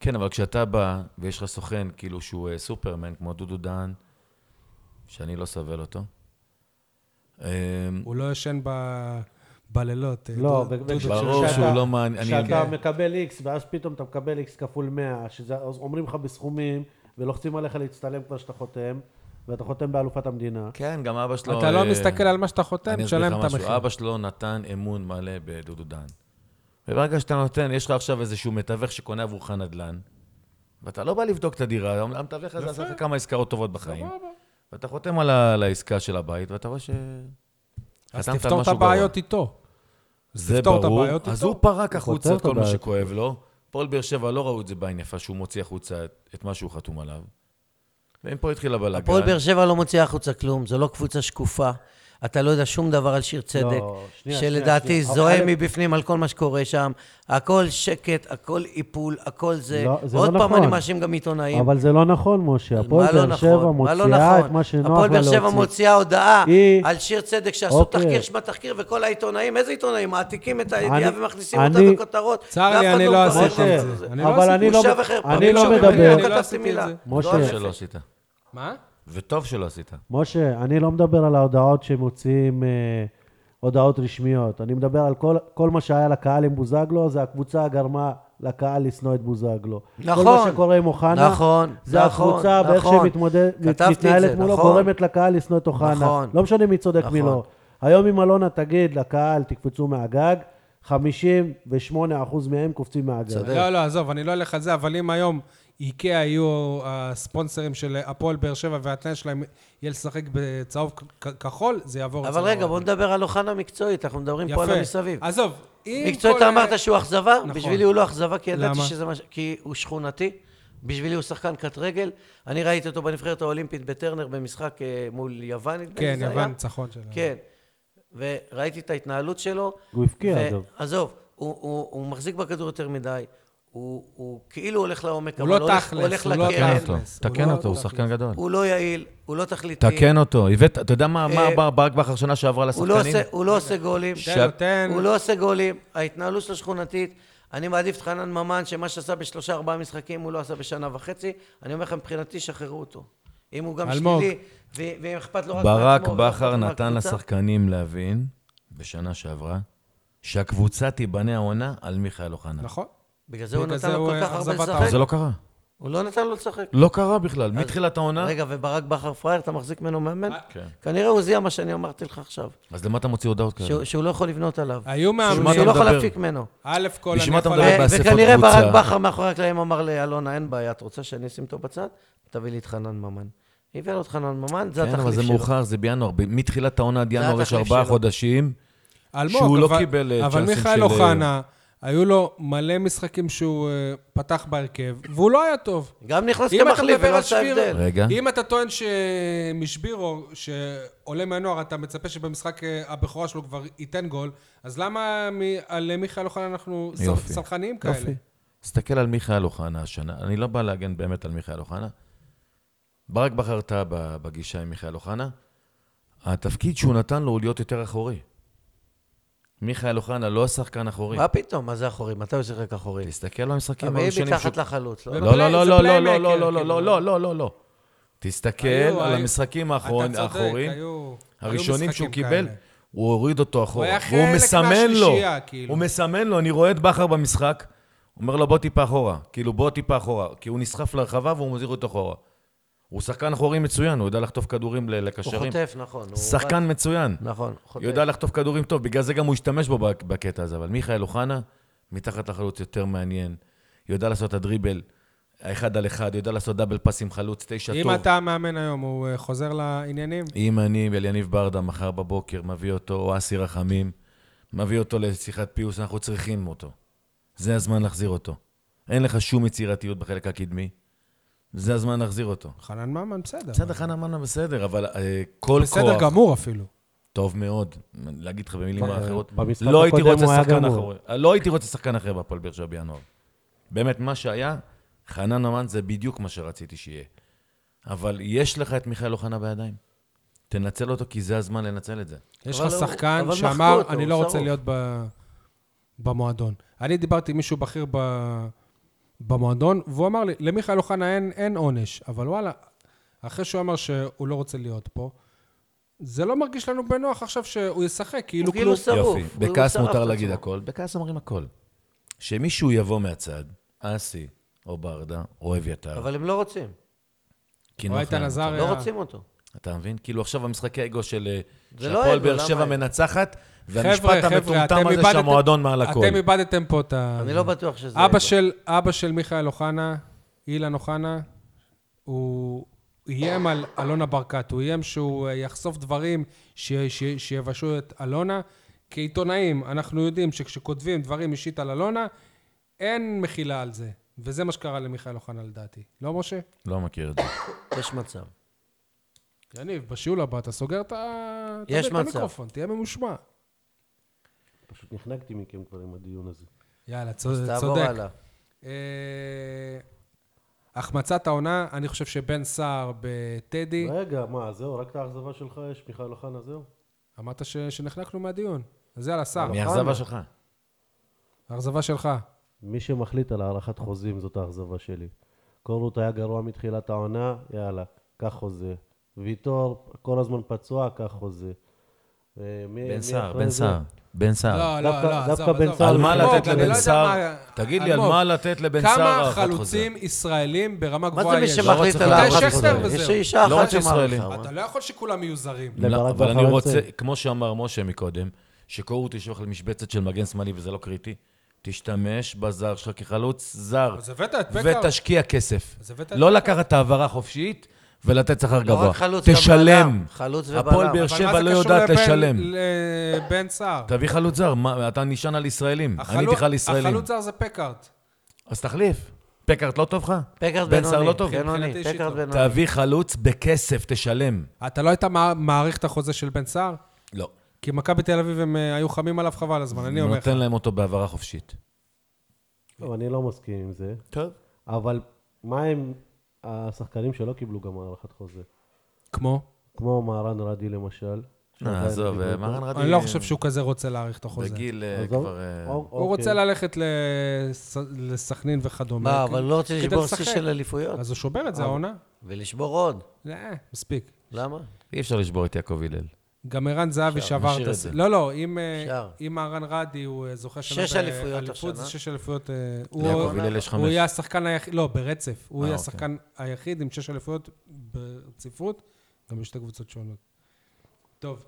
D: כן, אבל כשאתה בא ויש לך סוכן, כאילו שהוא אה, סופרמן, כמו דודו דהן, שאני לא סובל אותו. אה,
A: הוא לא ישן ב- בלילות. אה,
B: לא,
A: דודו-
B: ו-
A: דודו.
B: וכש-
D: ברור
B: כשאתה-
D: שהוא לא מעניין-
B: כשאתה
D: אני-
B: מקבל איקס, ואז פתאום אתה מקבל איקס כפול 100, שזה- אז אומרים לך בסכומים, ולוחצים עליך להצטלם כבר שאתה חותם, ואתה חותם באלופת המדינה.
D: כן, גם אבא שלו...
A: אתה לא
D: אה,
A: מסתכל על מה שאתה חותם,
D: אני אסביר
A: תשלם
D: לך
A: את המחיר.
D: משהו. אבא שלו נתן אמון מלא בדודו דן. וברגע שאתה נותן, יש לך עכשיו איזשהו מתווך שקונה עבורך נדל"ן, ואתה לא בא לבדוק את הדירה, המתווך הזה עשה לך כמה עסקאות טובות בחיים. ואתה חותם על ה- על העסקה של הבית, ואתה רואה ש...
A: אז
D: חתמת על
A: תפתור את
D: משהו גרוע.
A: הבעיות איתו.
D: זה
A: תפתור את
D: ברור.
A: הבעיות
D: אז
A: איתו.
D: הוא פרק
B: הוא
D: החוצה
B: פותר
D: את
B: את
D: כל מה
B: הבעיות.
D: שכואב לו. פועל באר שבע לא ראו את זה בעין יפה, שהוא מוציא החוצה את- את מה שהוא חתום עליו. ומפה התחיל הבלאגן.
C: הפועל באר שבע לא מוציאה החוצה כלום, זו לא קבוצה שקופה. אתה לא יודע שום דבר על שיר צדק,
B: שנייה,
C: שלדעתי
B: שנייה, שנייה.
C: זוהה
B: אבל-
C: מבפנים על כל מה שקורה שם. הכל שקט, הכל איפול, הכל זה.
B: לא, זה לא
C: עוד פעם
B: נכון.
C: אני מאשים גם עיתונאים.
B: אבל זה לא נכון, משה. הפועל
C: כן. מה לא
B: באר
C: נכון?
B: שבע
C: מה לא
B: מוציאה את
C: נכון?
B: מה שנוח לה
C: הפועל
B: להוציא.
C: באר שבע מוציאה הודעה
B: היא-
C: על שיר צדק שעשו
B: אוקיי.
C: תחקיר, שמע תחקיר, וכל העיתונאים, איזה עיתונאים? מעתיקים את הידיעה
B: אני-
C: ומכניסים אותה
B: אני-
C: בכותרות.
A: צר
C: ואף
A: לי,
C: אחד
A: אני
C: לא
A: לא
C: מברר
A: עשיתי
C: על
A: את
C: זה.
A: זה. אני לא
B: אבל
A: עשיתי
B: אני
A: את
B: לא-
C: בושה וחרפה.
B: אני לא
C: שומעים,
B: מדבר.
C: אני לא
A: לא
C: כתבתי
A: עשיתי את
C: מילה.
A: זה.
B: משה.
C: לא
D: טוב
C: יפה.
D: שלא עשית.
A: מה?
D: וטוב שלא עשית.
B: משה, אני לא מדבר על ההודעות שמוציאים אה, הודעות רשמיות. אני מדבר על כל, כל מה שהיה לקהל עם בוזגלו, זה הקבוצה גרמה לקהל לשנוא את בוזגלו.
C: נכון.
B: כל מה שקורה עם אוחנה,
C: נכון,
B: זה
C: נכון,
B: הקבוצה, באיך
C: נכון.
B: שהיא מתמודד-
C: כתבתי את
B: מתנהלת
C: זה,
B: מולו,
C: נכון.
B: גורמת לקהל לשנוא את אוחנה.
C: נכון.
B: לא משנה מי צודק מי
C: נכון.
B: לא. היום אם אלונה תגיד לקהל, תקפצו מהגג, 58% מהם קופצים מהגג.
C: צודק.
A: לא, לא, עזוב, אני לא אלך על זה, אבל אם היום איקאה יהיו הספונסרים של הפועל באר שבע והתנאי שלהם יהיה לשחק בצהוב כ- כחול, זה יעבור
C: אבל רגע, בואו נדבר על אוחנה מקצועית, אנחנו מדברים פה על המסביב.
A: עזוב, אם...
C: מקצועית
A: כל-
C: אתה אמרת שהוא אכזבה?
A: נכון.
C: בשבילי הוא לא אכזבה, כי ידעתי
A: למה?
C: שזה מה ש... כי הוא שכונתי, בשבילי הוא שחקן קט רגל. אני ראיתי אותו בנבחרת האולימפית בטרנר במשחק אה, מול יוון, נדמה לי
A: כן,
C: זה היה.
A: יוון ניצחון שלנו.
C: כן. וראיתי את ההתנהלות שלו.
B: הוא הבקיע, אגב.
C: עזוב, הוא, הוא, הוא מחזיק בכדור יותר מדי. הוא, הוא כאילו הולך לעומק,
A: הוא
C: אבל
A: לא
C: הולך-
A: תכלס,
C: הולך
A: הוא לא
D: תקן
C: לקרן.
A: תכלס.
D: אותו,
A: הוא
D: תקן
A: לא-
D: אותו, הוא
A: הוא
D: שחקן גדול.
C: הוא לא יעיל, הוא לא תכליתי.
D: תקן אותו. הבאת, אתה יודע מה מה
C: אה,
D: אמר ברק בכר שנה שעברה
C: הוא לא,
D: לשחקנים?
C: עושה, הוא לא עושה גולים.
D: ש-
A: תן לו, תן.
C: הוא לא עושה גולים, ההתנהלות שלו שכונתית. אני מעדיף את חנן ממן, שמה שעשה בשלושה ארבעה משחקים הוא לא עשה בשנה וחצי. אני אומר לך, מבחינתי, שחררו אותו. אם הוא גם
A: אלמוג.
C: שלילי, ו- ואם אכפת לו רק
D: ברק
C: מעצמו ולא אכפת
D: בכר
C: לו
D: נתן
C: מהקבוצה.
D: לשחקנים להבין, בשנה שעברה, שהקבוצה תיבנה העונה על מיכאל אוחנה.
A: נכון.
C: בגלל זה הוא
A: בגלל
C: נתן
A: זה
C: לו
A: הוא
C: כל כך הרבה
A: אכזבת
C: לשחק.
A: העונה.
D: זה לא קרה.
C: הוא לא נתן לו לשחק.
D: לא קרה בכלל, מתחילת העונה.
C: רגע, וברק בכר פראייר, אתה מחזיק ממנו מאמן?
D: לא. כן.
C: כנראה הוא זיהה מה שאני אמרתי לך עכשיו.
D: אז למה אתה מוציא הודעות כאלה?
C: שהוא- שהוא לא יכול לבנות עליו.
A: היו מאמנים,
D: מה אתה
C: שהוא לא יכול
D: מדבר?
C: להפיק ממנו.
A: א' כל,
D: בשביל
A: אני
D: מה אתה
A: יכול... אה,
D: מדבר?
A: לה-
C: ו-
D: באספות
C: וכנראה
D: קבוצה.
C: ברק בכר מאחורי הקלעים אמר לאלונה, אין בעיה, את רוצה שאני אשים אותו בצד? תביא לי את חנן ממן. הביא לו את חנן ממן, זה
D: כן, אבל
C: התחליף
D: זה
C: שלו.
D: מאוחר, זה בינואר. ב- מתחילת העונה עד ינואר יש
C: התחליף
D: ארבעה
C: שלו.
D: חודשים.
A: אלמוג,
D: שהוא לא
A: אבל-
D: קיבל, אה,
A: אבל
D: צ'אנסים
A: מיכאל
D: של,
A: אוחנה, היו לו מלא משחקים שהוא אה, פתח בהרכב, והוא לא היה טוב.
C: גם נכנס
A: אם אתה
C: כמחליף
A: מדבר
C: ולא
A: על
C: עשה
A: שפיר-
C: הבדל.
D: רגע.
A: אם אתה טוען שמשבירו, שעולה מהנוער, אתה מצפה שבמשחק אה, הבכורה שלו כבר ייתן גול, אז למה מ- על מיכאל אוחנה אנחנו סל-
D: יופי.
A: סלחניים כאלה?
D: יופי. תסתכל על מיכאל אוחנה השנה. אני לא בא להגן באמת על מיכאל אוחנה. ברק בחר טעה ב- בגישה עם מיכאל אוחנה. התפקיד שהוא נתן לו הוא להיות יותר אחורי. מיכאל אוחנה לא השחקן אחורי.
C: מה פתאום, מה זה אחורי? מתי הוא שיחק אחורי?
D: תסתכל במשחקים
C: אבל היא
D: הראשונים שהוא
C: מתחת לחלוץ, לא?
D: לא, לא, לא,
A: זה
D: לא, לא,
A: playmaker,
D: לא, לא, לא,
A: כאילו.
D: לא, לא, לא, לא, לא. תסתכל
A: היו-
D: על
A: היו-
D: המשחקים
A: אתה
D: האחרון-
A: צודק,
D: האחורים,
A: היו- היו
D: הראשונים שהוא
A: משחקים
D: קיבל,
A: כאלה.
D: הוא הוריד אותו אחורה.
A: היה
D: והוא
A: חלק
D: מסמן לו,
A: מהשלישייה, כאילו.
D: הוא מסמן לו, אני רואה את בכר במשחק, אומר לו, בוא טיפה אחורה. כאילו, בוא טיפה אחורה. כי הוא נסחף לרחבה והוא מזהיר אותו אחורה. הוא שחקן אחורי מצוין, הוא יודע לחטוף כדורים ל-
C: הוא
D: לקשרים.
C: חוטף, נכון. הוא רץ-
D: שחקן מצוין.
C: נכון, הוא חוטף.
D: יודע לחטוף כדורים טוב, בגלל זה גם הוא השתמש בו בק- בקטע הזה. אבל מיכאל אוחנה, מתחת לחלוץ יותר מעניין, יודע לעשות את הדריבל, האחד על אחד, יודע לעשות דאבל פאס עם חלוץ, תשע
A: אם
D: טוב.
A: אתה המאמן היום, הוא אה, חוזר לעניינים?
D: אם אני ואליניב ברדה מחר בבוקר מביא אותו, או אסי רחמים, מביא אותו לשיחת פיוס, אנחנו צריכים אותו. זה הזמן להחזיר אותו. אין לך שום יצירתיות בחלק הקדמי, זה הזמן להחזיר אותו.
A: חנן ממן בסדר.
D: בסדר, חנה מנה בסדר, אבל אה, כל כוח...
A: בסדר גמור אפילו.
D: טוב מאוד, להגיד לך במילים
B: כן,
D: אחרות,
B: במשחק
D: לא הייתי
B: הקודם
D: רוצה
B: הוא היה
D: שחקן
B: גמור.
D: אחר, לא הייתי רוצה שחקן אחר בהפועל באר שבע בינואר. באמת, מה שהיה, חנן ממן זה בדיוק מה שרציתי שיהיה. אבל יש לך את מיכאל אוחנה בידיים. תנצל אותו, כי זה הזמן לנצל את זה.
A: יש
C: אבל
A: לך
C: הוא-
A: שחקן
C: אבל מחקו
A: שאמר,
C: אותו,
A: אני
C: הוא
A: לא רוצה
C: שרוף."
A: להיות ב- במועדון. אני דיברתי עם מישהו בכיר ב- במועדון, והוא אמר לי, למיכאל אוחנה אין- אין עונש, אבל וואלה, אחרי שהוא אמר שהוא לא רוצה להיות פה, זה לא מרגיש לנו בנוח עכשיו שהוא ישחק, כאילו
C: הוא
A: כלום.
C: כאילו שרוף.
D: יופי,
C: הוא
D: בכעס
C: שרף
D: מותר
C: את
D: להגיד
C: עצמו.
D: הכל, בכעס אומרים הכל. שמישהו יבוא מהצד, אסי, או ברדה, או אביתר,
C: אבל הם לא רוצים.
D: כי
A: או
D: נוח
A: איתן
D: להם.
A: עזריה.
C: לא רוצים אותו.
D: אתה מבין? כאילו עכשיו המשחקי האגו של אה,
C: זה לא
D: שהפועל
C: אגו,
D: באר
C: למה
D: שבע
C: אגו?
D: מנצחת,
A: חבר'ה,
D: והמשפט
A: חבר'ה,
D: המטומטם
A: אתם
D: הזה
A: איבדתם...
D: שהמועדון מעל הכל.
A: אתם איבדתם פה את ה...
C: אני לא בטוח שזה...
A: אבא
C: אגו.
A: של, אבא של מיכאל אוחנה, אילן אוחנה, הוא איים על אלונה ברקת, הוא איים שהוא אה, יחשוף דברים ש, ש, שיבשו את אלונה. כעיתונאים, אנחנו יודעים שכשכותבים דברים אישית על אלונה, אין מחילה על זה. וזה מה שקרה למיכאל אוחנה לדעתי. לא, משה?
D: לא מכיר את זה.
C: יש מצב.
A: יניב, בשיעול הבא אתה סוגר את ה-
C: יש
A: את
C: מצב.
A: המיקרופון, תהיה ממושמע.
B: פשוט נחנקתי מכם כבר עם הדיון הזה.
A: יאללה, צודק.
C: תעבור הלאה.
A: אה, החמצת העונה, אני חושב שבן סער בטדי...
B: רגע, מה, זהו? רק את האכזבה שלך יש, מיכאל אוחנה, זהו?
A: אמרת ש... שנחנקנו מהדיון. אז יאללה, שר,
D: מי האכזבה שלך?
A: האכזבה שלך.
B: מי שמחליט על הארכת חוזים זאת האכזבה שלי. קורלוט היה גרוע מתחילת העונה, יאללה, קח חוזה. ויטור כל הזמן פצוע, קח חוזה. אה, מי-
D: בן
B: מי
D: סער,
B: אחרי
D: בן
B: זה?
D: סער, בן סער.
A: לא, לא,
B: דווקא-
A: לא,
B: דווקא
A: עזוב,
B: בן
A: עזוב.
B: סער
D: על מה
B: אלמוג,
D: לתת
A: אני לא
D: לבן
A: יודע
D: סער?
A: מה-
D: תגיד לי, על
A: אלמוג,
D: מה לתת לבן סער
A: כמה
D: הארכת חוזה?
A: חלוצים ישראלים ברמה
C: מה זה
A: גבוהה
C: מי
A: יש?
D: שמח-
C: שמחליט
D: לא
C: על
D: רוצה
C: העבודה?
D: חלוץ. שכטר
C: יש
A: וזהו.
C: אישה
D: לא
C: אחת
D: רוצה ישראלים.
C: שמעריכה.
A: אתה לא יכול שכולם יהיו זרים.
B: לברק
D: לא, אבל אני
B: בחר
D: רוצה,
B: לצאת.
D: כמו שאמר משה מקודם, שקורות ישב על משבצת של מגן שמאלי וזה לא קריטי, תשתמש בזר שלך כחלוץ זר,
A: אז הבאת את בקאר.
D: ותשקיע כסף.
A: אז הבאת את
D: לא לקחת את ההעברה חופשית ולתת שכר
C: לא
D: גבוה.
C: רק חלוץ, גם
D: תשלם.
C: בלם. חלוץ
D: הפועל
C: ובלם.
D: באר
C: אבל
A: אבל מה
D: שבע
A: זה
D: לא
A: קשור
D: יודעת
A: לבן-
D: לשלם.
A: לבן סער.
D: תביא חלוץ זר, מה, אתה נשען על ישראלים.
A: החלו-
D: עניתי לך על ישראלים.
A: החלוץ זר זה פקארט.
D: אז תחליף. פקארט לא טוב לך?
C: פקארד
D: בן סער
C: בינוני,
D: לא טוב?
C: בינוני,
A: מבחינתי
C: פקארד
A: שיטה.
C: בינוני.
D: תביא חלוץ בכסף, תשלם.
A: אתה לא היית מע- מעריך את החוזה של בן סער?
D: לא.
A: כי מכבי תל אביב הם אה, היו חמים עליו חבל הזמן, אני אומר לך.
D: נותן להם אותו בהעברה חופשית.
B: טוב, אני לא מסכים עם זה,
D: טוב.
B: אבל מה הם השחקנים שלא קיבלו גם הארכת חוזה?
A: כמו?
B: כמו מהרן רדי למשל. שעדיין
D: אה, עזוב,
B: קיבלו אותו.
D: מרן רדי...
A: אני לא חושב שהוא כזה רוצה להאריך את החוזה.
D: בגיל אה,
B: עזוב,
D: כבר... אה,
B: או-
A: הוא
B: אוקיי.
A: רוצה ללכת לס- לסכנין וכדומה.
C: מה,
A: כי-
C: אבל לא רוצה
A: כדי
C: לשבור שיא
A: לשחק.
C: של אה. אליפויות?
A: אז הוא שובר את זה, העונה.
C: ולשבור עוד.
A: לא, מספיק.
C: למה?
D: אי אפשר לשבור את יעקב הלל.
A: גם ערן זהבי
D: אפשר,
A: שבר
D: נשאיר
A: את
D: את
A: הס...
D: זה.
A: לא, לא, אם, אה,
C: אפשר.
A: אם מהרן רדי הוא אה, זוכה
C: שש
A: ב-
C: אליפויות
A: אליפות, זה
C: השנה.
A: שש אליפויות. אה,
D: ליעקב הלל יש
A: הוא
D: חמש.
A: יהיה השחקן היחיד, לא, ברצף. הוא
D: אה,
A: יהיה
D: אוקיי.
A: השחקן היחיד עם שש אליפויות ברציפות, גם בשתי קבוצות שונות. טוב,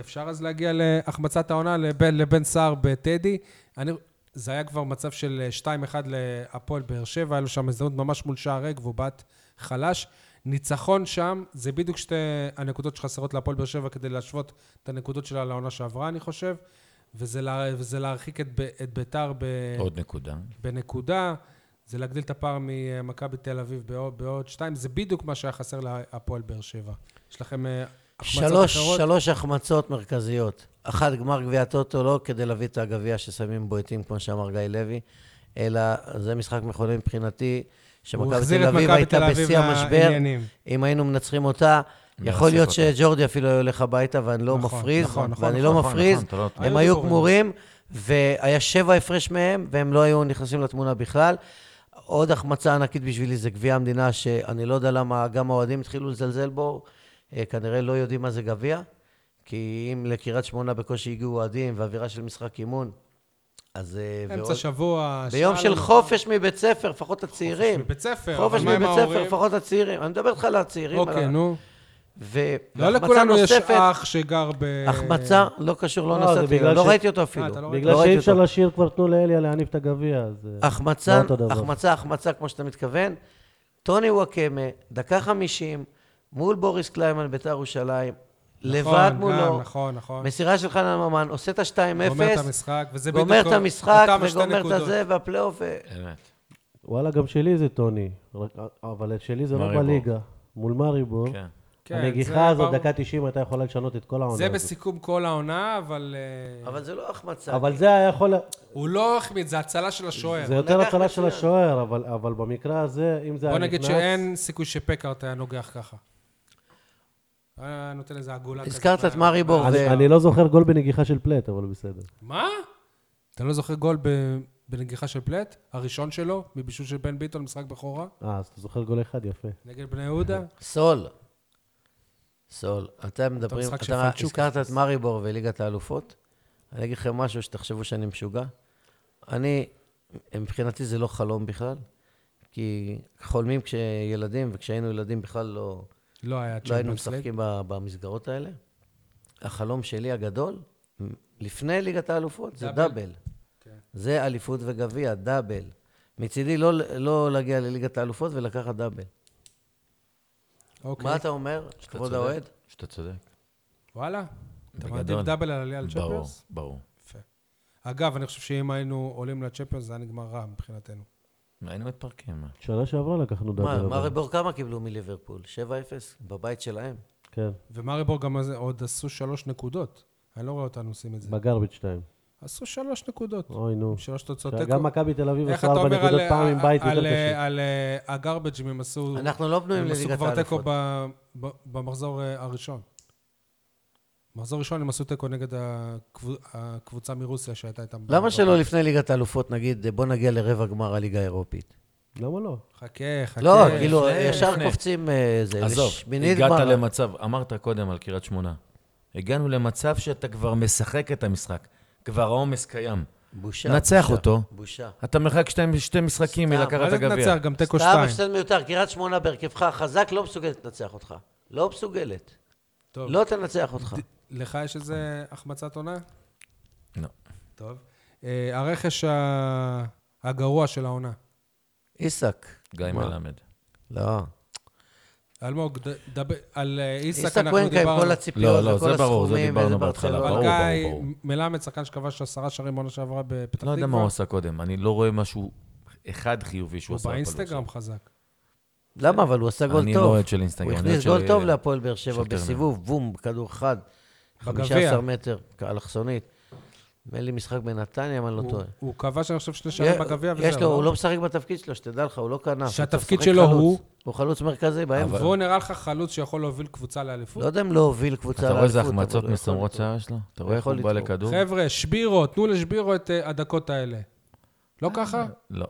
A: אפשר אז להגיע להחמצת העונה לבן, לבן סער בטדי. אני, זה היה כבר מצב של אה, 2-1 להפועל באר שבע, היה לו שם הזדמנות ממש מול שער ריק והוא בעט חלש. ניצחון שם, זה בדיוק שתי הנקודות שחסרות להפועל באר שבע כדי להשוות את הנקודות שלה לעונה שעברה, אני חושב. וזה, לה, וזה להרחיק את, ב- את ביתר ב,
D: עוד נקודה.
A: בנקודה, זה להגדיל את הפער ממכבי תל אביב בעוד, בעוד שתיים, זה בדיוק מה שהיה חסר להפועל באר שבע. יש לכם אה, החמצות
C: שלוש,
A: אחרות?
C: שלוש החמצות מרכזיות. אחת, גמר גביע הטוטו, לא כדי להביא את הגביע ששמים בועטים, כמו שאמר גיא לוי, אלא זה משחק מכונן מבחינתי,
A: הוא
C: שמכבי תל
A: החזיר את
C: אביב
A: מכבי
C: הייתה
A: תל אביב
C: בשיא המשבר.
A: לעניינים.
C: אם היינו מנצחים אותה, יכול להיות
D: אותה.
C: שג'ורדי אפילו היה הולך הביתה, ואני לא
A: נכון,
C: מפריז,
A: נכון, נכון,
C: ואני
A: נכון,
C: לא
D: נכון,
C: מפריז,
D: נכון, אתה לא-
A: היו
C: הם היו
A: דיבורים.
C: גמורים, והיה שבע הפרש מהם, והם לא היו נכנסים לתמונה בכלל. עוד החמצה ענקית בשבילי זה גביע המדינה, שאני לא יודע למה גם האוהדים התחילו לזלזל בו, אה, כנראה לא יודעים מה זה גביע, כי אם לקריית שמונה בקושי הגיעו אוהדים, ואווירה של משחק אימון, אז... אה,
A: אמצע
C: ועוד-
A: שבוע,
C: ביום
A: שאל-
C: של חופש מבית ספר, לפחות
A: חופש
C: הצעירים.
A: מבית ספר,
C: חופש
A: אבל מה עם
C: מבית ספר,
A: ההורים?
C: לפחות הצעירים. אני מדבר איתך על הצעירים. על
A: אוקיי,
C: ה-
A: נו.
C: ו-
A: לא לכולנו יש אח שגר ב... נכון,
C: החמצה, לא קשור, לא
B: לא, זה
C: נסעתי,
B: בגלל
C: לא
B: ש-
C: ראיתי אותו אפילו.
A: אה, אתה לא ראית?
B: בגלל
C: לא
B: שאי
C: ראיתי
B: אפשר
C: אותו.
B: לשיר, כבר תנו לאליה להניף את הגביע, אז... אה,
C: החמצה,
B: לא אותו דבר.
C: החמצה, החמצה, כמו שאתה מתכוון. טוני וואקמה, דקה חמישים, מול בוריס קליימן, בית"ר ירושלים, לבד
A: נכון, גם,
C: מולו,
A: נכון, נכון.
C: מסירה של חנן ממן, עושה את
A: גומר את
C: ה-2-0,
A: המשחק, וזה בדיוק...
C: גומר את
A: כל-
C: המשחק,
A: אותם השתי
C: וגומר את
A: נקודות.
C: הזה, והפלייאוף... אה,
D: אמת.
B: וואלה, גם שלי זה טוני, רק- אבל את שלי זה לא
D: מריבור.
B: בליגה. מול מריבור.
D: כן.
A: כן,
B: הנגיחה
A: זה
B: הזאת,
A: ברור.
B: דקה 90, הייתה יכולה לשנות את כל העונה
A: זה
B: הזאת.
A: בסיכום כל העונה, אבל... אה,
C: אבל זה לא החמצה.
A: כן.
B: אבל זה היה יכול...
A: הוא לא החמיץ, זה הצלה של השוער.
B: זה יותר
C: נגח
B: הצלה של
C: מצוין.
B: השוער, אבל- אבל במקרה הזה, אם זה היה
A: בוא
B: נכנס...
A: נגיד שאין סיכוי שפקארט היה נוגח ככה. היה נותן איזה עגולה כזאת.
C: הזכרת את
A: מה-
C: מארי בור,
B: אני- אני לא זוכר גול בנגיחה של פלט, אבל בסדר.
A: מה? אתה לא זוכר גול ב- בנגיחה של פלט? הראשון שלו, מבישול של בן ביטון, משחק בכורה?
B: אה, אז אתה זוכר גול אחד, יפה.
A: נגד בני יהודה?
C: סול. סול, אתם מדברים,
A: משחק של
C: אתה
A: פלצ'וק.
C: הזכרת את מריבור וליגת האלופות. אני אגיד לכם משהו שתחשבו שאני משוגע. אני, מבחינתי זה לא חלום בכלל, כי חולמים כשילדים, וכשהיינו ילדים בכלל לא,
A: לא היה
C: לא היינו
A: צ'מפיונס ליג.
C: משחקים ב- במסגרות האלה. החלום שלי הגדול, לפני ליגת האלופות, זה
A: דאבל.
C: דאבל.
A: כן.
C: זה אליפות וגביע, דאבל. מצידי לא, לא להגיע לליגת האלופות ולקחת דאבל.
A: אוקיי.
C: מה אתה אומר,
D: שאתה
C: כבוד
D: צודק,
C: האוהד?
D: שאתה צודק.
A: וואלה. אתה
D: בגדול.
A: מעדיף דאבל על עלייה
D: ברור,
A: לצ'מפיונס?
D: ברור.
A: יפה. אגב, אני חושב שאם היינו עולים לצ'מפיונס, זה היה נגמר רע מבחינתנו.
D: היינו מתפרקים. מה?
B: שנה שעברה לקחנו דאבל.
C: מה,
B: אבל-
C: מה ריבור כמה קיבלו מליברפול? 7-0, בבית שלהם.
B: כן,
A: ומריבור גם אז- עוד עשו שלוש נקודות. אני לא רואה אותנו עושים את זה.
B: בגרביץ' 2.
A: עשו שלוש נקודות.
B: אוי, נו.
A: עם שלוש תוצאות תיקו.
B: גם מכבי תל אביב
A: איך
B: עשתה
A: אתה אומר
B: ארבע
A: על- אה,
B: נקודות פעם עם בית יותר
A: על-
B: קשה.
A: על אה, הגארבג' אם הם עשו...
C: אנחנו לא בנויים
A: הם עשו
C: לליגת
A: כבר תיקו
C: האלופות.
A: ב- ב- במחזור אה, הראשון. במחזור הראשון הם עשו תיקו נגד הקבו- הקבוצה מרוסיה שהייתה איתם.
C: למה
A: ב-
C: שלא לפני ליגת האלופות, נגיד, בוא נגיע לרבע גמר הליגה האירופית?
B: למה לא?
A: חכה, חכה.
C: לא, כאילו,
D: לפני,
C: ישר
D: לפני.
C: קופצים אה, זה.
D: עזוב,
C: לשמינית
D: הגעת
C: גמר.
D: למצב, אמרת קודם על קריית שמונה. הגענו למצב שאתה כבר משחק את המשחק. כבר העומס קיים.
C: בושה.
D: נצח
C: בושה,
D: אותו.
C: בושה.
D: אתה מרחק שתי, שתי משחקים
C: סתם,
A: מה
D: מלקחת
A: זה
D: את הגביע.
A: תנצח? גם תיקו
C: סתם
A: שתיים.
C: הפסד מיותר, קריית שמונה בהרכבך החזק לא מסוגלת לנצח אותך. לא מסוגלת.
A: טוב,
C: לא תנצח אותך.
A: לך יש איזה החמצת עונה?
D: לא.
A: טוב. אה, הרכש ה- הגרוע של העונה.
C: עיסק.
D: גיא
C: מה?
D: מלמד.
C: לא.
A: אלמוג, ד- דבר- על אה, עיסק
C: עיסק
A: אנחנו
C: ונקה עם
A: דיברנו.
C: כל הציפיות
D: לא, לא,
C: וכל
D: זה ברור, זה
C: הסכומים,
D: דיברנו
C: איזה
D: בהתחלה,
C: ברצלונה.
A: אבל
D: ברור,
A: גיא
D: ברור.
A: מלמד, שחקן שכבש עשרה שערים בעונה שעברה בפתח
D: לא
A: תקווה.
D: יודע מה הוא עשה קודם, אני לא רואה משהו אחד חיובי שהוא
A: הוא
D: עשה בפלוס.
A: באינסטגרם חזק.
C: למה? אבל הוא עשה גול טוב.
D: אני לא אוהד של אינסטגרם,
C: הוא
D: אני
C: הכניס
D: אוהד של-
C: גול טוב להפועל באר שבע
D: טרנר.
C: בסיבוב, בום, כדור חד.
A: בגביע.
C: 15 מטר, אלכסונית. אין לי משחק בנתניה, אם אני לא
A: הוא-
C: טועה.
A: הוא כבש אני חושב שני שערים בגביע וזהו.
C: יש לו, הוא לא משחק בתפקיד שלו, שתדע לך, הוא לא כנף.
A: שהתפקיד
C: הוא משחק
A: שלו
C: חלוץ.
A: הוא-
C: הוא חלוץ מרכזי באמצע.
A: והוא נראה לך חלוץ שיכול להוביל קבוצה
C: לא
A: לאליפות?
C: יודע אם להוביל קבוצה
D: אתה רואה איזה
C: לאליפות, אבל
D: החמצות
C: הוא יכול
D: מסמרות
C: לתרום.
D: שיער שלו? אתה רואה איך הוא
C: יכול
D: בא
C: לתרום.
D: לכדור?
A: חבר'ה, שבירו, תנו לשבירו את אה, הדקות האלה. לא ככה?
D: לא.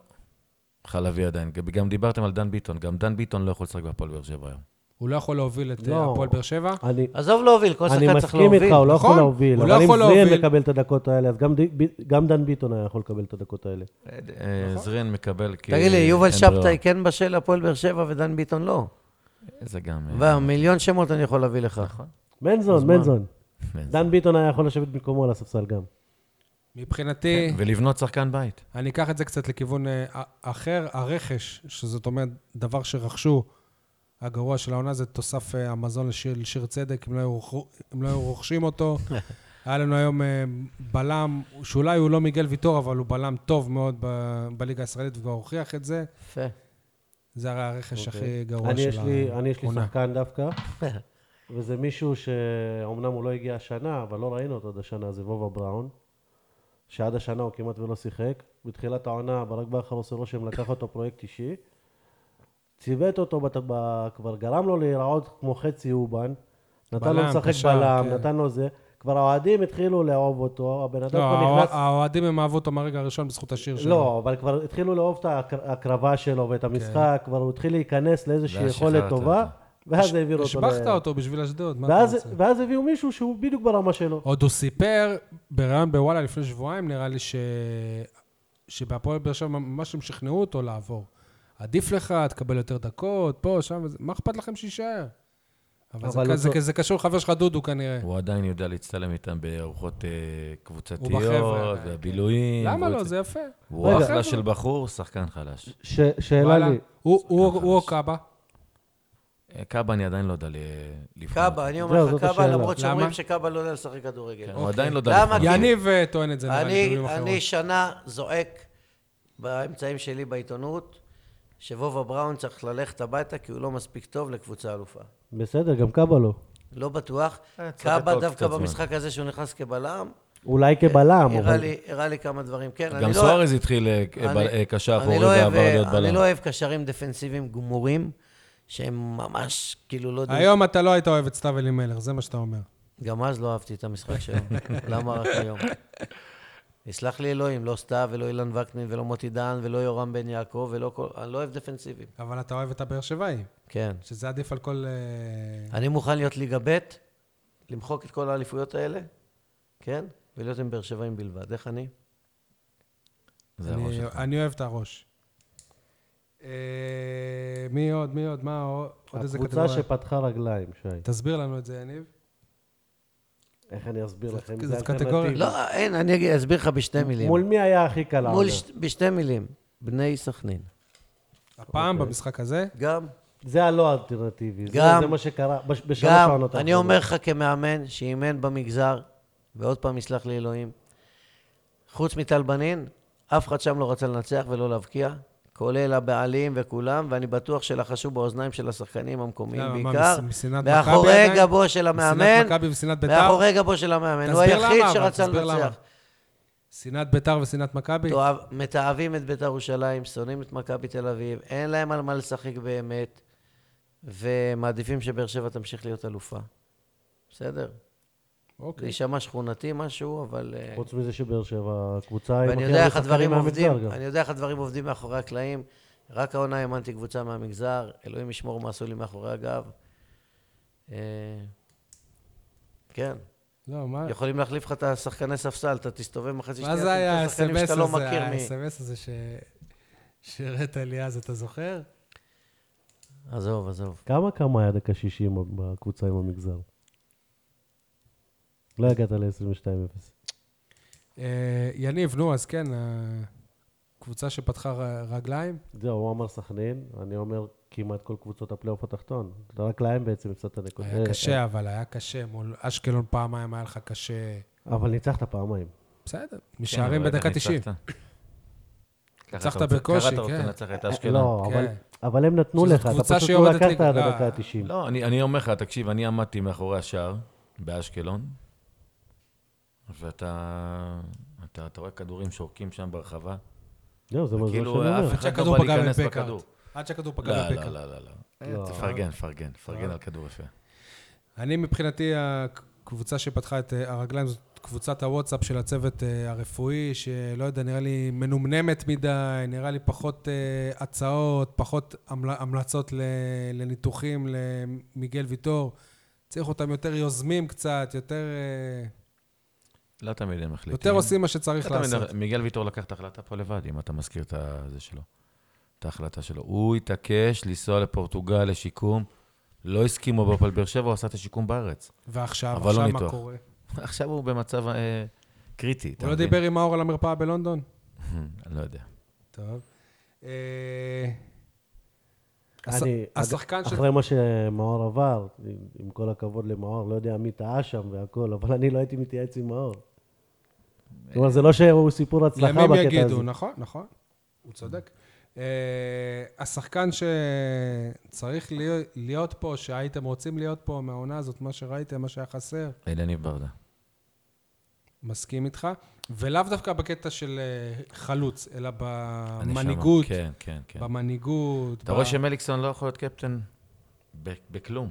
D: חלבי עדיין. גם דיברתם על דן ביטון, גם דן ביטון לא יכול לשחק בהפועל באר שבע היום.
A: הוא לא יכול להוביל את אה,
B: לא.
A: הפועל באר שבע?
B: אני,
C: עזוב להוביל, כל
B: אני
C: שחקן צריך
B: מסכים איתך,
C: להוביל.
B: הוא לא יכול
A: נכון,
B: להוביל,
A: הוא לא
B: אבל אם
A: יכול
B: זריאן
A: להוביל.
B: מקבל את הדקות האלה, אז גם די- ב- גם דן ביטון היה יכול לקבל את הדקות האלה.
D: אה,
A: נכון.
D: זרין מקבל כי...
C: תגיד לי, יובל
D: אין ברירה.
C: שבתאי כן בשל להפועל באר שבע ודן ביטון לא.
D: זה גם... אה,
C: והמיליון שמות אני יכול להביא לך.
A: נכון.
B: מנזון, מנזון.
D: מנזון.
B: דן ביטון היה יכול לשבת במקומו על הספסל גם.
A: מבחינתי,
D: ולבנות שחקן בית.
A: אני אקח את זה קצת לכיוון אה, א- אחר. הרכש, שזאת אומרת, דבר שרכשו, הגרוע של העונה זה תוסף אה, המזון לשיר, שיר צדק, אם לא היו, רוכ- אם לא היו רוכשים אותו. היה לנו היום אה, בלם, שאולי הוא לא מיגל ויטור, אבל הוא בלם טוב מאוד ב- בליגה הישראלית וכבר הוכיח את זה.
C: יפה.
A: זה הרי הרכש הכי גרוע
B: אוקיי. אני
A: של
B: יש לי- אני יש לי
A: העונה. לא,
B: שחקן דווקא, וזה מישהו שאומנם הוא לא הגיע השנה, אבל לא ראינו אותו עד השנה, זה וובה בראון, שעד השנה הוא כמעט ולא שיחק. בתחילת העונה ברק בכר עושה רושם, לקח אותו פרויקט אישי, ציוות אותו, בת- ב- כבר גרם לו להיראות כמו חצי אובן, נתן לו
A: בלם,
B: לשחק
A: קשר,
B: בלם,
A: כן.
B: נתן לו זה, כבר האוהדים התחילו לאהוב אותו, הבן אדם
A: לא,
B: כבר נכנס...
A: האוה- האוהדים הם אהבו אותו מהרגע הראשון בזכות השיר שלו. כן.
B: לא, אבל כבר התחילו לאהוב את ההקר- ההקרבה שלו ואת המשחק, כבר הוא התחיל להיכנס לאיזושהי
D: ואז
B: יכולת
D: שחררת
B: טובה,
D: אותו.
B: ואז העבירו אותו.
A: השבחת
B: ל-
A: אותו בשביל אשדוד, מה אתה
B: ואז-
A: רוצה?
B: ואז הביאו מישהו שהוא בדיוק ברמה שלו.
A: עוד הוא סיפר בריאיון בוואלה לפני שבועיים, נראה לי ש... שבהפועל באר שבע ממש הם שכנעו אותו לעבור. עדיף לך, תקבל יותר דקות, פה, שם, וזה- מה אכפת לכם שיישאר? אבל,
B: אבל הוא
A: זה,
B: צו-
A: זה, זה קשור לחבר שלך דודו כנראה.
D: הוא עדיין יודע להצטלם איתם בארוחות אה, קבוצתיות,
A: ובחבר'ה, כן.
D: והבילויים.
A: למה
D: והוא
A: לא?
D: צ-
A: זה יפה.
D: הוא
B: רגע.
D: אחלה של בחור, שחקן חלש.
B: ש- שאלה
A: וואלה.
B: לי,
A: הוא- הוא הוא או קאבה?
D: אה, קאבה אני עדיין לא יודע ל- לבחון.
C: קאבה, אני אומר
B: זהו,
C: לך
B: זאת
C: קאבה,
B: השאלה.
C: למרות שאומרים
A: למה?
C: שקאבה לא יודע לשחק כדורגל.
D: הוא עדיין לא יודע
C: למה?
D: לבחון.
C: כי-
A: יניב אה, טוען את זה נראה לי
C: אני,
A: במילים
C: אני
A: אחרות.
C: שנה זועק באמצעים שלי בעיתונות, שוובה בראון צריך ללכת הביתה כי הוא לא מספיק טוב לקבוצה אלופה.
B: בסדר, גם קאבה לא.
C: לא בטוח.
D: אה, צריך לתת
C: קאבה
D: לו
C: דווקא
D: קצת זמן.
C: במשחק הזה שהוא נכנס כבלם,
B: אולי כבלם,
C: הראה
B: אבל...
C: לי, הראה לי כמה דברים. כן, אני
D: גם
C: לא...
D: סוארז התחיל אה,
C: אני-
D: בל- אה, קשר
C: אני
D: אחורי
C: לא אוהב,
D: ועבר
C: אה,
D: להיות
C: אני
D: בלם.
C: לא אוהב קשרים דפנסיביים גמורים, שהם ממש כאילו לא יודעים...
A: היום אתה לא היית אוהב את סתיו אלימלך, זה מה שאתה אומר.
C: גם אז לא אהבתי את המשחק שלו, למה רק היום? יסלח לי אלוהים, לא סתיו ולא אילן וקנין ולא מוטי דן ולא יורם בן יעקב ולא כל... אני לא אוהב דפנסיבים.
A: אבל אתה אוהב את הבאר שבעי,
C: כן.
A: שזה עדיף על כל... אה,
C: אני מוכן להיות ליגה ב', למחוק את כל האליפויות האלה, כן? ולהיות עם באר שבעים בלבד. איך אני?
D: זה
A: אני-
D: הראש שלך.
A: אני אוהב את הראש. אה, מי עוד? מי עוד? מה עוד עוד איזה
B: הקבוצה
A: קטגוריה?
B: שפתחה רגליים, שי.
A: תסביר לנו את זה, יניב.
C: אוקיי.
B: איך אני אסביר לכם?
A: זאת
B: זה
A: קטגוריה.
B: אלטרנטיבה.
C: לא, אין, אני אגיד- אסביר לך בשתי מילים.
B: מול מי היה הכי קל
C: מול
B: העונה?
C: ש... בשתי מילים. בני סכנין.
A: הפעם במשחק הזה,
C: גם,
B: זה הלא אלטרנטיבי, זה
C: גם-
B: זה מה שקרה בש- בשלוש
C: גם,
B: העונות
C: אני אומר לך כמאמן שאימן במגזר, ועוד פעם יסלח לי אלוהים, חוץ מטל בנין, אף אחד שם לא רצה לנצח ולא להבקיע, כולל הבעלים וכולם, ואני בטוח שלחשו באוזניים של השחקנים המקומיים
A: למה, אה, מה,
C: בעיקר,
A: מס- משנאת מכבי
C: מאחורי
A: עדיין?
C: גבו של
A: משנאת
C: המאמן,
A: מכבי ושנאת בית"ר?
C: מאחורי גבו של המאמן, הוא
A: תסביר למה,
C: היחיד
A: אבל,
C: שרצה
A: תסביר למה.
C: לנצח.
A: שנאת ביתר ושנאת מכבי,
C: תאהב- מתעבים את בית"ר ירושלים, שונאים את מכבי תל אביב, אין להם על מה לשחק באמת, ומעדיפים שבאר שבע תמשיך להיות אלופה. בסדר? זה
A: אוקיי.
C: יישמע שכונתי משהו, אבל... אה,
B: חוץ מזה שבאר שבע, הקבוצה עם
C: ואני
B: הכי
C: יודע
B: הרבה
C: איך הדברים
B: שחקנים מהמגזר
C: עובדים,
B: גם.
C: אני יודע איך הדברים עובדים מאחורי הקלעים. רק העונה האמנתי קבוצה מהמגזר, אלוהים ישמור מה עשו לי מאחורי הגב. אה, כן,
A: לא, מה
C: יכולים להחליף לך את השחקני ספסל, אתה תסתובב מחצי שנייה,
A: מה זה
C: תמצא
A: היה
C: שחקנים
A: האס.אם.אס
C: שאתה לא
A: הזה,
C: מכיר מי.
A: האס.אם.אס הזה ש- שהראית לי אז, אתה זוכר?
C: עזוב, עזוב.
B: כמה כמה היה דקה 60 בקבוצה עם המגזר? לא הגעת ל-22-0.
A: אה, יניב, נו, אז כן, הקבוצה שפתחה ר- רגליים,
B: זהו, הוא אמר סכנין, אני אומר כמעט כל קבוצות הפלייאוף התחתון. רק להם בעצם הפסדת נקודות.
A: היה
B: אה, אה,
A: קשה, אבל היה קשה. מול אשקלון פעמיים היה לך קשה.
B: אבל ניצחת פעמיים.
A: בסדר,
D: כן,
A: משערים
D: אבל
A: בדקה
D: אתה
A: 90.
D: ניצחת. ככה
A: ניצחת
D: אתה רוצה-
A: בקושי,
D: ככה אתה רוצה
A: כן.
D: לנצח
C: אה,
D: את אשקלון.
B: לא, אבל-
A: כן.
B: אבל הם נתנו
A: שזו
B: לך,
A: קבוצה
B: אתה פשוט לא
A: שיורדת
B: לקחת עד
A: ליגה.
B: הדקה ה-90.
D: לא, אני, אני אומר לך, תקשיב, אני עמדתי מאחורי השער באשקלון, ואתה אתה, אתה רואה כדורים שורקים שם ברחבה.
B: זהו, זה מה זה מה שאני
D: כאילו, אף
B: אומר.
A: עד
D: אחד לא
A: שהכדור
D: בא
A: פגע
D: להיכנס
A: בפקארט.
D: בכדור.
A: עד שהכדור פגע
D: לא, לא,
A: בפקארט.
D: לא, לא, לא.
C: אה,
D: תפרגן, תפרגן,
A: לא.
D: תפרגן על כדור יפה.
A: אני מבחינתי, הקבוצה שפתחה את אה, הרגליים זאת קבוצת הוואטסאפ של הצוות אה, הרפואי, שלא יודע, נראה לי מנומנמת מדי, נראה לי פחות אה, הצעות, פחות המל- המלצות ל- לניתוחים למיגל ויטור. צריך אותם יותר יוזמים קצת, יותר, אה,
D: לא תמיד הם מחליטים.
A: יותר עושים מה שצריך
D: לא
A: לעשות.
D: תמיד, מיגל ויטור לקח את ההחלטה פה לבד, אם אתה מזכיר את זה שלו. את ההחלטה שלו. הוא התעקש לנסוע לפורטוגל לשיקום, לא הסכימו בהפועל באר שבע, הוא עשה את השיקום בארץ.
A: ועכשיו,
D: אבל לא
A: עכשיו מה
D: ניתוח.
A: קורה?
D: עכשיו הוא במצב אה, קריטי, אתה
A: הוא לא
D: מבין?
A: דיבר עם מאור על המרפאה בלונדון?
D: אני לא יודע.
A: טוב. אה, הש-
B: אני,
A: השחקן
B: אג-
A: של...
B: אחרי מה שמאור עבר, עם, עם כל הכבוד למאור, לא יודע מי טעה שם והכל, אבל אני לא הייתי מתייעץ עם מאור. כלומר, זה לא שהוא סיפור הצלחה בקטע הזה. Mm-hmm.
A: ימים יגידו, נכון, נכון, הוא צודק. Uh, השחקן שצריך להיות, להיות פה, שהייתם רוצים להיות פה מהעונה הזאת, מה שראיתם, מה שהיה חסר,
D: אלניב ברדה.
A: מסכים איתך. ולאו דווקא בקטע של uh, חלוץ, אלא
D: אני שם.
A: במנהיגות,
D: כן, כן, כן.
A: במנהיגות.
D: אתה רואה שמליקסון לא יכול להיות קפטן ב- בכלום.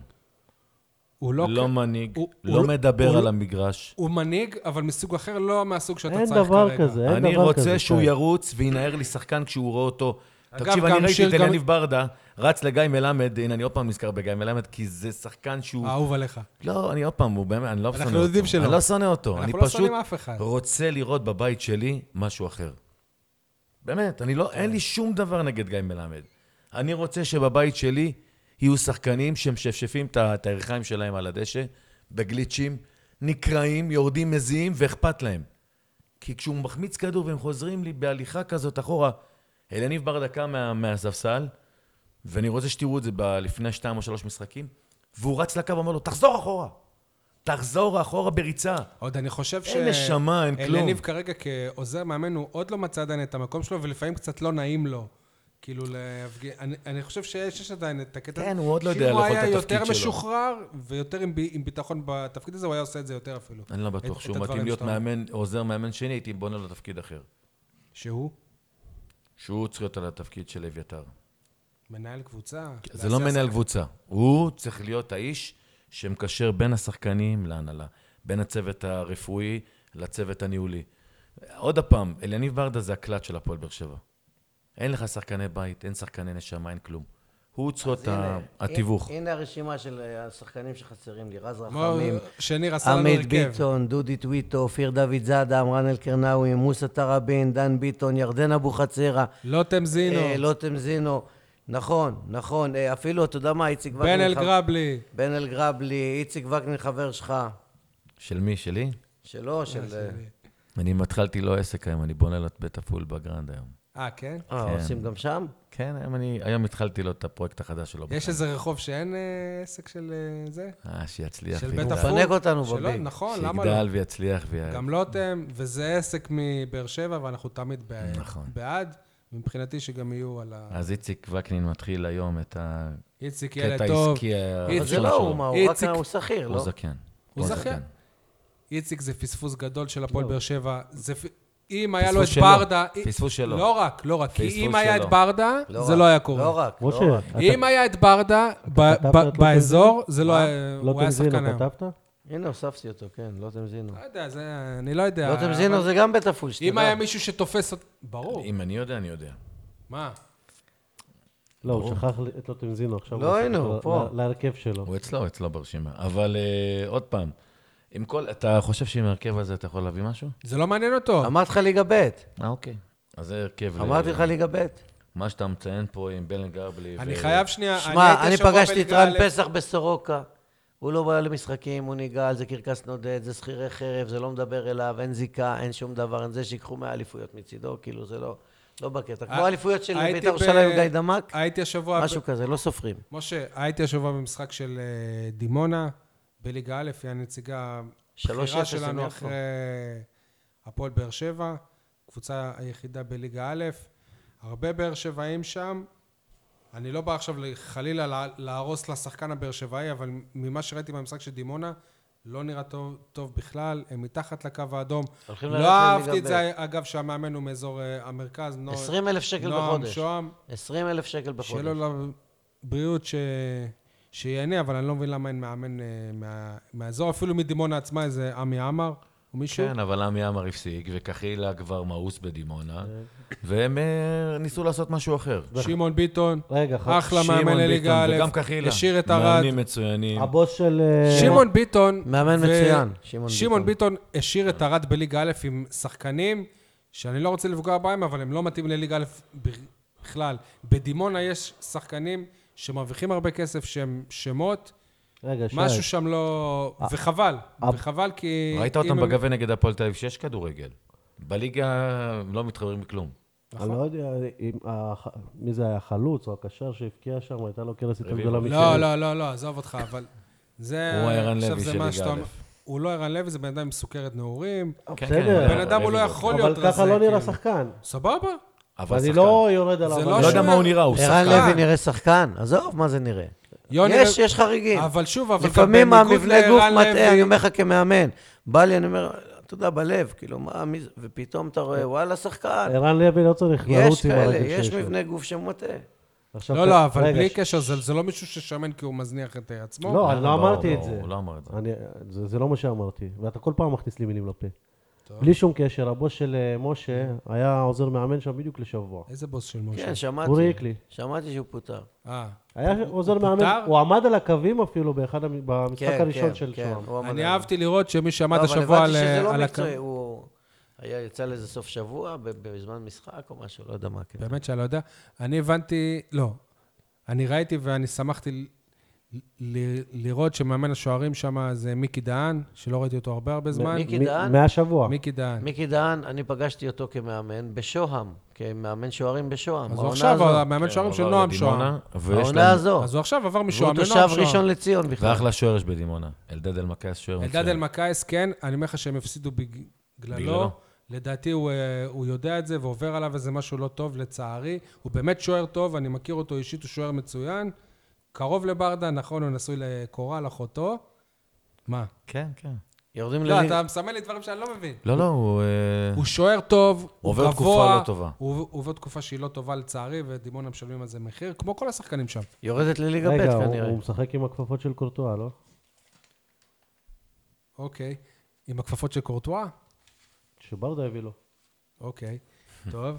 A: הוא לא...
D: לא
A: כ-
D: מנהיג,
A: הוא- הוא
D: לא
A: לא-
D: מדבר
A: הוא-
D: על המגרש.
A: הוא מנהיג, אבל מסוג אחר, לא מהסוג שאתה
B: אין
A: צריך כרגע.
B: דבר כזה, אין
D: אני
B: דבר כזה.
D: רוצה שהוא
B: שי.
D: ירוץ וינער לי שחקן כשהוא רואה אותו.
A: אגב,
D: תקשיב, אני
A: גם
D: ראיתי
A: שיר-
D: את
A: גם-
D: אלניב ברדה, רץ לגיא מלמד, הנה, אני עוד פעם נזכר בגיא מלמד, כי זה שחקן שהוא...
A: אהוב עליך.
D: לא, אני עוד פעם, הוא באמת, אני לא שונא
A: אה. אנחנו
D: אותו.
A: יודעים שלא.
D: אני לא שונא אותו.
A: אנחנו
D: אני
A: לא
D: פשוט
A: שונאים אף אחד.
D: רוצה לראות בבית שלי משהו אחר. באמת, אני לא,
A: כן.
D: אין לי שום דבר נגד גיא מלמד. אני רוצה שבבית שלי יהיו שחקנים שמשפשפים את ה- את הירכיים שלהם על הדשא, בגליצ'ים, נקרעים, יורדים מזיעים, ואכפת להם. כי כשהוא מחמיץ כדור והם חוזרים לי בהליכה כזאת אחורה, אלניב בר דקה מה, מהספסל, ואני רוצה שתראו את זה ב- לפני שתיים או שלוש משחקים, והוא רץ לקו ואומר לו, תחזור אחורה! תחזור אחורה בריצה.
A: עוד אני חושב ש...
D: אין נשמה, אין כלום.
A: אלניב כרגע כעוזר מאמן, הוא עוד לא מצא עדיין את המקום שלו, ולפעמים קצת לא נעים לו. כאילו, להפג... אני, אני חושב שיש יש עדיין את הקטע הזה.
D: כן, הוא עוד לא יודע לאכול את
A: שאם
D: התפקיד
A: הוא היה יותר
D: שלו.
A: משוחרר ויותר עם, ב- עם ביטחון בתפקיד הזה, הוא היה עושה את זה יותר אפילו.
D: אני לא
A: את-
D: בטוח
A: את
D: שהוא
A: הדברים
D: מתאים להיות
A: שאתה אומר.
D: מאמן, עוזר מאמן שני, הייתי בונה לו תפקיד אחר.
A: שהוא
D: שהוא צריך להיות על התפקיד של אביתר.
A: מנהל קבוצה.
D: זה לא מנהל קבוצה. הוא צריך להיות האיש שמקשר בין השחקנים להנהלה, בין הצוות הרפואי לצוות הניהולי. עוד פעם, אליניב ברדה זה הקלט של הפועל באר שבע. אין לך שחקני בית, אין שחקני נשמה, אין כלום. הוא צריך להיות ה-
A: אה,
D: התיווך.
C: הנה הרשימה של אה, השחקנים שחסרים לי, רז רחמים,
A: מועמדים. שניר עשה לנו
C: עמית
A: הרכב.
C: ביטון, דודי טוויטו, אופיר דוד זאדה, עמרן אלקרנאווי, מוסא תראבין, דן ביטון, ירדן אבוחצירא,
A: לוטם זינו,
C: אה,
D: לא
C: לוטם זינו. נכון, נכון. אה, אפילו, אתה יודע מה, איציק וקנין...
A: בן אל
C: חב-
A: גרבלי.
C: בן אל גרבלי, איציק וקנין חבר שלך.
D: של מי? שלי?
C: שלו, של... אה,
D: כן. אני התחלתי לו עסק היום, אני בונה לו את בית הפול בגרנד היום.
A: אה, כן?
C: אה,
D: כן.
C: עושים גם שם?
D: כן, היום אני, היום התחלתי לו את הפרויקט החדש שלו.
A: יש איזה רחוב שאין אה, עסק של אה, זה?
D: אה, שיצליח.
A: של
D: ויגדל.
A: בית הפול?
C: מפנק אותנו
A: שלא,
C: בביג.
A: נכון, למה לא?
D: שיגדל ויצליח ו...
A: גם לוטם, וזה עסק מבאר שבע, ואנחנו תמיד ב-
D: נכון.
A: בעד. מבחינתי שגם יהיו על ה...
D: אז איציק וקנין מתחיל היום את הקטע
A: איציק ילד טוב,
D: העסקי
A: איציק-
C: אבל זה
D: הראשון
C: לא
D: שלו.
C: הוא, מה, הוא רק
A: איציק-
C: הוא שכיר,
D: הוא
C: לא?
D: זכיין.
A: הוא זכיין. איציק זה פספוס גדול של הפועל באר שבע. זה פ- אם היה
D: פספוס
A: לו את
D: שלו.
A: ברדה...
D: פספוס שלו.
A: לא רק, לא רק. כי
D: פספוס
A: אם היה את
D: שלו.
A: ברדה, זה
C: רק,
A: לא היה קורה.
C: לא רק, לא
B: משה,
C: רק.
B: אתה-
A: אם היה את ברדה ב-
B: כתבת
A: ב-
B: את לוטם
A: באזור, זה לא היה...
B: לא
A: הוא היה שחקן
B: תמזינו,
A: היום.
B: כתבת?
C: הנה, הוספתי אותו, כן, לוטם זינו.
A: לא יודע, זה... אני לא יודע.
C: לוטם
A: אבל
C: זינו זה גם בית הפול, שתדע.
A: אם היה מישהו שתופס אותו... ברור.
D: אם אני יודע, אני יודע.
A: מה?
B: לא, הוא שכח את לא תמזינו עכשיו.
C: לא,
B: הוא עושה
C: הנה,
B: אותו
C: הוא
B: לה-
C: פה.
B: להרכב שלו.
D: הוא אצלו, הוא אצלו ברשימה. אבל אה, עוד פעם, עם כל... אתה חושב שעם ההרכב הזה אתה יכול להביא משהו?
A: זה לא מעניין אותו.
C: אמרתי לך ליגה ב',
D: אה, אוקיי. אז זה הרכב... ל-
C: אמרתי לך ליגה ב'.
D: מה שאתה מציין פה עם בלן גרבלי...
A: אני
D: ו-
A: חייב שנייה...
C: שמע,
A: הייתי
C: אני
A: השבוע
C: פגשתי את
A: בליגה
C: רן
A: א'.
C: פסח בסורוקה. הוא לא בא למשחקים, הוא נגעל, זה קרקס נודד, זה שכירי חרב, זה לא מדבר אליו, אין זיקה, אין שום דבר, אין זה שיקחו מהאליפויות מצידו, כאילו זה לא, לא בקטע. כמו האליפויות של
A: אה, הייתי
C: בית"ר
A: ב-
C: ירושלים עם גיא דמק,
A: הייתי השבוע... ב-
C: משהו כזה, לא סופרים.
A: משה, הייתי השבוע במשחק של אה, דימונה, בליגה א', היא הנציגה
C: שלוש
A: הבכירה
C: אפס
A: שלנו
C: למיפו.
A: אחרי הפועל באר שבע, קבוצה היחידה בליגה א'. הרבה באר שבעים שם. אני לא בא עכשיו חלילה לה- להרוס לשחקן הבאר שבעי, אבל ממה שראיתי במשחק של דימונה, לא נראה טוב, טוב בכלל, הם מתחת לקו האדום.
C: הולכים לרדת
A: לא אהבתי את
C: לליגה
A: זה, אגב, שהמאמן הוא מאזור אה, המרכז. נועם-
C: 20 אלף שקל
A: נועם לא-
C: בחודש.
A: שוהם,
C: 20 אלף שקל בחודש.
A: שיהיה לו לבריאות, ש... שיהנה, אבל אני לא מבין למה אין מאמן אה, מה- מהאזור, אפילו מדימונה עצמה, איזה עמי עמר או מישהו.
D: כן, אבל עמי עמר הפסיק, וקחילה כבר מאוס בדימונה, והם אה, ניסו לעשות משהו אחר.
A: שמעון ביטון,
B: רגע, ח-
A: אחלה
D: שמעון
A: מאמן לליגה
D: ביטון
A: א',
D: וגם קחילה.
A: השאיר את ארד.
D: מאמנים מצוינים.
B: הבוס של... אה,
A: שמעון ביטון...
C: מאמן
A: ו-
C: מצוין, שמעון
A: שמעון ביטון השאיר את ארד בליגה א' עם שחקנים, שאני לא רוצה לפגוע בהם, אבל הם לא מתאים לליגה א' בכלל. בדימונה יש שחקנים שמרוויחים הרבה כסף, שהם שמות,
B: רגע, שי.
A: משהו שם לא...
C: אה.
A: וחבל, וחבל כי...
D: ראית
A: אם
D: אותם
A: הם-
D: בגביע נגד הפועל תל אביב, שיש כדורגל. בליגה הם לא מתחברים בכלום.
B: אני
A: נכון.
B: לא יודע אם... הח- מי זה היה, החלוץ או הקשר שהבקיע שם, הייתה לו קרס יותר
D: רביבו.
B: גדולה משלי.
A: לא, לא, לא, לא, עזוב אותך, אבל... זה...
D: הוא ערן
A: עכשיו
D: לוי
A: זה
D: של
A: מה
D: ליגה
A: שאתה-
D: א'.
A: הוא לא ערן לוי, זה בן אדם עם סוכרת נעורים.
C: אה.
D: כן,
B: בסדר.
D: כן,
A: בן אדם הוא לא
D: רביבו.
A: יכול להיות
B: אבל
A: רזה.
B: ככה לא נראה
A: כאילו.
B: שחקן.
A: סבבה.
D: אבל
B: ואני
D: שחקן.
B: לא יורד עליו.
A: זה
B: אבל-
D: לא יודע
A: שוער.
D: מה הוא נראה, הוא
C: ערן
D: שחקן.
C: לוי נראה שחקן, עזוב, מה זה נראה?
A: יוני
C: יש,
A: לב-
C: יש חריגים.
A: אבל שוב, אבל גם
C: לפעמים
A: בניגוד
C: המבנה גוף
A: לערן לוי-
C: מטעה, אני אומר לך כמאמן. בא לי, אני אומר, אתה יודע, בלב, כאילו, מה, מי זה? ופתאום אתה רואה, וואלה, שחקן.
B: ערן לוי לא צריך
C: יש
B: לרוץ עם
C: כאלה,
B: הרגל
C: יש
B: שיש לו. אוקיי.
C: מבנה גוף שמוטעה.
B: עכשיו
A: לא,
B: ת-
A: לא, אבל
B: רגע,
A: בלי
B: ש-
A: קשר, זה זה לא מישהו ששמן כי הוא מזניח את אה, עצמו.
B: לא, אני לא
D: לא,
B: אמרתי
D: לא,
B: את זה.
D: הוא לא אמר את זה.
B: אני- זה. זה לא מה שאמרתי, ואתה כל פעם מכניס לי מילים לפה. בלי שום קשר, הבוס של אה, משה היה עוזר מאמן שם בדיוק לשבוע.
A: איזה בוס של משה?
C: כן, שמעתי.
B: אורי איקלי.
C: שמעתי שהוא פוטר.
A: אה.
B: היה עוזר
A: פוטר?
B: מאמן, הוא עמד על הקווים אפילו באחד, המ- במשחק
C: כן,
B: הראשון
C: כן,
B: של
C: כן,
B: שוהם.
C: הוא עמד
A: אני
C: עליו.
A: אהבתי לראות שמי שעמד
C: לא,
A: השבוע על...
C: אבל הבנתי שזה
A: על
C: לא
A: הקו-
C: מקצועי, הוא היה יצא לאיזה סוף שבוע ב- בזמן משחק או משהו, לא יודע מה. כן.
A: באמת שאני לא יודע. אני הבנתי, לא. אני ראיתי ואני שמחתי ל- ל- לראות שמאמן השוערים שם זה מיקי דהן, שלא ראיתי אותו הרבה הרבה זמן.
C: מיקי
B: מ-
C: דהן?
B: מהשבוע.
A: מיקי דהן.
C: מיקי דהן, אני פגשתי אותו כמאמן בשוהם, כמאמן שוערים בשוהם.
A: אז הוא
C: העונה
A: עכשיו
C: הזאת.
A: המאמן
D: כן,
A: שוערים של
D: עבר
A: נועם שוהם.
D: לדימונה, ויש
C: העונה
D: להם...
C: הזו.
A: אז הוא עכשיו עבר
C: לא. והוא
A: משוהם
C: תושב
A: לנועם
C: ראשון
A: שוהם.
C: לציון בכלל.
D: ואחלה שוער יש בדימונה. אלדד אלמקייס שוער מצוין.
A: אלדד אלמקייס, כן, אני אומר לך שהם הפסידו בגללו.
D: בגללו.
A: לדעתי הוא, אה, הוא יודע את זה ועובר עליו איזה משהו לא טוב, לצערי. הוא באמת שוער טוב, אני מכיר אותו אישית, הוא שוער מצוין. קרוב לברדה, נכון, הוא נשוי לקורל, אחותו. מה?
D: כן, כן.
C: יורדים
A: לא,
C: לליגה.
A: אתה מסמן לי דברים שאני לא מבין.
D: לא, לא, הוא... אה,
A: הוא שוער טוב, הוא גבוה.
D: עובר תקופה לא טובה.
A: הוא הוא עובר תקופה שהיא לא טובה לצערי, ודימונה משלמים על זה מחיר, כמו כל השחקנים שם.
C: יורדת לליגה ב'
B: רגע, הוא-
C: כנראה.
B: הוא משחק עם הכפפות של קורטואה, לא?
A: אוקיי. עם הכפפות של קורטואה?
B: שברדה הביא לו.
A: אוקיי, טוב.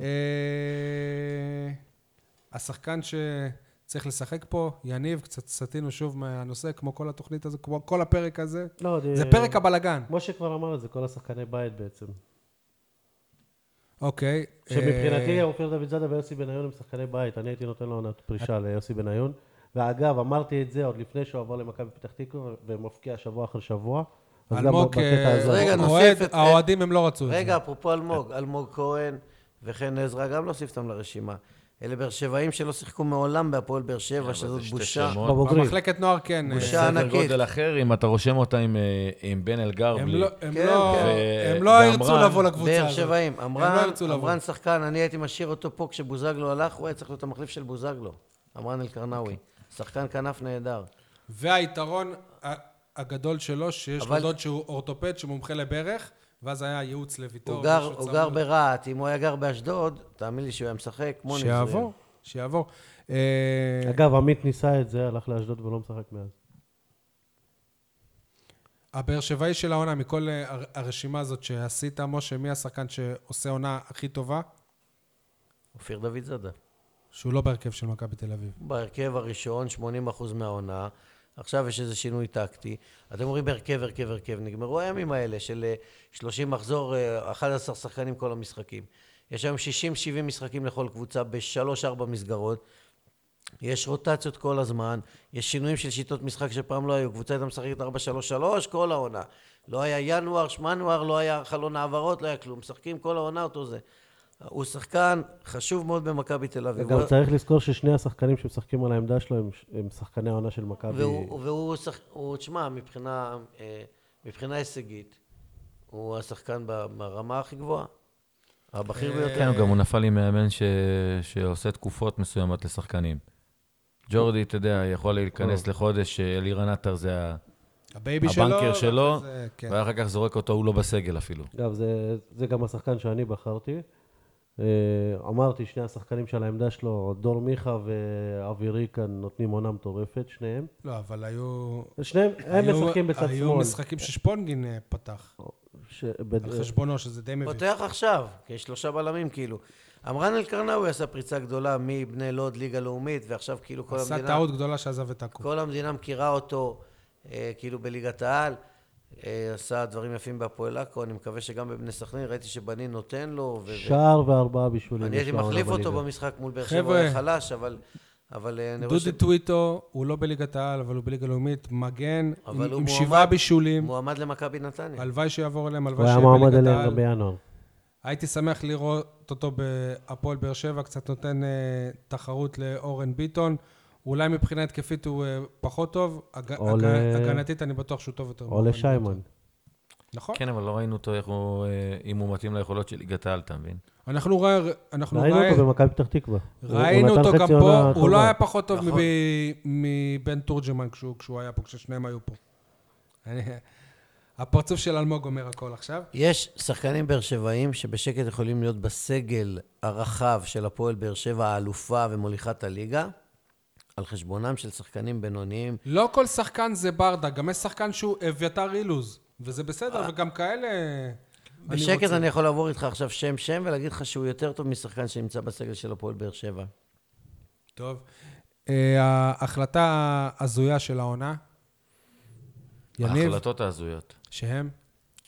A: אה, השחקן שצריך לשחק פה, יניב, קצת סטינו שוב מהנושא, כמו כל התוכנית הזו, כמו כל הפרק הזה.
B: לא,
A: זה פרק הבלגן.
B: משה כבר אמר את זה, כל השחקני בית בעצם.
A: אוקיי. אה,
B: שמבחינתי אופיר דוד זאדה ויוסי בניון הם שחקני בית, אני הייתי נותן לו עונת
A: אה.
B: פרישה ליוסי בניון. ואגב, אמרתי את זה עוד לפני שהוא עבר למכבי פתח תקווה ומפקיע שבוע אחר שבוע. אז גם
A: אלמוג,
B: בקטע
A: אה,
B: הזה.
C: רגע, נוסיף
A: אוהד,
C: את-
A: האוהדים הם לא רצו את זה.
C: רגע, אפרופו אלמוג, אלמוג כהן וחן עזרא, גם להוסיף אותם לרשימה. אלה באר שבעים שלא שיחקו מעולם בהפועל באר שבע, שזאת
D: שתי
C: בושה.
D: שמות.
B: בבוגרים.
A: במחלקת נוער כן. אה,
C: בושה.
D: סדר
C: ענקית.
D: גודל אחר, אם אתה רושם אותה עם, אה, עם בן
A: הם
D: אלגרבלי.
A: לא- הם
C: כן,
A: לא-
D: כן.
A: הם לא
D: ואמרן,
A: ירצו לבוא לקבוצה
C: באר
A: הזאת.
C: שבעים.
A: הם לא
C: אמרן,
A: ירצו לבוא.
C: אמרן שחקן, אני הייתי משאיר אותו פה כשבוזגלו הלך, הוא היה צריך להיות המחליף של בוזגלו. אמרן אלקרנאווי.
A: אוקיי.
C: שחקן כנף נהדר.
A: והיתרון ה- הגדול שלו, שיש לו
C: אבל-
A: דוד שהוא אורתופד, שמומחה לברך, ואז היה ייעוץ לויטור.
C: הוא גר-
A: משהו
C: הוא
A: צמוד.
C: גר ברהט, אם הוא היה גר באשדוד, תאמין לי שהוא היה משחק כמו נבזרים.
A: שיעבור, שיעבור. אה,
B: אגב, עמית ניסה את זה, הלך לאשדוד ולא משחק מאז.
A: הבאר שבעי של העונה, מכל אה, הר- הרשימה הזאת שעשית, משה, מי השחקן שעושה עונה הכי טובה?
C: אופיר דוד זאדה.
A: שהוא לא בהרכב של מכבי תל אביב.
C: בהרכב הראשון, 80% מהעונה, עכשיו יש איזה שינוי טקטי. אתם אומרים הרכב, הרכב, הרכב. נגמרו הימים האלה של אה, 30 מחזור, אה, 11 שחקנים כל המשחקים. יש היום 60-70 משחקים לכל קבוצה בשלוש-ארבע מסגרות. יש רוטציות כל הזמן, יש שינויים של שיטות משחק שפעם לא היו. קבוצה הייתה משחקת 4-3-3 כל העונה. לא היה ינואר, שמנואר, לא היה חלון העברות, לא היה כלום. משחקים כל העונה אותו זה. הוא שחקן חשוב מאוד במכבי תל אביב.
B: גם
C: הוא-
B: צריך לזכור ששני השחקנים שמשחקים על העמדה שלו הם- הם שחקני העונה של מכבי.
C: והוא, והוא שח... הוא, תשמע, מבחינה, אה, מבחינה הישגית, הוא השחקן ב- ברמה הכי גבוהה. הבכיר
D: כן,
C: ביותר.
D: הוא גם הוא נפל עם מאמן ש... שעושה תקופות מסוימות לשחקנים. ג'ורדי, אתה יודע, יכול להיכנס לחודש, אה, אלירן עטר זה ה...
A: הבייבי שלו...
D: הבנקר שלו,
A: זה- כן. נכון.
D: ואחר כך זורק אותו, הוא לא בסגל אפילו.
B: אגב, זה, זה גם השחקן שאני בחרתי. אה, אמרתי, שני השחקנים של העמדה שלו, דור מיכה ואבירי כאן נותנים עונה מטורפת, שניהם.
A: לא, אבל היו...
B: שניהם, הם
A: היו-
B: משחקים בצד
A: היו
B: שמאל.
A: משחקים ששפונגין אה, פתח,
B: ש... בד...
A: על חשבונו, שזה די מביך.
C: אה, פותח עכשיו, כי יש שלושה בלמים כאילו. עמרן אלקרנאווי עשה פריצה גדולה מבני לוד, ליגה לאומית, ועכשיו כאילו כל
A: עשה
C: המדינה...
A: טעות גדולה שעזב את עכו.
C: כל המדינה מכירה אותו אה, כאילו בליגת העל. אה, עשה דברים יפים בהפועל עכו, אני מקווה שגם בבני סכנין, ראיתי שבני נותן לו. ו-
B: אה, שער וארבעה בישולים.
C: אני הייתי
B: יש לעונה
C: מחליף אותו
B: בליגה.
C: במשחק מול באר שבע, הוא
A: חבר'ה.
C: היה חלש, אבל... אבל אה, אני רואה
A: דודי טוויטו, הוא לא בליגת העל, אבל הוא בליגה לאומית, מגן, עם
C: אבל הוא
A: עם
C: מועמד-
A: שבעה בישולים.
C: מועמד למכבי נתניה.
A: הלוואי שיעבור אליהם,
B: הוא
A: הלוואי
B: היה
A: שיהיה
B: מועמד
A: בליגת
B: אליהם גם
A: העל.
B: בינואר.
A: הייתי שמח לראות אותו בהפועל באר שבע, קצת נותן אה, תחרות לאורן ביטון. אולי מבחינה התקפית הוא אה, פחות טוב, הג-
B: או
A: הג-
B: ל-
A: הגנתית אני בטוח שהוא טוב יותר.
B: או
A: מאורן
B: לשיימן.
A: ביטון. נכון.
D: כן, אבל לא ראינו אותו איך הוא, אה, אם הוא מתאים ליכולות של ליגת העל, אתה מבין?
A: אנחנו רא- אנחנו
B: ראינו
A: רא-
B: אותו במכבי פתח תקווה. הוא- הוא
A: ראינו
B: נתן
A: אותו גם
B: חצי עונה
A: פה, הוא
B: טובה.
A: לא היה פחות טוב
C: נכון.
A: מב- מבן תורג'מן כשהוא כשהוא היה פה, כששניהם היו פה. אני- הפרצוף של אלמוג אומר הכל עכשיו.
C: יש שחקנים באר שבעים שבשקט יכולים להיות בסגל הרחב של הפועל באר שבע, האלופה ומוליכת הליגה, על חשבונם של שחקנים בינוניים.
A: לא כל שחקן זה ברדה, גם יש שחקן שהוא אביתר אילוז, וזה בסדר, וגם כאלה... אני
C: בשקט
A: רוצה.
C: אני יכול לעבור איתך עכשיו שם-שם ולהגיד לך שהוא יותר טוב משחקן שנמצא בסגל של הפועל באר שבע.
A: טוב. אה, ההחלטה ההזויה של העונה, יניב,
D: ההחלטות ההזויות.
A: שהם?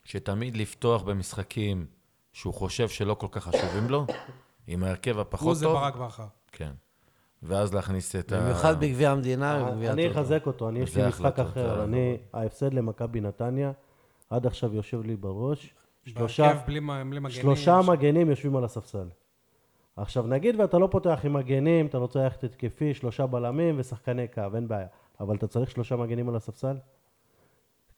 D: שתמיד לפתוח במשחקים שהוא חושב שלא כל כך חשובים לו, עם ההרכב
A: הוא
D: הפחות
A: זה
D: טוב.
A: ברק בכר.
D: כן. ואז להכניס את ה...
C: במיוחד בגביע המדינה ובגביע
B: אני
C: הטוטו.
B: אחזק אותו, אני יש
D: זה
B: לי משחק
D: החלטות,
B: אחר.
D: אה,
B: אני, ההפסד למכבי נתניה, עד עכשיו יושב לי בראש. שלושה,
A: בהרכב, בלי מ- בלי מגנים.
B: שלושה מגנים יושבים על הספסל. עכשיו נגיד ואתה לא פותח עם מגנים, אתה רוצה ללכת התקפי, שלושה בלמים ושחקני קו, אין בעיה. אבל אתה צריך שלושה מגנים על הספסל?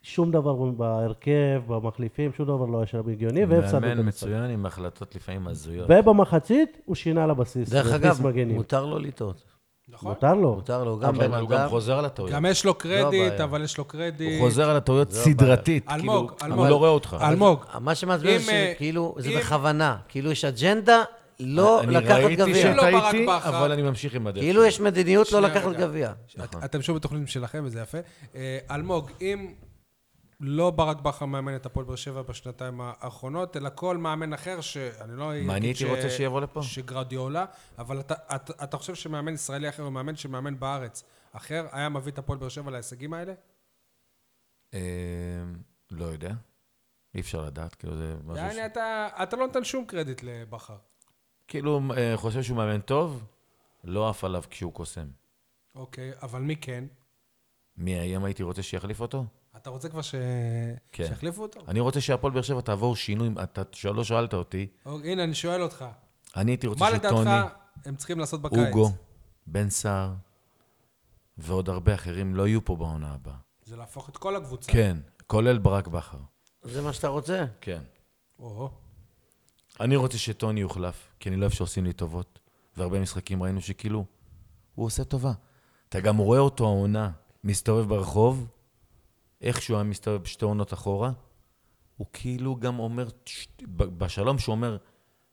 B: שום דבר בהרכב, במחליפים, שום דבר לא ישר הגיוני, והפסדנו את
D: מאמן
B: המשחק.
D: מצוין עם החלטות לפעמים הזויות.
B: ובמחצית הוא שינה לבסיס,
C: דרך
B: הוא
C: אגב,
B: הכניס מגנים.
C: מותר לו לטעות.
A: נכון?
B: מותר לו.
C: מותר לו, גם
D: כן, אבל
C: בן
D: הוא גם
C: אדם.
D: חוזר על הטעויות.
A: גם יש לו קרדיט,
C: הבעיה.
A: אבל יש לו קרדיט.
D: הוא חוזר על הטעויות סדרתית.
A: אלמוג,
D: כאילו,
A: אלמוג.
D: הוא לא רואה אותך.
A: אלמוג,
C: מה שמעצבן
A: אם, אה,
C: זה שכאילו, זה
A: אם-
C: בכוונה. כאילו יש אג'נדה לא
D: אני
C: לקחת
D: ראיתי
C: גביע.
A: אם לא ברק
D: שאתה איתי,
A: בכר-
D: אבל אני ממשיך עם הדרך.
C: כאילו יש מדיניות לא
A: שנייה,
C: לקחת
A: רגע.
C: גביע.
D: נכון.
A: את- אתם שוב בתוכנית שלכם, וזה יפה. אה, אלמוג, אם לא ברק בכר מאמן את הפועל באר שבע בשנתיים האחרונות, אלא כל מאמן אחר, שאני לא... אגיד
D: הייתי
A: ש-
D: רוצה שיבוא לפה?
A: שגרדיולה, אבל אתה- אתה- אתה חושב שמאמן ישראלי אחר ומאמן שמאמן בארץ אחר, היה מביא את הפועל באר שבע להישגים האלה?
D: אה, לא יודע. אי אפשר לדעת, כאילו זה משהו ש...
A: יעני, אתה אתה לא נותן שום קרדיט לבכר.
D: כאילו, אה, חושב שהוא מאמן טוב, לא עף עליו כשהוא קוסם.
A: אוקיי, אבל מי כן?
D: מי האם הייתי רוצה שיחליף אותו?
A: אתה רוצה כבר ש...
D: כן.
A: שיחליפו אותו?
D: אני רוצה שהפועל באר שבע תעבור שינוי, אתה שלא שאלת אותי.
A: או, אוקיי, הנה, אני שואל אותך.
D: אני הייתי רוצה
A: מה לדעתך
D: שטוני,
A: הם צריכים לעשות בקיץ?
D: אוגו, בן סער, ועוד הרבה אחרים לא יהיו פה בעונה הבאה.
A: זה להפוך את כל הקבוצה.
D: כן, כולל ברק בכר.
C: זה מה שאתה רוצה?
D: כן.
A: או-הו.
D: אני רוצה שטוני יוחלף, כי אני לא אוהב שעושים לי טובות. והרבה משחקים ראינו שכאילו, הוא עושה טובה. אתה גם רואה אותו העונה, מסתובב ברחוב, איך שהוא היה מסתובב שתי עונות אחורה, הוא כאילו גם אומר, ש- ב- בשלום שהוא אומר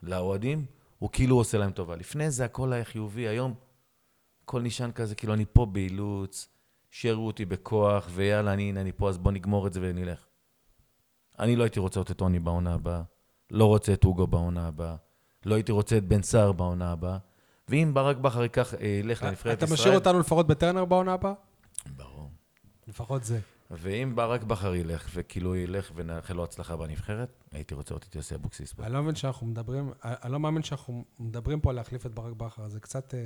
D: לאוהדים, הוא כאילו עושה להם טובה. לפני זה הכל היה חיובי, היום הכל נשען כזה, כאילו אני פה באילוץ, שירו אותי בכוח, ויאללה, אני, הנה, אני פה, אז בוא נגמור את זה ונלך. אני לא הייתי רוצה את טוני בעונה הבאה, לא רוצה את אוגו בעונה הבאה, לא הייתי רוצה את בן סער בעונה הבאה, ואם ברק בכר ייקח, אה, ילך לנבחרת ישראל...
A: אתה משאיר אותנו לפחות בטרנר בעונה הבאה?
D: ברור.
A: לפחות זה.
D: ואם ברק בכר ילך, וכאילו ילך ונאחל לו הצלחה בנבחרת, הייתי רוצה לראות את יוסי אבוקסיס. פה.
A: אני לא מבין שאנחנו מדברים, אני לא מאמין שאנחנו מדברים פה על להחליף את ברק בכר, זה קצת... אה,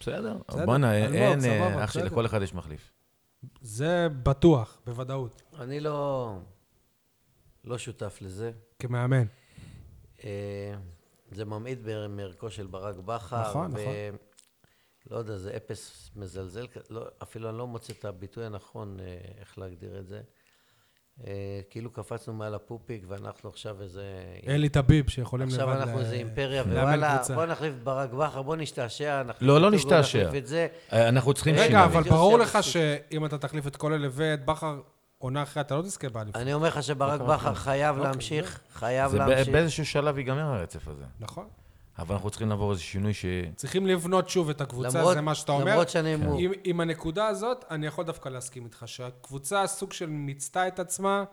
D: בסדר.
A: בסדר,
D: בואנה,
A: אלמוג,
D: אין, אה,
A: סבבה,
D: אח שלי,
A: בסדר.
D: לכל אחד יש מחליף.
A: זה בטוח, בוודאות,
C: אני לא... לא שותף לזה.
A: כמאמן.
C: אה, זה ממעיט בער- מערכו של ברק בכר.
A: נכון,
C: ו-
A: נכון.
C: לא יודע, זה אפס מזלזל, כ- לא, אפילו אני לא מוצא את הביטוי הנכון אה, איך להגדיר את זה. אה, כאילו קפצנו מעל הפופיק, ואנחנו עכשיו איזה...
A: אלי טביב, שיכולים לבד...
C: עכשיו אנחנו
A: ל-
C: איזה אימפריה,
A: לאמן
C: ווואלה,
A: קבוצה.
C: בוא נחליף ברק בכר, בוא נשתעשע, אנחנו
D: לא, לא
C: נחליף אותו,
D: נשתעשע.
C: נחליף את זה.
D: אה, אנחנו צריכים
C: רגע,
A: רגע,
D: שינוי.
A: אבל
C: יוסי
A: ברור
C: אבוקסיס.
A: לך שאם אתה תחליף את כל אלה ואת בכר, עונה אחרי אתה לא תזכה באליפות.
C: אני אומר לך שברק בכר חייב להמשיך, חייב
D: אוקיי, זה בא-
C: להמשיך.
D: באיזשהו שלב ייגמר הרצף הזה.
C: אה.
A: נכון.
D: אבל אנחנו צריכים לעבור איזה שינוי ש...
A: צריכים לבנות שוב את הקבוצה,
C: למרות-
A: זה מה שאתה אומר.
C: למרות
D: כן.
C: שאני מור.
A: עם, עם הנקודה הזאת, אני יכול דווקא להסכים איתך, שהקבוצה סוג של מיצתה את עצמה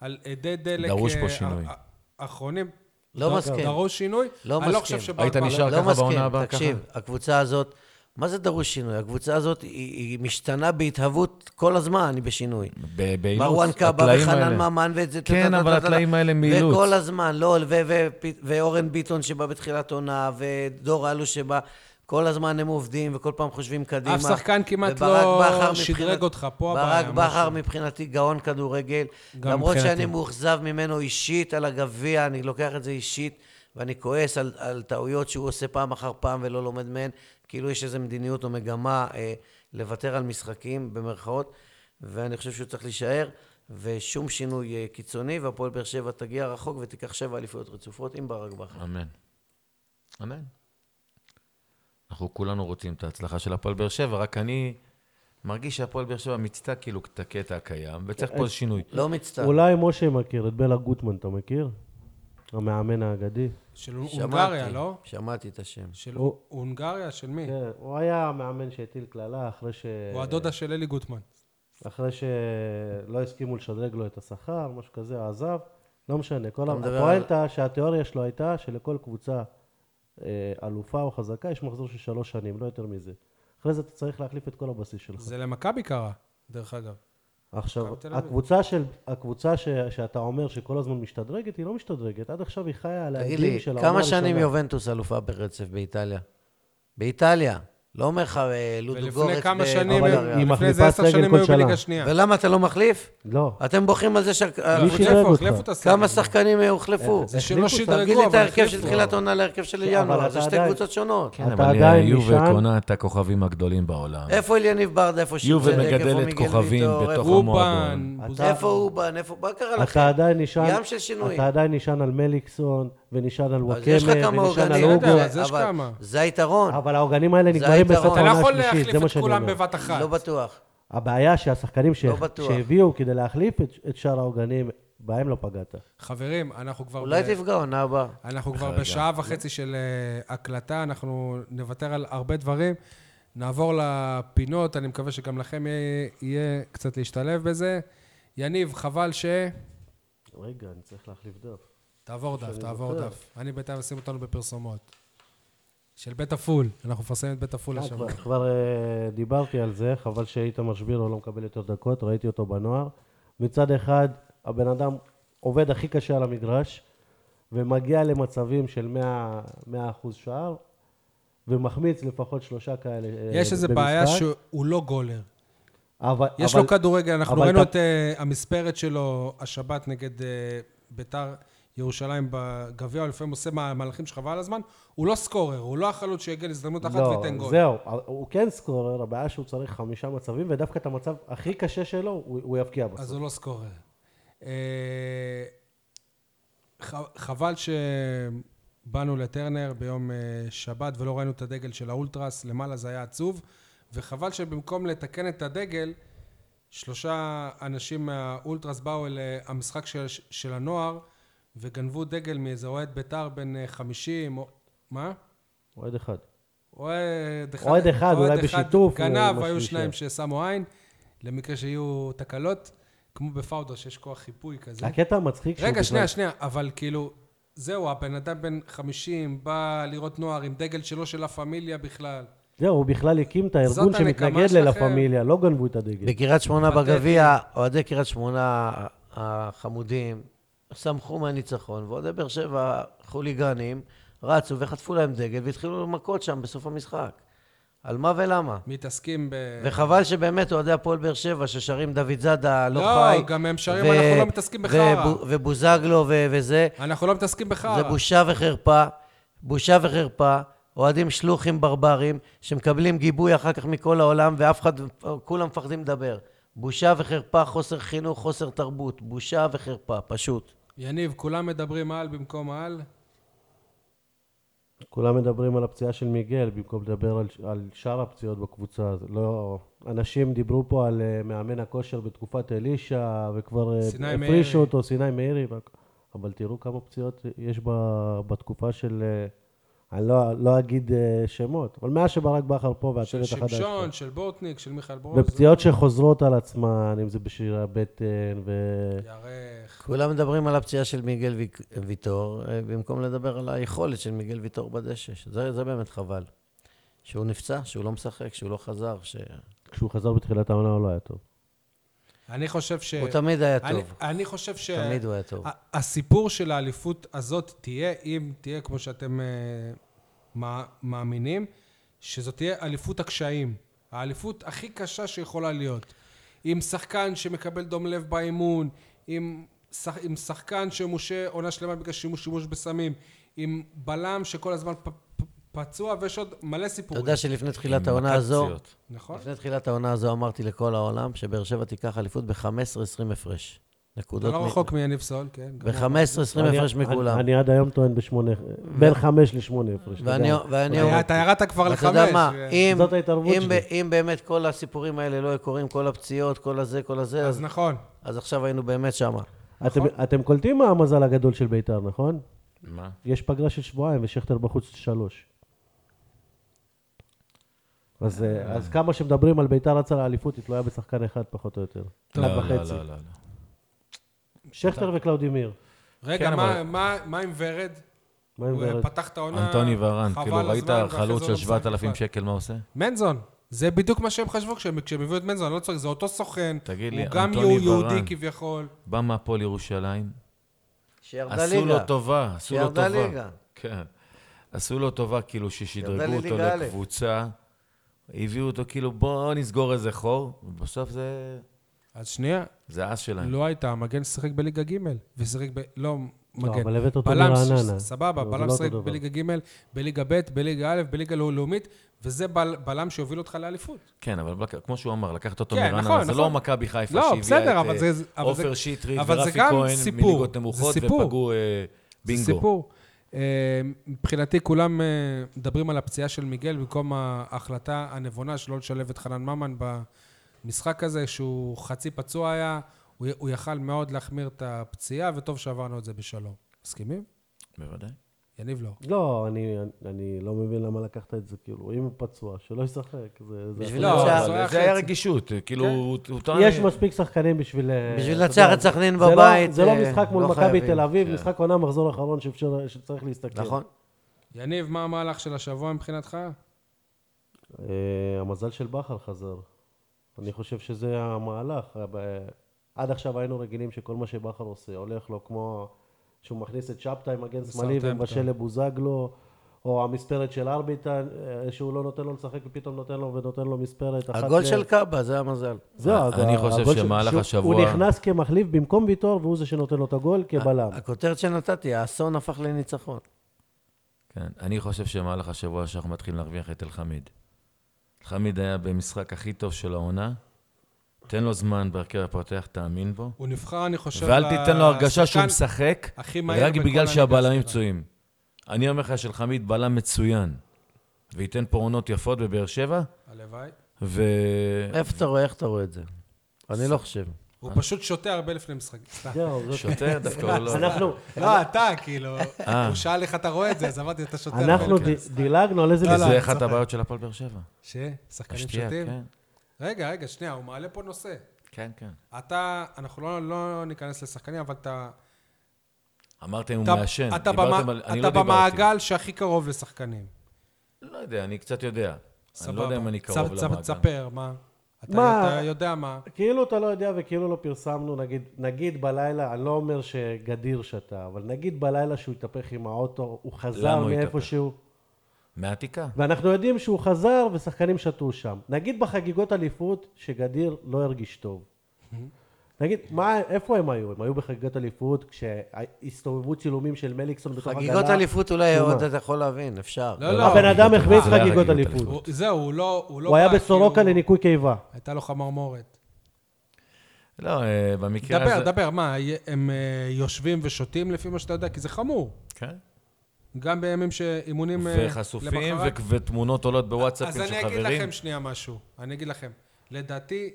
A: על אדי דלק...
D: דרוש פה
A: אה,
D: שינוי.
A: אה, אה, אחרונים.
C: לא
A: ד-
C: מסכים.
A: דרוש שינוי.
C: לא
A: אני
C: מסכים.
A: לא חושב שברק
D: היית
A: בכר-
D: נשאר
A: לא-
C: לא
D: ככה
C: מסכים,
D: בעונה הבאה,
C: תקשיב, הקבוצה הזאת, מה זה דרוש שינוי? הקבוצה הזאת היא, היא משתנה בהתהוות כל הזמן, היא בשינוי.
D: ב- באילוץ.
C: מרואן קאבה
D: הטלאים
C: וחנן
D: האלה.
C: ממן ואת זה...
D: כן,
C: טה- טה-
D: אבל
C: טה- טה-
D: הטלאים
C: טה-
D: האלה מאילוץ.
C: וכל הזמן, לא, ו- ו- ופ- ואורן ביטון שבא בתחילת עונה, ודור אלו שבא, כל הזמן הם עובדים וכל פעם חושבים קדימה.
A: אף שחקן כמעט
C: וברק
A: לא
C: בכר
A: שדרג
C: מבחינת-
A: אותך, פה
C: ברק
A: הבעיה,
C: בכר
A: משהו.
C: מבחינתי גאון כדורגל.
A: גם
C: למרות
A: מבחינתי.
C: שאני מאוכזב ממנו אישית על הגביע, אני לוקח את זה אישית, ואני כועס על, על טעויות שהוא עושה פעם אחר פעם ולא לומד מהן, כאילו יש איזו מדיניות או מגמה אה, לוותר על משחקים, במרכאות, ואני חושב שהוא צריך להישאר, ושום שינוי אה, קיצוני, והפועל באר שבע תגיע רחוק ותיקח שבע אליפויות רצופות עם ברק בכר.
D: אמן. אמן. אנחנו כולנו רוצים את ההצלחה של הפועל באר שבע, רק אני מרגיש שהפועל באר שבע מיצתה כאילו את הקטע הקיים, וצריך
A: אה,
D: פה איזה שינוי.
C: לא מצטער.
B: אולי משה מכיר, את בלה גוטמן אתה מכיר? המאמן האגדי.
A: של הונגריה, לא?
C: שמעתי את השם.
A: של
B: הוא-
A: הונגריה? של מי?
B: כן, הוא היה המאמן שהטיל קללה אחרי ש...
A: הוא הדודה של אלי גוטמן.
B: אחרי שלא הסכימו לשדרג לו את השכר, משהו כזה, עזב. לא משנה, כל
C: אתה מדבר על-
B: הפואנטה שהתיאוריה שלו הייתה שלכל קבוצה אה, אלופה או חזקה יש מחזור של שלוש שנים, לא יותר מזה. אחרי זה אתה צריך להחליף את כל הבסיס שלך.
A: זה למכבי קרה, דרך אגב.
B: עכשיו,
A: מכבי תל אביב.
B: הקבוצה, של, הקבוצה ש, שאתה אומר שכל הזמן משתדרגת, היא לא משתדרגת. עד עכשיו היא חיה על
C: תגיד
B: העדים
C: לי,
B: של העונה
C: כמה שנים
B: הראשונה.
C: יובנטוס אלופה ברצף באיטליה? באיטליה. לא אומר לך אה, לודוגורץ
A: ולפני כמה שנים,
B: אבל
A: הם-
B: היא
A: לפני
B: מחליפה
A: איזה עשר
B: סגל
A: שנים
B: כל
A: היו
B: שנה.
A: בליגה שנייה. לא,
C: ולמה אתה לא מחליף?
B: לא.
C: אתם בוכים על זה שהקבוצה
B: מי
A: החליפו,
B: שדרג אותך?
A: החליפו את הסגל.
C: כמה שחקנים אה, הוחלפו?
A: זה שלא
B: החליפו,
A: שדרגו, אבל
C: תגיד לי את ההרכב של
A: החליפו.
C: תחילת עונה להרכב של
B: אבל
C: ינואר,
B: אתה
C: זה שתי
B: עדיין-
C: קבוצות שונות.
D: כן,
B: אתה
D: אבל
B: עדיין
D: יובה
B: נשען-
D: קונה את הכוכבים הגדולים בעולם.
C: איפה אליניב ברדה, איפה שיר
D: יובל
C: צדק, איפה
D: מגדלת
C: מיגל
D: כוכבים
C: ויטור,
D: בתוך
C: איפה-
D: המועדון.
A: אובן,
B: אתה-
A: בוזגלו.
C: איפה אובן, איפה... מה קרה לכם?
B: אתה עדיין נשען,
C: ים של שינויים.
B: אתה עדיין נשען על מליקסון, ונשען על
C: אז יש לך
B: וואקמה,
C: כמה
B: ונשען על
C: עוגנים,
B: אוגו.
A: בסדר, אז יש
C: אבל
A: כמה.
C: זה היתרון,
B: אבל העוגנים האלה
C: זה
B: נגמרים בסוף
C: היתרון.
A: אתה לא
B: העונה
A: יכול
B: השלישית, זה
A: להחליף
B: מה
A: את
B: שאני
A: כולם
B: אומר.
A: בבת אחת.
C: לא בטוח.
B: הבעיה שהשחקנים ש...
C: לא בטוח.
B: שהביאו כדי להחליף את, את שאר העוגנים, בהם לא פגעת.
A: חברים, אנחנו כבר...
C: אולי
A: ב-
C: תפגע עונה הבאה.
A: אנחנו כבר בשעה וחצי של אה, הקלטה, אנחנו נוותר על הרבה דברים. נעבור לפינות, אני מקווה שגם לכם יהיה- יהיה קצת להשתלב בזה. יניב, חבל ש...
B: רגע, אני צריך להחליף דף.
A: תעבור דף, תעבור דף. אני בינתיים אשים אותנו בפרסומות. של בית עפול, אנחנו מפרסמים את בית עפול השבוע.
B: אה, כבר, כבר אה, דיברתי על זה, חבל שאיתמר שבירו לא מקבל יותר דקות, ראיתי אותו בנוער. מצד אחד, הבן אדם עובד הכי קשה על המגרש, ומגיע למצבים של 100, 100 אחוז שער, ומחמיץ לפחות שלושה כאלה אה,
A: יש איזו
B: במשחק.
A: בעיה שהוא לא גולר.
B: אבל,
A: יש
B: אבל,
A: לו כדורגל, אנחנו
B: אבל
A: ראינו
B: אתה-
A: את אה, המספרת שלו השבת נגד אה, ביתר ירושלים בגביע, הוא לפעמים עושה מה- מהלכים שחבל על הזמן. הוא לא סקורר, הוא לא החלוץ שיגיע להזדמנות אחת
B: לא,
A: וייתן גול.
B: זהו, הוא כן סקורר, הבעיה שהוא צריך חמישה מצבים, ודווקא את המצב הכי קשה שלו, הוא, הוא יבקיע בסוף.
A: אז הוא לא סקורר. אה, ח- חבל שבאנו לטרנר ביום אה, שבת ולא ראינו את הדגל של האולטרס, למעלה זה היה עצוב, וחבל שבמקום לתקן את הדגל, שלושה אנשים מהאולטרס באו אל אה, המשחק של, של הנוער וגנבו דגל מאיזה אוהד בית"ר בן אה, 50, או... מה?
B: אוהד אחד.
A: אוהד אחד,
B: אוהד אחד, אולי בשיתוף, אה,
A: גנב,
B: משהו
A: היו
B: אישי.
A: שניים ששמו עין, למקרה שיהיו תקלות, כמו בפאודה שיש כוח חיפוי כזה.
B: הקטע המצחיק אה, כן, שהוא
A: רגע,
B: בכלל-
A: שנייה, שנייה, אבל כאילו, זהו, הבן אדם בן 50, בא לראות נוער עם דגל שלו של לה פמיליה בכלל.
B: זהו, הוא בכלל הקים את הארגון
A: זאת הנקמה
B: שמתנגד ללה
A: שלכם?
B: פמיליה, לא גנבו את הדגל.
C: בקריית שמונה
A: פתטי.
C: בגביע, אוהדי קריית שמונה החמודים שמחו מהניצחון, ואוהדי באר שבע חוליגנים רצו וחטפו להם דגל והתחילו מכות שם בסוף המשחק. על מה ולמה?
A: אה. מתעסקים ב...
C: וחבל שבאמת אוהדי הפועל באר שבע ששרים דוד זאדה לא
A: לא,
C: חי.
A: גם הם שרים, "אנחנו לא מתעסקים בחרא".
C: ובו- ובוזגלו ו- וזה.
A: אנחנו לא מתעסקים בחרא.
C: זה בושה וחרפה, בושה וחרפה. אוהדים שלוחים ברברים, שמקבלים גיבוי אחר כך מכל העולם, ואף אחד, כולם מפחדים לדבר. בושה וחרפה, חוסר חינוך, חוסר תרבות. בושה וחרפה, פשוט.
A: יניב, כולם מדברים על במקום על?
B: כולם מדברים על הפציעה של מיגל במקום לדבר על, על שאר הפציעות בקבוצה. זה לא... אנשים דיברו פה על אה, מאמן הכושר בתקופת אלישע, וכבר אה,
A: סיני מאירי.
B: הפרישו אותו, סיני מאירי. והכ- אבל תראו כמה פציעות יש ב, בתקופה של... אה, אני לא, לא אגיד אה, שמות, אבל מאז שברק בכר פה
A: של
B: והצוות החדש. פה.
A: שמשון, של בורטניק, של מיכאל ברוז.
B: ופציעות שחוזרות על עצמן, אם זה בשירי הבטן, ו...
A: ירך.
C: כולם מדברים על הפציעה של מיגל ויק- ויטור, אה, במקום לדבר על היכולת של מיגל ויטור בדשא. שזה, זה באמת חבל. שהוא נפצע, שהוא לא משחק, שהוא לא חזר, ש...
B: כשהוא חזר בתחילת העונה הוא לא היה טוב.
A: אני חושב ש...
C: הוא תמיד היה
A: כן. אני- כן. אה,
C: טוב.
A: אני חושב ש...
C: תמיד הוא היה טוב.
A: ה- הסיפור של האליפות הזאת תהיה, אם תהיה כמו שאתם אה, מא- מאמינים, שזאת תהיה אליפות הקשיים. האליפות הכי קשה שיכולה להיות. עם שחקן שמקבל דום לב באימון, עם, שח, עם שחקן שמושה עונה שלמה בגלל שימוש, שימוש בסמים, עם בלם שכל הזמן פ, פ, פצוע, ויש עוד מלא
C: אתה
A: סיפורים.
C: יודע שלפני תחילת
D: עם
C: העונה
D: מכת
C: הזו,
D: פציעות.
A: נכון?
C: לפני תחילת העונה הזו אמרתי לכל העולם שבאר שבע תיקח אליפות ב-15-20 הפרש.
A: אתה
C: נקודות...
A: לא רחוק מיניב סול, כן. גם הוא אמר.
C: ב-15-20
B: אני-
C: הפרש מכולם.
B: אני, אני עד היום טוען בשמונה, בין חמש לשמונה הפרש. אתה
C: ואני-
B: יודע.
C: ואני
A: אתה-
C: אומר-
A: אתה ירדת כבר לחמש.
C: אתה יודע מה,
A: אה,
C: אם,
B: זאת ההתערבות
C: אם,
B: שלי.
C: ב- אם באמת כל הסיפורים האלה לא היו קורים, כל הפציעות, כל הזה, כל הזה,
A: אז
C: אז,
A: נכון.
C: אז עכשיו היינו באמת שמה.
D: נכון.
B: אתם, אתם קולטים מה המזל הגדול של בית"ר, נכון?
D: מה?
B: יש פגרה של שבועיים ושכטר בחוץ שלוש. אז, אה, אז כמה שמדברים על בית"ר רצה לאליפות, היא תלויה בשחקן אחד פחות או יותר.
D: לא,
B: אחד
D: לא,
B: וחצי.
D: לא, לא, לא.
B: שכטר וקלאודימיר.
A: רגע,
D: כן,
A: מה-
D: אבל-
A: מה מה עם ורד?
B: מה עם
A: הוא
B: ורד?
A: פתח את העונה,
D: אנטוני ורן,
A: חבל
D: כאילו
A: הזמן,
D: ראית
A: ואחרי
D: חלוץ
A: זה
D: של
A: לא משחק
D: 7,0ם
A: בכלל.
D: שקל, מה עושה?
A: מנזון, זה בדיוק מה שהם חשבו כשהם כשהם הביאו את מנזון, אני לא צוחק, זה אותו סוכן,
D: תגיד
A: הוא
D: לי,
A: גם
D: אנטוני
A: יהוא- יהודי
D: ורן.
A: כביכול.
D: בא מהפועל ירושלים,
C: שירדה ליגה.
D: עשו לא לו טובה, עשו לו
C: שירדה
D: טובה.
C: ליגה.
D: כן. עשו לו טובה, כאילו, ששדרגו
C: ירדה
D: אותו
C: לליגה א'.
D: לקבוצה, הביאו אותו, כאילו, בואו נסגור איזה חור, ובסוף זה...
A: אז שנייה,
D: זה האס שלהם.
A: לא הייתה, מגן שיחק בליגה ג' ושיחק ב... לא, מגן.
B: אבל הבאת אותו
A: בלם ש-
B: מרעננה.
A: סבבה,
B: לא, זה
A: בלם
B: לא
A: שיחק
B: אותו דבר.
A: בליגה ג', בליגה ב', בליגה א', בליגה לאו- לאומית, וזה בל- בלם שיוביל אותך לאליפות.
D: כן, אבל בק- כמו שהוא אמר, לקחת אותו
A: כן, נכון,
D: מרעננה, זה
A: נכון.
D: לא מכבי חיפה
A: לא, בסדר,
D: שהביאה
A: אבל
D: את
A: זה-
D: אה,
A: אבל זה-
D: עופר שטרית
A: אבל זה
D: ורפי
A: גם
D: כהן
A: סיפור.
D: מליגות
A: זה
D: נמוכות,
A: סיפור.
D: ופגעו אה,
A: זה
D: בינגו.
A: סיפור. אה, מבחינתי כולם אה, מדברים על הפציעה של מיגל במקום ההחלטה הנבונה שלא לשלב את חנן ממן במשחק הזה, שהוא חצי פצוע היה, הוא, י- הוא יכל מאוד להחמיר את הפציעה, וטוב שעברנו את זה בשלום. מסכימים?
D: בוודאי.
A: יניב לא.
B: לא, אני, אני לא מבין למה לקחת את זה, כאילו, אם הוא פצוע, שלא ישחק. זה, זה
C: בשביל
D: לא,
C: לא,
D: אבל
C: זה
A: היה
D: זה היה
A: חצי.
D: רגישות, אה, כאילו, הוא הוא טען...
B: יש מספיק שחקנים בשביל... אה,
C: בשביל
B: אתה
C: לנצח
B: יודע,
C: את סכנין
B: זה לא-
C: בבית,
B: זה לא
C: אה,
B: משחק מול
C: לא
B: מכבי
C: חייבים.
B: תל אביב, משחק עונה מחזור אחרון שאפשר- שצריך להסתכל.
C: נכון?
A: יניב, מה המהלך של השבוע מבחינתך?
B: אה, המזל של בכר חזר. אני חושב שזה המהלך. אה, ב- עד עכשיו היינו רגילים שכל מה שבכר עושה הולך לו כמו שהוא מכניס את שבתא עם מגן שמאלי
A: סאוטהמפטון.
B: ומבשל לבוזגלו, או המספרת של ארביטן, אה, שהוא לא נותן לו לשחק ופתאום נותן לו ונותן לו מספרת. אחת
C: הגול
B: ל-
C: של קאבה, זה המזל.
B: זהו, אז
D: אני
B: ה-
D: חושב
B: הגול של-
D: שמהלך
B: שהוא-
D: השבוע-
B: הוא נכנס כמחליף במקום ויטור, והוא זה שנותן לו את הגול כבלם.
C: הכותרת שנתתי, האסון הפך לניצחון.
D: כן, אני חושב שמהלך השבוע שאנחנו מתחילים להרוויח את אלחמיד. אלחמיד היה במשחק הכי טוב של העונה, תן לו זמן בהרכב הפותח, תאמין בו,
A: הוא נבחר, אני חושב...
D: ואל תיתן לו הרגשה שהוא
A: לשחקן
D: משחק,
A: הכי מהיר
D: רק
A: בכל
D: בגלל
A: הליגה
D: שהבלמים
A: הסדירה.
D: פצועים. אני אומר לך שאלחמיד בלם מצוין, וייתן פה עונות יפות בבאר שבע,
A: הלוואי.
D: ו...
C: איפה אתה רואה, איך אתה רואה את זה? אני לא חושב.
A: הוא פשוט שותה הרבה לפני משחק. סתם.
B: זהו, זאת-
D: שוטר דווקא הוא לא...
B: אנחנו...
A: לא, אתה, כאילו,
D: אה.
A: הוא שאל איך אתה רואה את זה, אז אמרתי, אתה שותה הרבה.
B: אנחנו
A: לפני
B: ד-
A: המשחק."
B: דילגנו על איזה...
A: לא,
B: משחק.
A: אני
D: זה אחת
A: צוחק.
D: הבעיות של הפועל באר שבע.
A: ששחקנים
D: השתייה,
A: שותים?
D: כן.
A: רגע, רגע, שנייה, הוא מעלה פה נושא.
D: כן, כן.
A: אתה, אנחנו לא, לא ניכנס לשחקנים, אבל אתה...
D: אמרתם הוא
A: אתה-
D: מעשן,
A: אתה,
D: דיברתם
A: במה-
D: על... אני
A: אתה
D: לא דיברתי.
A: במעגל שהכי קרוב לשחקנים.
D: לא יודע, אני קצת יודע.
A: סבבה.
D: אני לא יודע אם אני קרוב
A: צ- צ-
D: למעגל.
A: תספר, מה? אתה,
B: מה?
A: אתה יודע מה.
B: כאילו אתה לא יודע וכאילו לא פרסמנו, נגיד, נגיד בלילה, אני לא אומר שגדיר שתה, אבל נגיד בלילה שהוא התהפך עם האוטו, הוא
D: למה
B: חזר
D: הוא
B: מאיפה שהוא,
D: מהעתיקה.
B: ואנחנו יודעים שהוא חזר ושחקנים שתו שם. נגיד בחגיגות אליפות, שגדיר לא הרגיש טוב. נגיד, מה, איפה הם היו? הם היו בחגיגות אליפות כשהסתובבו צילומים של מליקסון בתוך הגלה.
C: חגיגות אליפות אולי
B: שומה.
C: עוד אתה יכול להבין, אפשר.
A: לא, לא.
B: הבן אדם החמיץ
D: זה לא היה
B: חגיגות
D: חגיגות
B: אליפות.
A: הוא- זהו, הוא לא... לא
B: הוא היה
A: בא,
B: בסורוקה
A: כאילו,
B: לניקוי קיבה.
A: הייתה לו חמרמורת.
D: לא, אה, במקרה
A: דבר,
D: הזה...
A: דבר, מה, י- הם אה, יושבים ושותים לפי מה שאתה יודע? כי זה חמור.
D: כן.
A: גם בימים שאימונים אה,
D: וחשופים ו- ותמונות עולות בוואטסאפים
A: אז
D: של
A: אני אגיד
D: חברים.
A: לכם שנייה משהו. אני אגיד לכם. לדעתי,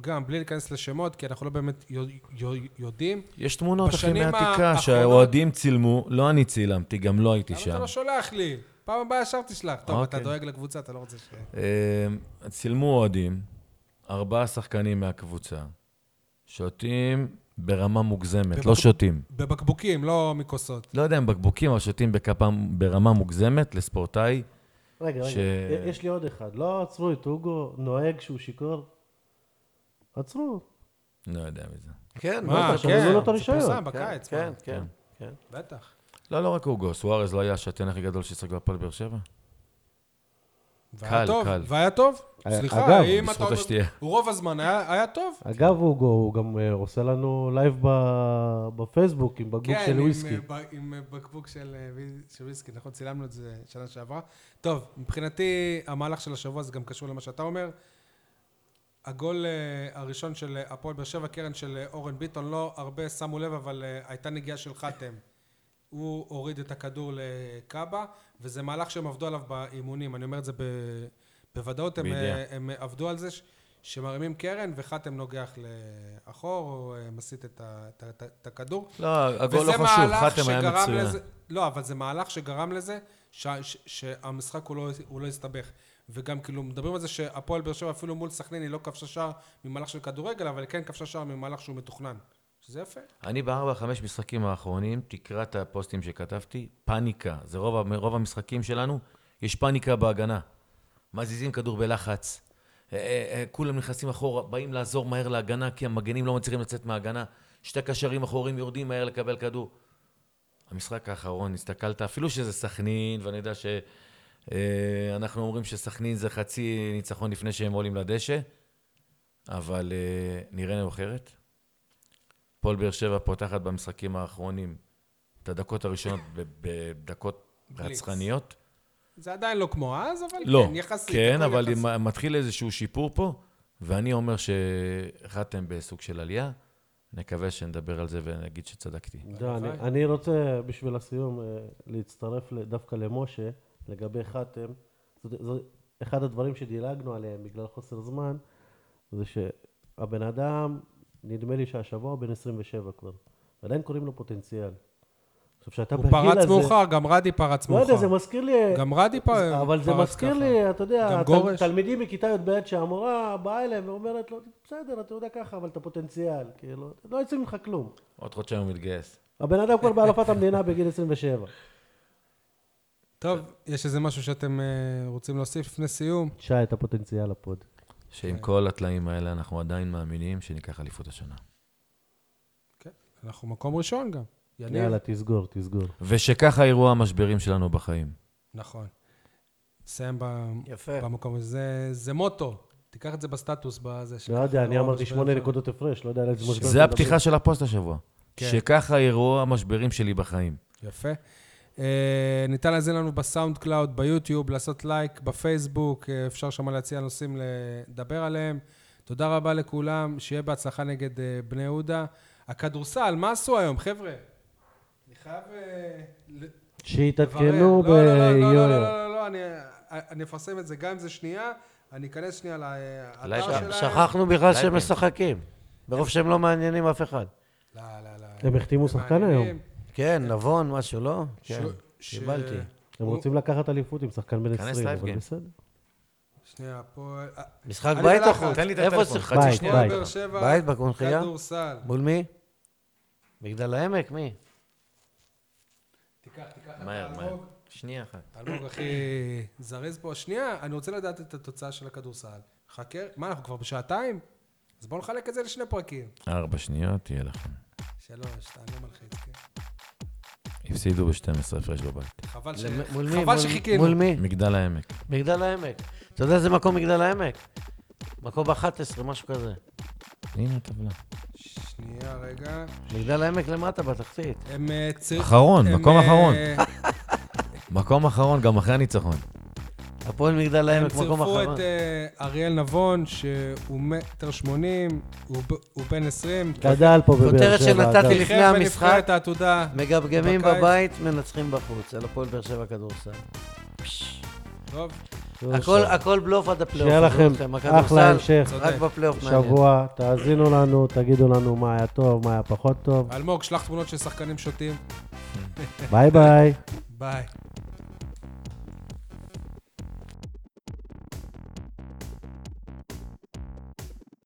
A: גם בלי להיכנס לשמות, כי אנחנו לא באמת יו- יו- יודעים,
D: יש תמונות, אחי,
A: בשנים
D: מהעתיקה,
A: האחרונות-
D: שהאוהדים צילמו, לא אני צילמתי, גם לא הייתי
A: למה אתה
D: שם.
A: לא שולח לי? פעם הבאה ישר תשלח. טוב, אתה
D: אוקיי.
A: דואג לקבוצה, אתה לא רוצה ש...
D: אה, צילמו אוהדים, ארבעה שחקנים מהקבוצה, שותים ברמה מוגזמת, לא
A: בבקבוק-
D: שותים.
A: בבקבוקים, לא מכוסות.
D: לא יודע אם בקבוקים, אבל שותים בכפם ברמה מוגזמת לספורטאי.
B: רגע, רגע,
D: ש-
B: יש לי עוד אחד. לא עצרו את אוגו, נוהג שהוא שיכור? עצרו.
D: לא יודע מי זה.
C: כן,
A: מה,
C: בטח,
B: שללו
A: כן,
B: לו את
A: זה
B: הרישיון.
A: פורסם
C: כן,
A: בקיץ,
C: כן,
A: מה?
C: כן, כן.
A: בטח.
D: לא, לא רק אוגו, סוארז לא היה השתן הכי גדול ששחק בהפועל באר שבע?
A: והיה
D: קל,
A: טוב,
D: קל. אה,
A: והיה טוב.
B: היה-
A: סליחה,
B: אגב,
A: אם אתה
D: בזכות
A: אומר...
D: השתייה.
A: הוא רוב הזמן היה היה טוב.
B: אגב, אוגו, הוא גם אה, עושה לנו לייב ב- בפייסבוק עם בקבוק
A: כן,
B: של
A: עם,
B: וויסקי.
A: אה, ב- עם אה, בקבוק של אה, וי- של וויסקי, נכון? צילמנו את זה שנה שעברה. טוב, מבחינתי, המהלך של השבוע זה גם קשור למה שאתה אומר. הגול אה, הראשון של אה, הפועל באר שבע, קרן של אה, אורן ביטון, לא הרבה שמו לב, אבל אה, הייתה נגיעה של חתם. הוא הוריד את הכדור לקאבה, וזה מהלך שהם עבדו עליו באימונים, אני אומר את זה ב... בוודאות, הם,
D: בידיעה.
A: אה, הם עבדו על זה ש... שמרימים קרן וחתם נוגח לאחור, או אה, מסיט את, ה... את, ה... את, ה- את הכדור.
D: לא, הגול לא
A: וזה
D: חשוב,
A: מהלך
D: חתם היה
A: שגרם
D: מצוין.
A: לזה- לא, אבל זה מהלך שגרם לזה ש, ש, שהמשחק הוא לא, הוא לא הסתבך. וגם כאילו מדברים על זה שהפועל באר שבע אפילו מול סכנין היא לא כבשה שער ממהלך של כדורגל, אבל היא כן כבשה שער ממהלך שהוא מתוכנן. שזה יפה.
D: אני בארבע, חמש משחקים האחרונים, תקרא את הפוסטים שכתבתי, פאניקה. זה רוב, ה- רוב המשחקים שלנו, יש פאניקה בהגנה. מזיזים כדור בלחץ, אה, אה, אה, כולם נכנסים אחורה, באים לעזור מהר להגנה, כי המגנים לא מצליחים לצאת מההגנה. שתי קשרים אחורים יורדים מהר לקבל כדור. המשחק האחרון, הסתכלת, אפילו שזה סכנין, ואני יודע שאנחנו אומרים שסכנין זה חצי ניצחון לפני שהם עולים לדשא, אבל אה, נראה לנו אחרת. הפועל באר שבע פותחת במשחקים האחרונים את הדקות הראשונות ב- בדקות
A: בליץ.
D: רצחניות.
A: זה עדיין לא כמו אז, אבל
D: לא,
A: כן, יחסית.
D: כן,
A: הכל
D: אבל
A: יחסית.
D: אם מתחיל איזשהו שיפור פה, ואני אומר שחתם בסוג של עלייה. נקווה שנדבר על זה ונגיד שצדקתי.
B: אתה יודע, אני, אני רוצה בשביל הסיום אה, להצטרף ל- דווקא למשה לגבי חתם. זה, זה אחד הדברים שדילגנו עליהם בגלל חוסר זמן, זה שהבן אדם, נדמה לי שהשבוע הוא בן 27 כבר, ועדיין קוראים לו פוטנציאל. עכשיו, כשאתה
A: הוא
B: בגיל
A: פרץ
B: הזה-
A: מאוחר, גם רדי פרץ
B: לא
A: מאוחר.
B: יודע, זה מזכיר לי...
A: גם רדי פרץ ככה.
B: אבל זה מזכיר לי, אתה
A: גם
B: יודע, תל-
A: גורש.
B: תלמידים בכיתה י"ב שהמורה באה אליהם ואומרת לו, בסדר, אתה יודע ככה, אבל אתה פוטנציאל, כאילו, לא יוצא ממך כלום.
D: עוד חודשיים הוא מתגייס.
B: הבן אדם כבר באלופת המדינה בגיל 27.
A: טוב, יש איזה משהו שאתם אה, רוצים להוסיף לפני סיום?
B: שי, את הפוטנציאל הפוד.
D: שעם כל הטלאים האלה, אנחנו עדיין מאמינים שניקח אליפות השנה.
A: כן. אנחנו מקום ראשון גם. יניב.
B: יאללה, תסגור, תסגור. לא
D: ושככה אירוע המשברים שלנו בחיים.
A: נכון. נסיים ב-
C: יפה.
A: במקום הזה. זה מוטו. תיקח את זה בסטטוס, בזה
B: לא
A: שככה
B: יודע, אני
A: אירוע
B: אמרתי
A: משבר
B: שמונה
A: שלנו.
B: נקודות הפרש, לא יודע על איזה משבר.
D: זה
B: אתה
D: הפתיחה של הפוסט השבוע.
A: כן.
D: שככה אירוע המשברים שלי בחיים.
A: יפה. אה, ניתן להזין לנו בסאונד קלאוד, ביוטיוב, לעשות לייק, בפייסבוק, אה, אפשר שם להציע נושאים לדבר עליהם. תודה רבה לכולם, שיהיה בהצלחה נגד אה, בני יהודה. הכדורסל, מה עשו היום, חבר'ה? אני חייב... אה, ל-
B: מדבר.
A: לברר.
B: שיתעדכנו
A: לא, לא, לא, לא, לא,
B: ביואיו.
A: לא, לא, לא, אני- אני אפרסם את זה, גם אם זה שנייה, אני אכנס שנייה לאתר
D: לייב
A: שלהם.
C: שכחנו בכלל
D: לייפים.
C: שהם משחקים. מרוב שהם לא מעניינים אף אחד.
A: לא, לא, לא.
B: הם החתימו שחקן
A: מעניינים.
B: היום.
C: כן, נבון, משהו, לא? כן,
A: ש-
C: קיבלתי.
A: ש-
B: הם רוצים לקחת אליפות עם שחקן בן
D: כנס
B: 20,
D: לייב
B: אבל
D: גיים.
B: בסדר.
A: שנייה, הפועל... אה,
C: משחק
A: אני
C: בית או
A: בלחץ.
C: חוץ?
D: תן לי את
C: איפה
D: הטלפון,
C: שיחק?
B: ביי,
D: חצי שנייה.
B: ביי.
A: הפועל באר שבע.
C: בית בקונחייה?
A: כדורסל.
C: מול מי? מגדל העמק, מי?
A: תיקח, תיקח את
D: מהר, מהר.
A: האלמוג.
D: שנייה אחת.
A: אלמוג הכי זרז פה. שנייה, אני רוצה לדעת את התוצאה של הכדורסל. חכה, מה, אנחנו כבר בשעתיים? אז בואו נחלק את זה לשני פרקים.
D: ארבע שניות, יהיה לכם.
A: שלוש, שתיים, לא מלחיץ, כן.
D: הפסידו ב-12 הפרש בבית.
A: חבל ש...
C: למ- מול מי?
A: חבל
C: מול-
A: שחיכינו.
C: מול מי?
D: מגדל העמק.
C: מגדל העמק. אתה יודע איזה מקום מגדל העמק? מקום 11, משהו כזה.
D: הנה הטבלה.
A: שנייה, רגע.
C: מגדל העמק למטה, בתחתית.
A: הם אה, ציר...
D: אחרון,
A: הם,
D: מקום
A: אה,
D: אחרון. מקום אחרון, גם אחרי הניצחון.
C: הפועל
A: הם
C: מגדל העמק, מקום
A: צירפו
C: אחרון.
A: את אה, אריאל נבון, שהוא מטר שמונים, הוא ב- הוא בן עשרים.
B: גדל פה בבאר שבע.
C: כותרת שנתתי
B: אגב.
C: לפני
A: כיכב
C: המשחק.
A: בנבחרת העתודה.
C: מגמגמים
A: בקיץ.
C: בבית, מנצחים בחוץ, על הפועל באר שבע כדורסל.
A: טוב,
C: הכל, הכל בלוף עד הפלייאוף.
B: שיהיה
C: עזבו
B: לכם
C: אתכם,
B: אחלה
C: הכדורסל,
B: המשך.
A: צודק.
C: רק בפלייאוף מעניין.
B: שבוע, תאזינו לנו, תגידו לנו מה היה טוב, מה היה
A: אה,
B: פחות טוב.
A: אלמוג, שלח תמונות של שחקנים שותים.
B: ביי ביי.
A: ביי.